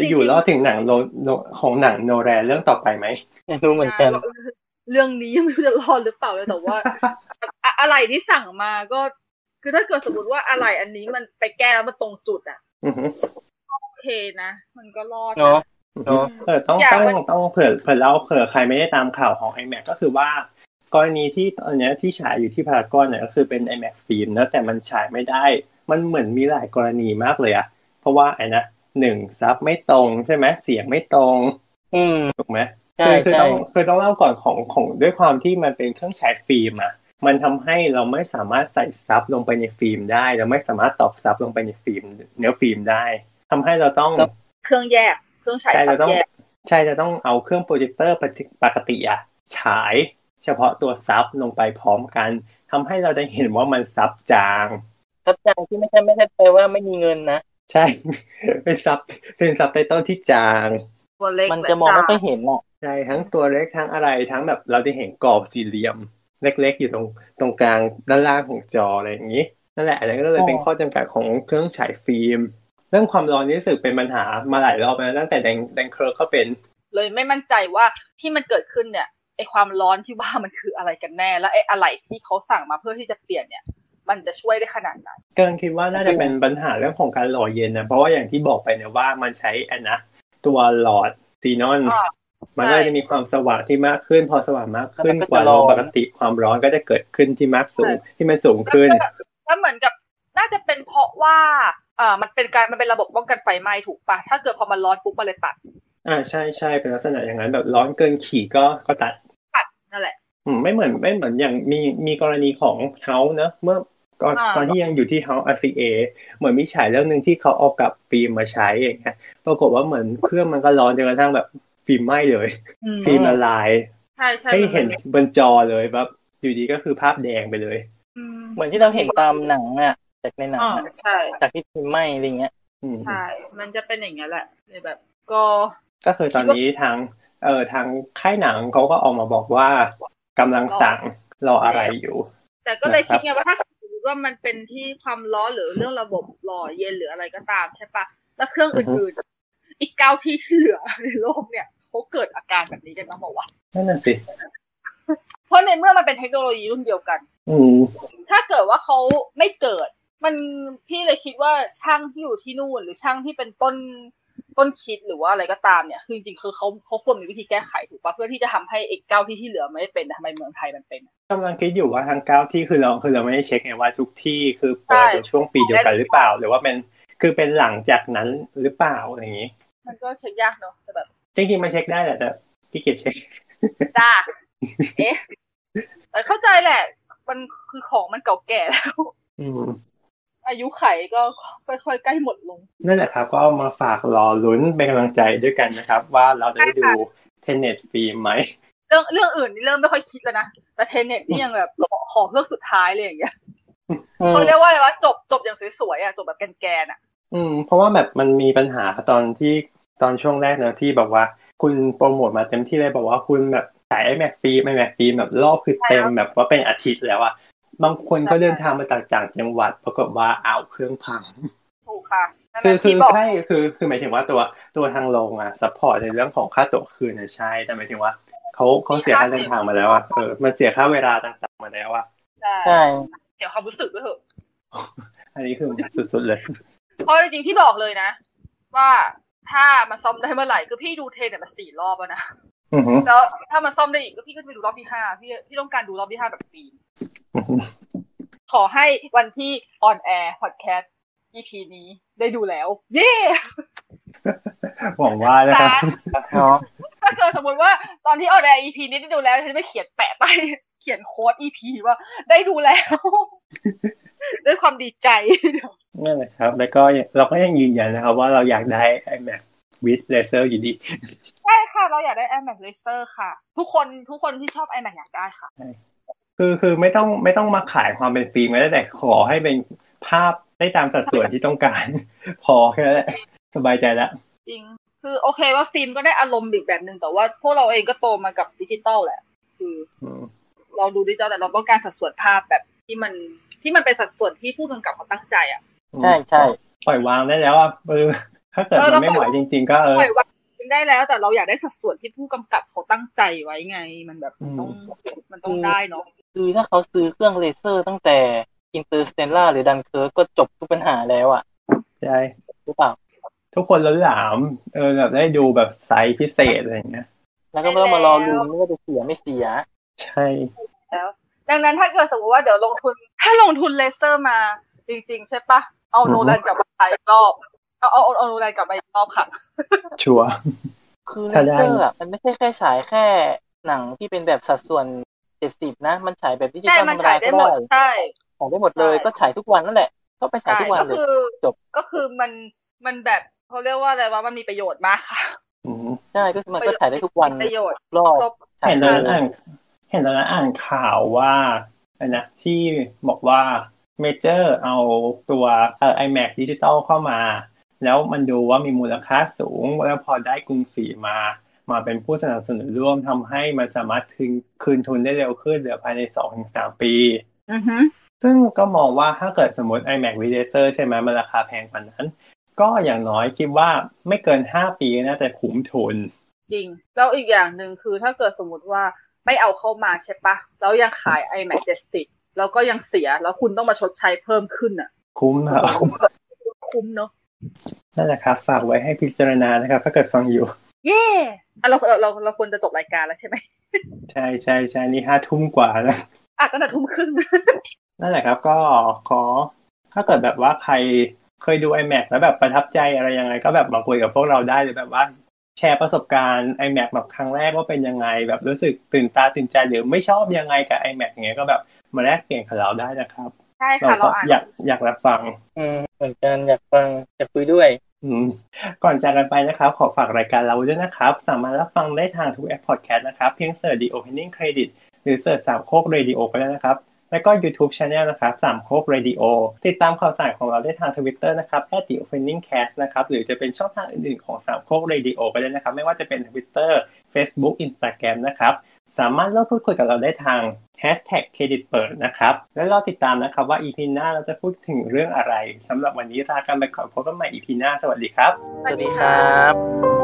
S2: จะอยู่รอดถึงหนังโลโลของหนังโนแรเรื่องต่อไปไหม
S3: ไม่รู้เหมือนกัน
S4: เรื่องนี้ยังไม่รู้จะรอดหรือเปล่าเลยแต่ว่า [laughs] อะอะไรที่สั่งมาก็ คือถ้าเกิดสมมติว่าอะไรอันนี้มันไปแก้แล้วมันตรงจุดอ่ะ
S2: อือฮึ
S4: โอเคนะ มันก็รอด
S3: เนาะ
S2: อือ
S3: เน
S2: ฮึ
S3: อะ
S2: เออต้อง
S4: อยาก
S2: ต้อง
S4: ให้
S2: ต้องเผื่อเผื่อเล่าเผื่อใครไม่ได้ตามข่าวของ iMac ก็คือว่ากรณีที่ตอนเนี้ยที่ฉายอยู่ที่พารากอนเนี่ยก็คือเป็น iMac ฟิล์มนะแต่มันฉายไม่ได้ มันเหมือนมีหลายกรณีมากเลยอะเพราะว่าไอ้นะหนึ่งซับไม่ตรงใช่ไหมเสียงไม่ตรง
S3: อืม
S2: ถูกไหม
S3: ใช่
S2: คือ
S3: ใช่
S2: คือต้องคือต้องเล่าก่อนของของด้วยความที่มันเป็นเครื่องฉายฟิล์มอะมันทำให้เราไม่สามารถใส่ซับลงไปในฟิล์มได้เราไม่สามารถตอกซับลงไปในฟิล์มเนื้อฟิล์มได้ทำให้เราต้อง
S3: ครับ
S4: เครื่องแยก เครื่องฉาย
S2: ใช่
S4: ตั
S2: จะ
S4: ด
S2: ต้อง
S4: แยก
S2: ใช่จะต้องเอาเครื่องโปรเจคเตอร์ปกติอะฉายเฉพาะตัวซับลงไปพร้อมกันทำให้เราได้เห็นว่ามันซับจาง
S3: รับจ้างที่ไม่ใช่ไม่ใช่แปลว่าไม่มีเงินนะ
S2: ใช่ [laughs] เป็นซับเป็นซับไตเติลที่จาง
S4: ตัวเล็ก
S3: มันจะมองไม่ค่อยเห็นอ่ะ
S2: ใช่ทั้งตัวเล็กทั้งอะไรทั้งแบบเราจะเห็นกรอบสี่เหลี่ยม เล็ก ๆ อยู่ตรงตรงกลางด้านล่างของจออะไรอย่างนี้นั่นแหละอันนั้นก็เลยเป็นข้อจำกัดของเครื่องฉายฟิล์ม เรื่องความร้อนนี่รู้สึกเป็นปัญหามาหลายรอบแล้วตั้งแต่แดงแดงเคอร์ก็เป็น
S4: เลยไม่มั่นใจว่าที่มันเกิดขึ้นเนี่ยไอความร้อนที่ว่ามันคืออะไรกันแน่ และไออะไรที่เขาสั่งมาเพื่อที่จะเปลี่ยนเนี่ย มันจะช่วยได้ขนาดไหน
S2: กำลังคิดว่าน่าจะเป็นปัญหาเรื่องของการหล่อเย็นนะเพราะว่าอย่างที่บอกไปเนี่ยว่ามันใช้อันนะตัวหลอดซีนอน
S4: อ่ามั
S2: มันก็จะมีความสว่างที่มากขึ้น พอสว่างมากขึ้น
S3: แล้วมันก็
S2: กว่า
S3: จะร้
S2: เรา
S3: อน
S2: ปกติความร้อนก็จะเกิดขึ้นที่มากสูง
S4: ใช่
S2: ที่มันสูงขึ้น
S4: แล้วก็แบบแล้วเหมือนกับน่าจะเป็นเพราะว่าอ่ามันเป็นการมันเป็นระบบป้องกันไฟไหม้ถูกปะถ้าเกิดพอมันร้อนปุ๊บมันเลยตัด
S2: อ่าใช่ใช่เป็นลักษณะอย่างนั้นแบบร้อนเกินขีดก็ก็ตัด
S4: นั่นแหละ
S2: อืมไม่เหมือนไม่เหมือนอย่างมีมีกรณีของเฮาเนอะเมื่อก่อน
S4: อ่า
S2: ตอนที่ยังอยู่ที่เฮา RCA เหมือนมีฉายเรื่องหนึ่งที่เขาเอากลับฟิล์มมาใช้อย่างเงี้ยปรากฏว่าเหมือนเครื่องมันก็ร้อนจนกระทั่งแบบฟิล์มไหม้เลย
S4: อืม
S2: ฟิล์มละลาย
S4: ใช่ใช่
S2: ให้
S4: มั
S2: เห็น
S4: ลย
S2: บนจอเลยแบบอยู่ดีก็คือภาพแดงไปเลย
S4: อืม
S3: เหมือนที่เราเห็นตามหนังอ่ะจากในหนัง
S4: อ่า
S3: อะ
S4: ใช่
S3: จากที่พิมพ์ไหมอะไรเงี้ย
S2: อืม
S4: ใช่ มันจะเป็นอย่างนี้ยแหละเลยแบบ ก็
S2: ก็คือตอนนี้ทางเอ่อทางค่ายหนังเขาก็ออกมาบอกว่ากำลังสั่งรออะไรอยู่
S4: แต่ก็เลย
S2: นะครับ
S4: คิดไงว่าถ้าสมมติว่ามันเป็นที่ความร้อนหรือเรื่องระบบหล่อเย็นหรืออะไรก็ตามใช่ปะแล้วเครื่องอื่นๆอีกเก้าที่ที่เหลือในโลกเนี่ยเขาเกิดอาการแบบนี้กันบ้างบอกว่าวะ
S2: นั่นน่ะสิ
S4: เพราะในเมื่อมันเป็นเทคโนโลยีรุ่นเดียวกัน
S2: อืม
S4: ถ้าเกิดว่าเขาไม่เกิด มันพี่เลยคิดว่าช่างที่อยู่ที่นู่น หรือช่างที่เป็นต้นต้นคิดหรือว่าอะไรก็ตามเนี่ยคือจริงๆคือเขาเขาควรมีวิธีแก้ไขถูกปะเพื่อที่จะทำให้เอกเก้าที่ที่เหลือไม่ได้เป็นแต่ทำไมเมืองไทยมันเป็น
S2: กำลังคิดอยู่ว่าทางเก้าที่คือเราคือเราไม่ได้เช็คไงว่าทุกที่คือเปิด
S4: ใช่
S2: ในช่วงปีเดียวกันหรือเปล่า หรือว่าเป็นคือเป็นหลังจากนั้นหรือเปล่าอะไรอย่างนี้
S4: มันก็เช็คยากเนอะแต่แบบ
S2: จริงๆมันเช็คได้แหละแต่พี่เกียจเช็ค
S4: จ้า [laughs] เอ๊ะแต่เข้าใจแหละ มันคือของมันเก่าแก่แล้ว [laughs]
S2: อืม
S4: อายุไขก็ค่อยๆใกล้หมดลง
S2: นั่นแหละครับก็เอามาฝากรอลุ้นเป็นกำลังใจด้วยกันนะครับ ว่าเราจะได้ดูเทนเน็ตฟิล์มไหม
S4: เรื่องเรื่องอื่นนี่เริ่มไม่ค่อยคิดแล้วนะแต่เทเน็ตนี่ยังแบบขอขอเรื่องสุดท้ายเลยอย่างเงี้ย
S3: อืม
S4: เขาเรียกว่าอะไรวะจบจบอย่างสวยๆอ่ะจบแบบแกนๆอ่ะ
S2: อืมเพราะว่าแบบมันมีปัญหาตอนที่ตอนช่วงแรกเนอะที่แบบว่า คุณโปรโมทมาเต็มที่เลยบอกว่าคุณแบบสายไอแม็กฟิล์มไอแม็กฟิล์มแบบรอบคือเต็มแบบว่าเป็นอาทิตย์แล้วอะบางคนก็
S4: ใช่
S2: เดินทางมาจากต่างจังหวัดปรากฏว่าอ้าวเครื่องพัง
S4: ถูกค่ะนั่น
S2: คือคือ
S4: แหละที่บอก
S2: ใช่คือคือหมายถึงว่าตัวตัวทางลงอะซัพพอร์ตในเรื่องของค่าตั๋วคืนอะใช่ แต่หมายถึงว่าเขาเขาเสียค่าเดินทางมาแล้วอะเออมันเสียค่าเวลาต่างๆมาแล้วอะ
S3: ใช่
S4: เดี๋ยวความรู้สึกด้วยเถอะ
S2: อันนี้คือสุดๆเลย
S4: เพราะจริงๆที่บอกเลยนะ ว่าถ้ามันซ่อมได้เมื่อไหร่คือพี่ดูเทนเนี่ยมาสี่รอบแล้วนะ
S2: อือหือ
S4: แล้วถ้ามันซ่อมได้อีกก็พี่ก็จะไปดูรอบที่ห้าพี่พี่ต้องการดูรอบที่ห้าแบบฟิล์ม
S2: อือหือ
S4: ขอให้วันที่ออนแอร์พอดแคสต์ EP นี้ได้ดูแล้ว เย้
S2: หวังว่านะค [laughs]
S4: สา
S2: รับ
S4: ธุ
S3: เนาะ
S4: [laughs] ถ้าเกิดสมมติว่าตอนที่ออนแอร์ EP นี้ได้ดูแล้วฉันจะไม่เขียนแปะใต้ [laughs] เขียนโค้ด EP ว่าได้ดูแล้ว [laughs] ด้วยความดีใจ
S2: นั่นแหละครับ แล้วก็เราก็ยังยืนยันนะครับว่าเราอยากได้ iMac with Laser อยู่ดี
S4: ใช่ค่ะ เราอยากได้ iMac Laser ค่ะ ทุกคนทุกคนที่ชอบ iMac อยากได้ค่ะ
S2: คือคือไม่ต้องไม่ต้องมาขายความเป็นฟิล์มก็ได้แต่ขอให้เป็นภาพได้ตามสัดส่วนที่ต้องการ [laughs] พอแค่นั้นแหละสบายใจแล้ว
S4: จริง คือโอเคว่าฟิล์มก็ได้อารมณ์อีกแบบหนึ่งแต่ว่าพวกเราเองก็โตมากับดิจิตอลแหละ คือ
S2: อืม
S4: เราดูดิจิตอลแต่เราต้องการสัดส่วนภาพแบบที่มันที่มันเป็นสัดส่วนที่ผู้กำกับเขาตั้งใจอ่ะ
S3: ใช่ใช่
S2: ปล่อยวางได้แล้วอ่ะเออถ้าเกิด
S4: เออ
S2: มั
S4: เรา
S2: นไม่
S4: ป
S2: ไห
S4: ล่
S2: ว
S4: อย
S2: จริง ๆ ก็เออ
S4: ปล่อยวางได้แล้วแต่เราอยากได้สัดส่วนที่ผู้กำกับเขาตั้งใจไว้ไง มันแบบ
S2: อืม
S4: ต้องมันต้อง
S3: อืม
S4: ได้เนาะ
S3: คือถ้าเขาซื้อเครื่องเลเซอร์ตั้งแต่อินเตอร์สเตลล่าหรือดันเคิร์กก็จบทุกปัญหาแล้วอ่ะ
S2: ใช่
S3: หรือเปล่า
S2: ทุกคนล้นหลามเออแบบได้ดูแบบไซส์พิเศษอะไรอย่างเงี้ย
S3: แล้วก็ไม่ต้องมารอลุ้นว่าจะเสียไม่เสีย
S2: ใช่
S4: แล้ว ดังนั้นถ้าเกิดสมมติว่าเดี๋ยวลงทุนถ้าลงทุนเลเซอร์มาจริง ๆ ใช่ปะเอาโนแลนกลับมาอีกรอบเอาเอาเอาเอาโนแลนกลับมาอีกรอบค่ะ
S2: ชัวร์
S3: คือเล
S2: ถ้าได้
S3: เซอร์อ่ะมันไม่ใช่แค่ฉายแค่หนังที่เป็นแบบสัดส่วนเจ็ดสิบนะ มันฉายแบบดิจิ
S4: ใช่
S3: ตอลธ
S4: มั
S3: รร
S4: น
S3: มดา
S4: ฉา
S3: ย ก็
S4: ได้หม
S3: ได้
S4: ดใช่
S3: ฉายได้หมดเลย
S4: ใช่
S3: ก็ฉายทุกวันนั่นแหละ ก็ไปฉาย
S4: ใช่
S3: ทุกวัน
S4: ก็
S3: เลย
S4: คือ
S3: จบ
S4: ก็คือมันมันแบบเขาเรียกว่าอะไรว่ามันมีประโยชน์มากค่ะ
S2: อืม
S3: ใช่ก็คือมันก็ฉายได้ทุกวัน
S4: ประโยชน์
S3: รอบ
S4: ครบ
S3: ฉาย
S2: เห็น
S4: แล้
S2: ต
S3: เล
S2: อนนั้น
S4: ว
S2: อ่ายนเห็นตอนนั้นอ่านข่าวว่าอันนะที่บอกว่าเมเจอร์เอาตัวเอ่อ iMac ดิจิตอลเข้ามา แล้วมันดูว่ามีมูลค่าสูง แล้วพอได้กรุงศรีมา มาเป็นผู้สนับสนุนร่วมทำให้มันสามารถคืนคืนทุนได้เร็วขึ้นเหลือภายในสองถึงสามปี
S4: อือฮึ
S2: ซึ่งก็มองว่าถ้าเกิดสมมติ iMac v i d a c e r ใช่ไหมมันราคาแพงกว่านั้น ก็อย่างน้อยคิดว่าไม่เกิน 5 ปีน่าจะคุ้มทุน
S4: จริง แล้วอีกอย่างหนึ่งคือถ้าเกิดสมมติว่าไม่เอาเข้ามาใช่ปะแล้วยังขาย iMac 70 แล้วก็ยังเสียแล้วคุณต้องมาชดใช้เพิ่มขึ้นอ่ะ
S2: คุ้มครับ
S4: คุ้มเนอะ
S2: นั่นแหละครับ ฝากไว้ให้พิจารณานะครับ ถ้าเกิดฟังอยู่
S4: เย่อ่ะเราเราเราเราควรจะจบรายการแล้วใช่ไหม
S2: ใช่ใช่ใช่นี่ห้าทุ่มกว่าแล้ว
S4: อ่ะตั้งแต่ทุ่มครึ่ง [laughs]
S2: นั่นแหละครับก็ขอถ้าเกิดแบบว่าใครเคยดู iMac แล้วแบบประทับใจอะไรยังไง ก็แบบมาคุยกับพวกเราได้หรือแบบว่า แชร์ประสบการณ์ iMac แบบครั้งแรกว่าเป็นยังไง แบบรู้สึกตื่นตาตื่นใจหรือไม่ชอบยังไงกับ iMac อย่างเงี้ยก็แบบมาแลกเปลี่ยนกับเราได้นะครับ
S4: ใช่
S2: เรา
S4: ค่ะ
S2: ก็
S4: เราอ่าน
S2: อยากอยากรับฟัง
S3: อืมเหมือนกันอยากฟังอยากคุยด้วย
S2: อืมก่อนจากกันไปนะครับ ขอฝากรายการเราด้วยนะครับ สามารถรับฟังได้ทางทุกแอปพอดแคสต์นะครับ เพียงเสิร์ช The Opening Credit หรือเสิร์ชสามโคก Radio ก็ได้นะครับ แล้วก็ YouTube Channel นะครับสามโคก Radio ติดตามข่าวสารของเราได้ทาง Twitter นะครับ The Opening Cast นะครับ หรือจะเป็นช่องทางอื่นๆของสามโคก Radio ก็ได้นะครับ ไม่ว่าจะเป็น Twitter Facebook Instagram นะครับ สามารถร่วมพูดคุยกับเราได้ทาง Hashtag เครดิตเปิดนะครับ แล้วเราติดตามนะครับว่า EP หน้าเราจะพูดถึงเรื่องอะไรสำหรับวันนี้ลากันไปก่อนพบกันใหม่ EP หน้า สวัสดีครับ
S3: สวัสดีครับ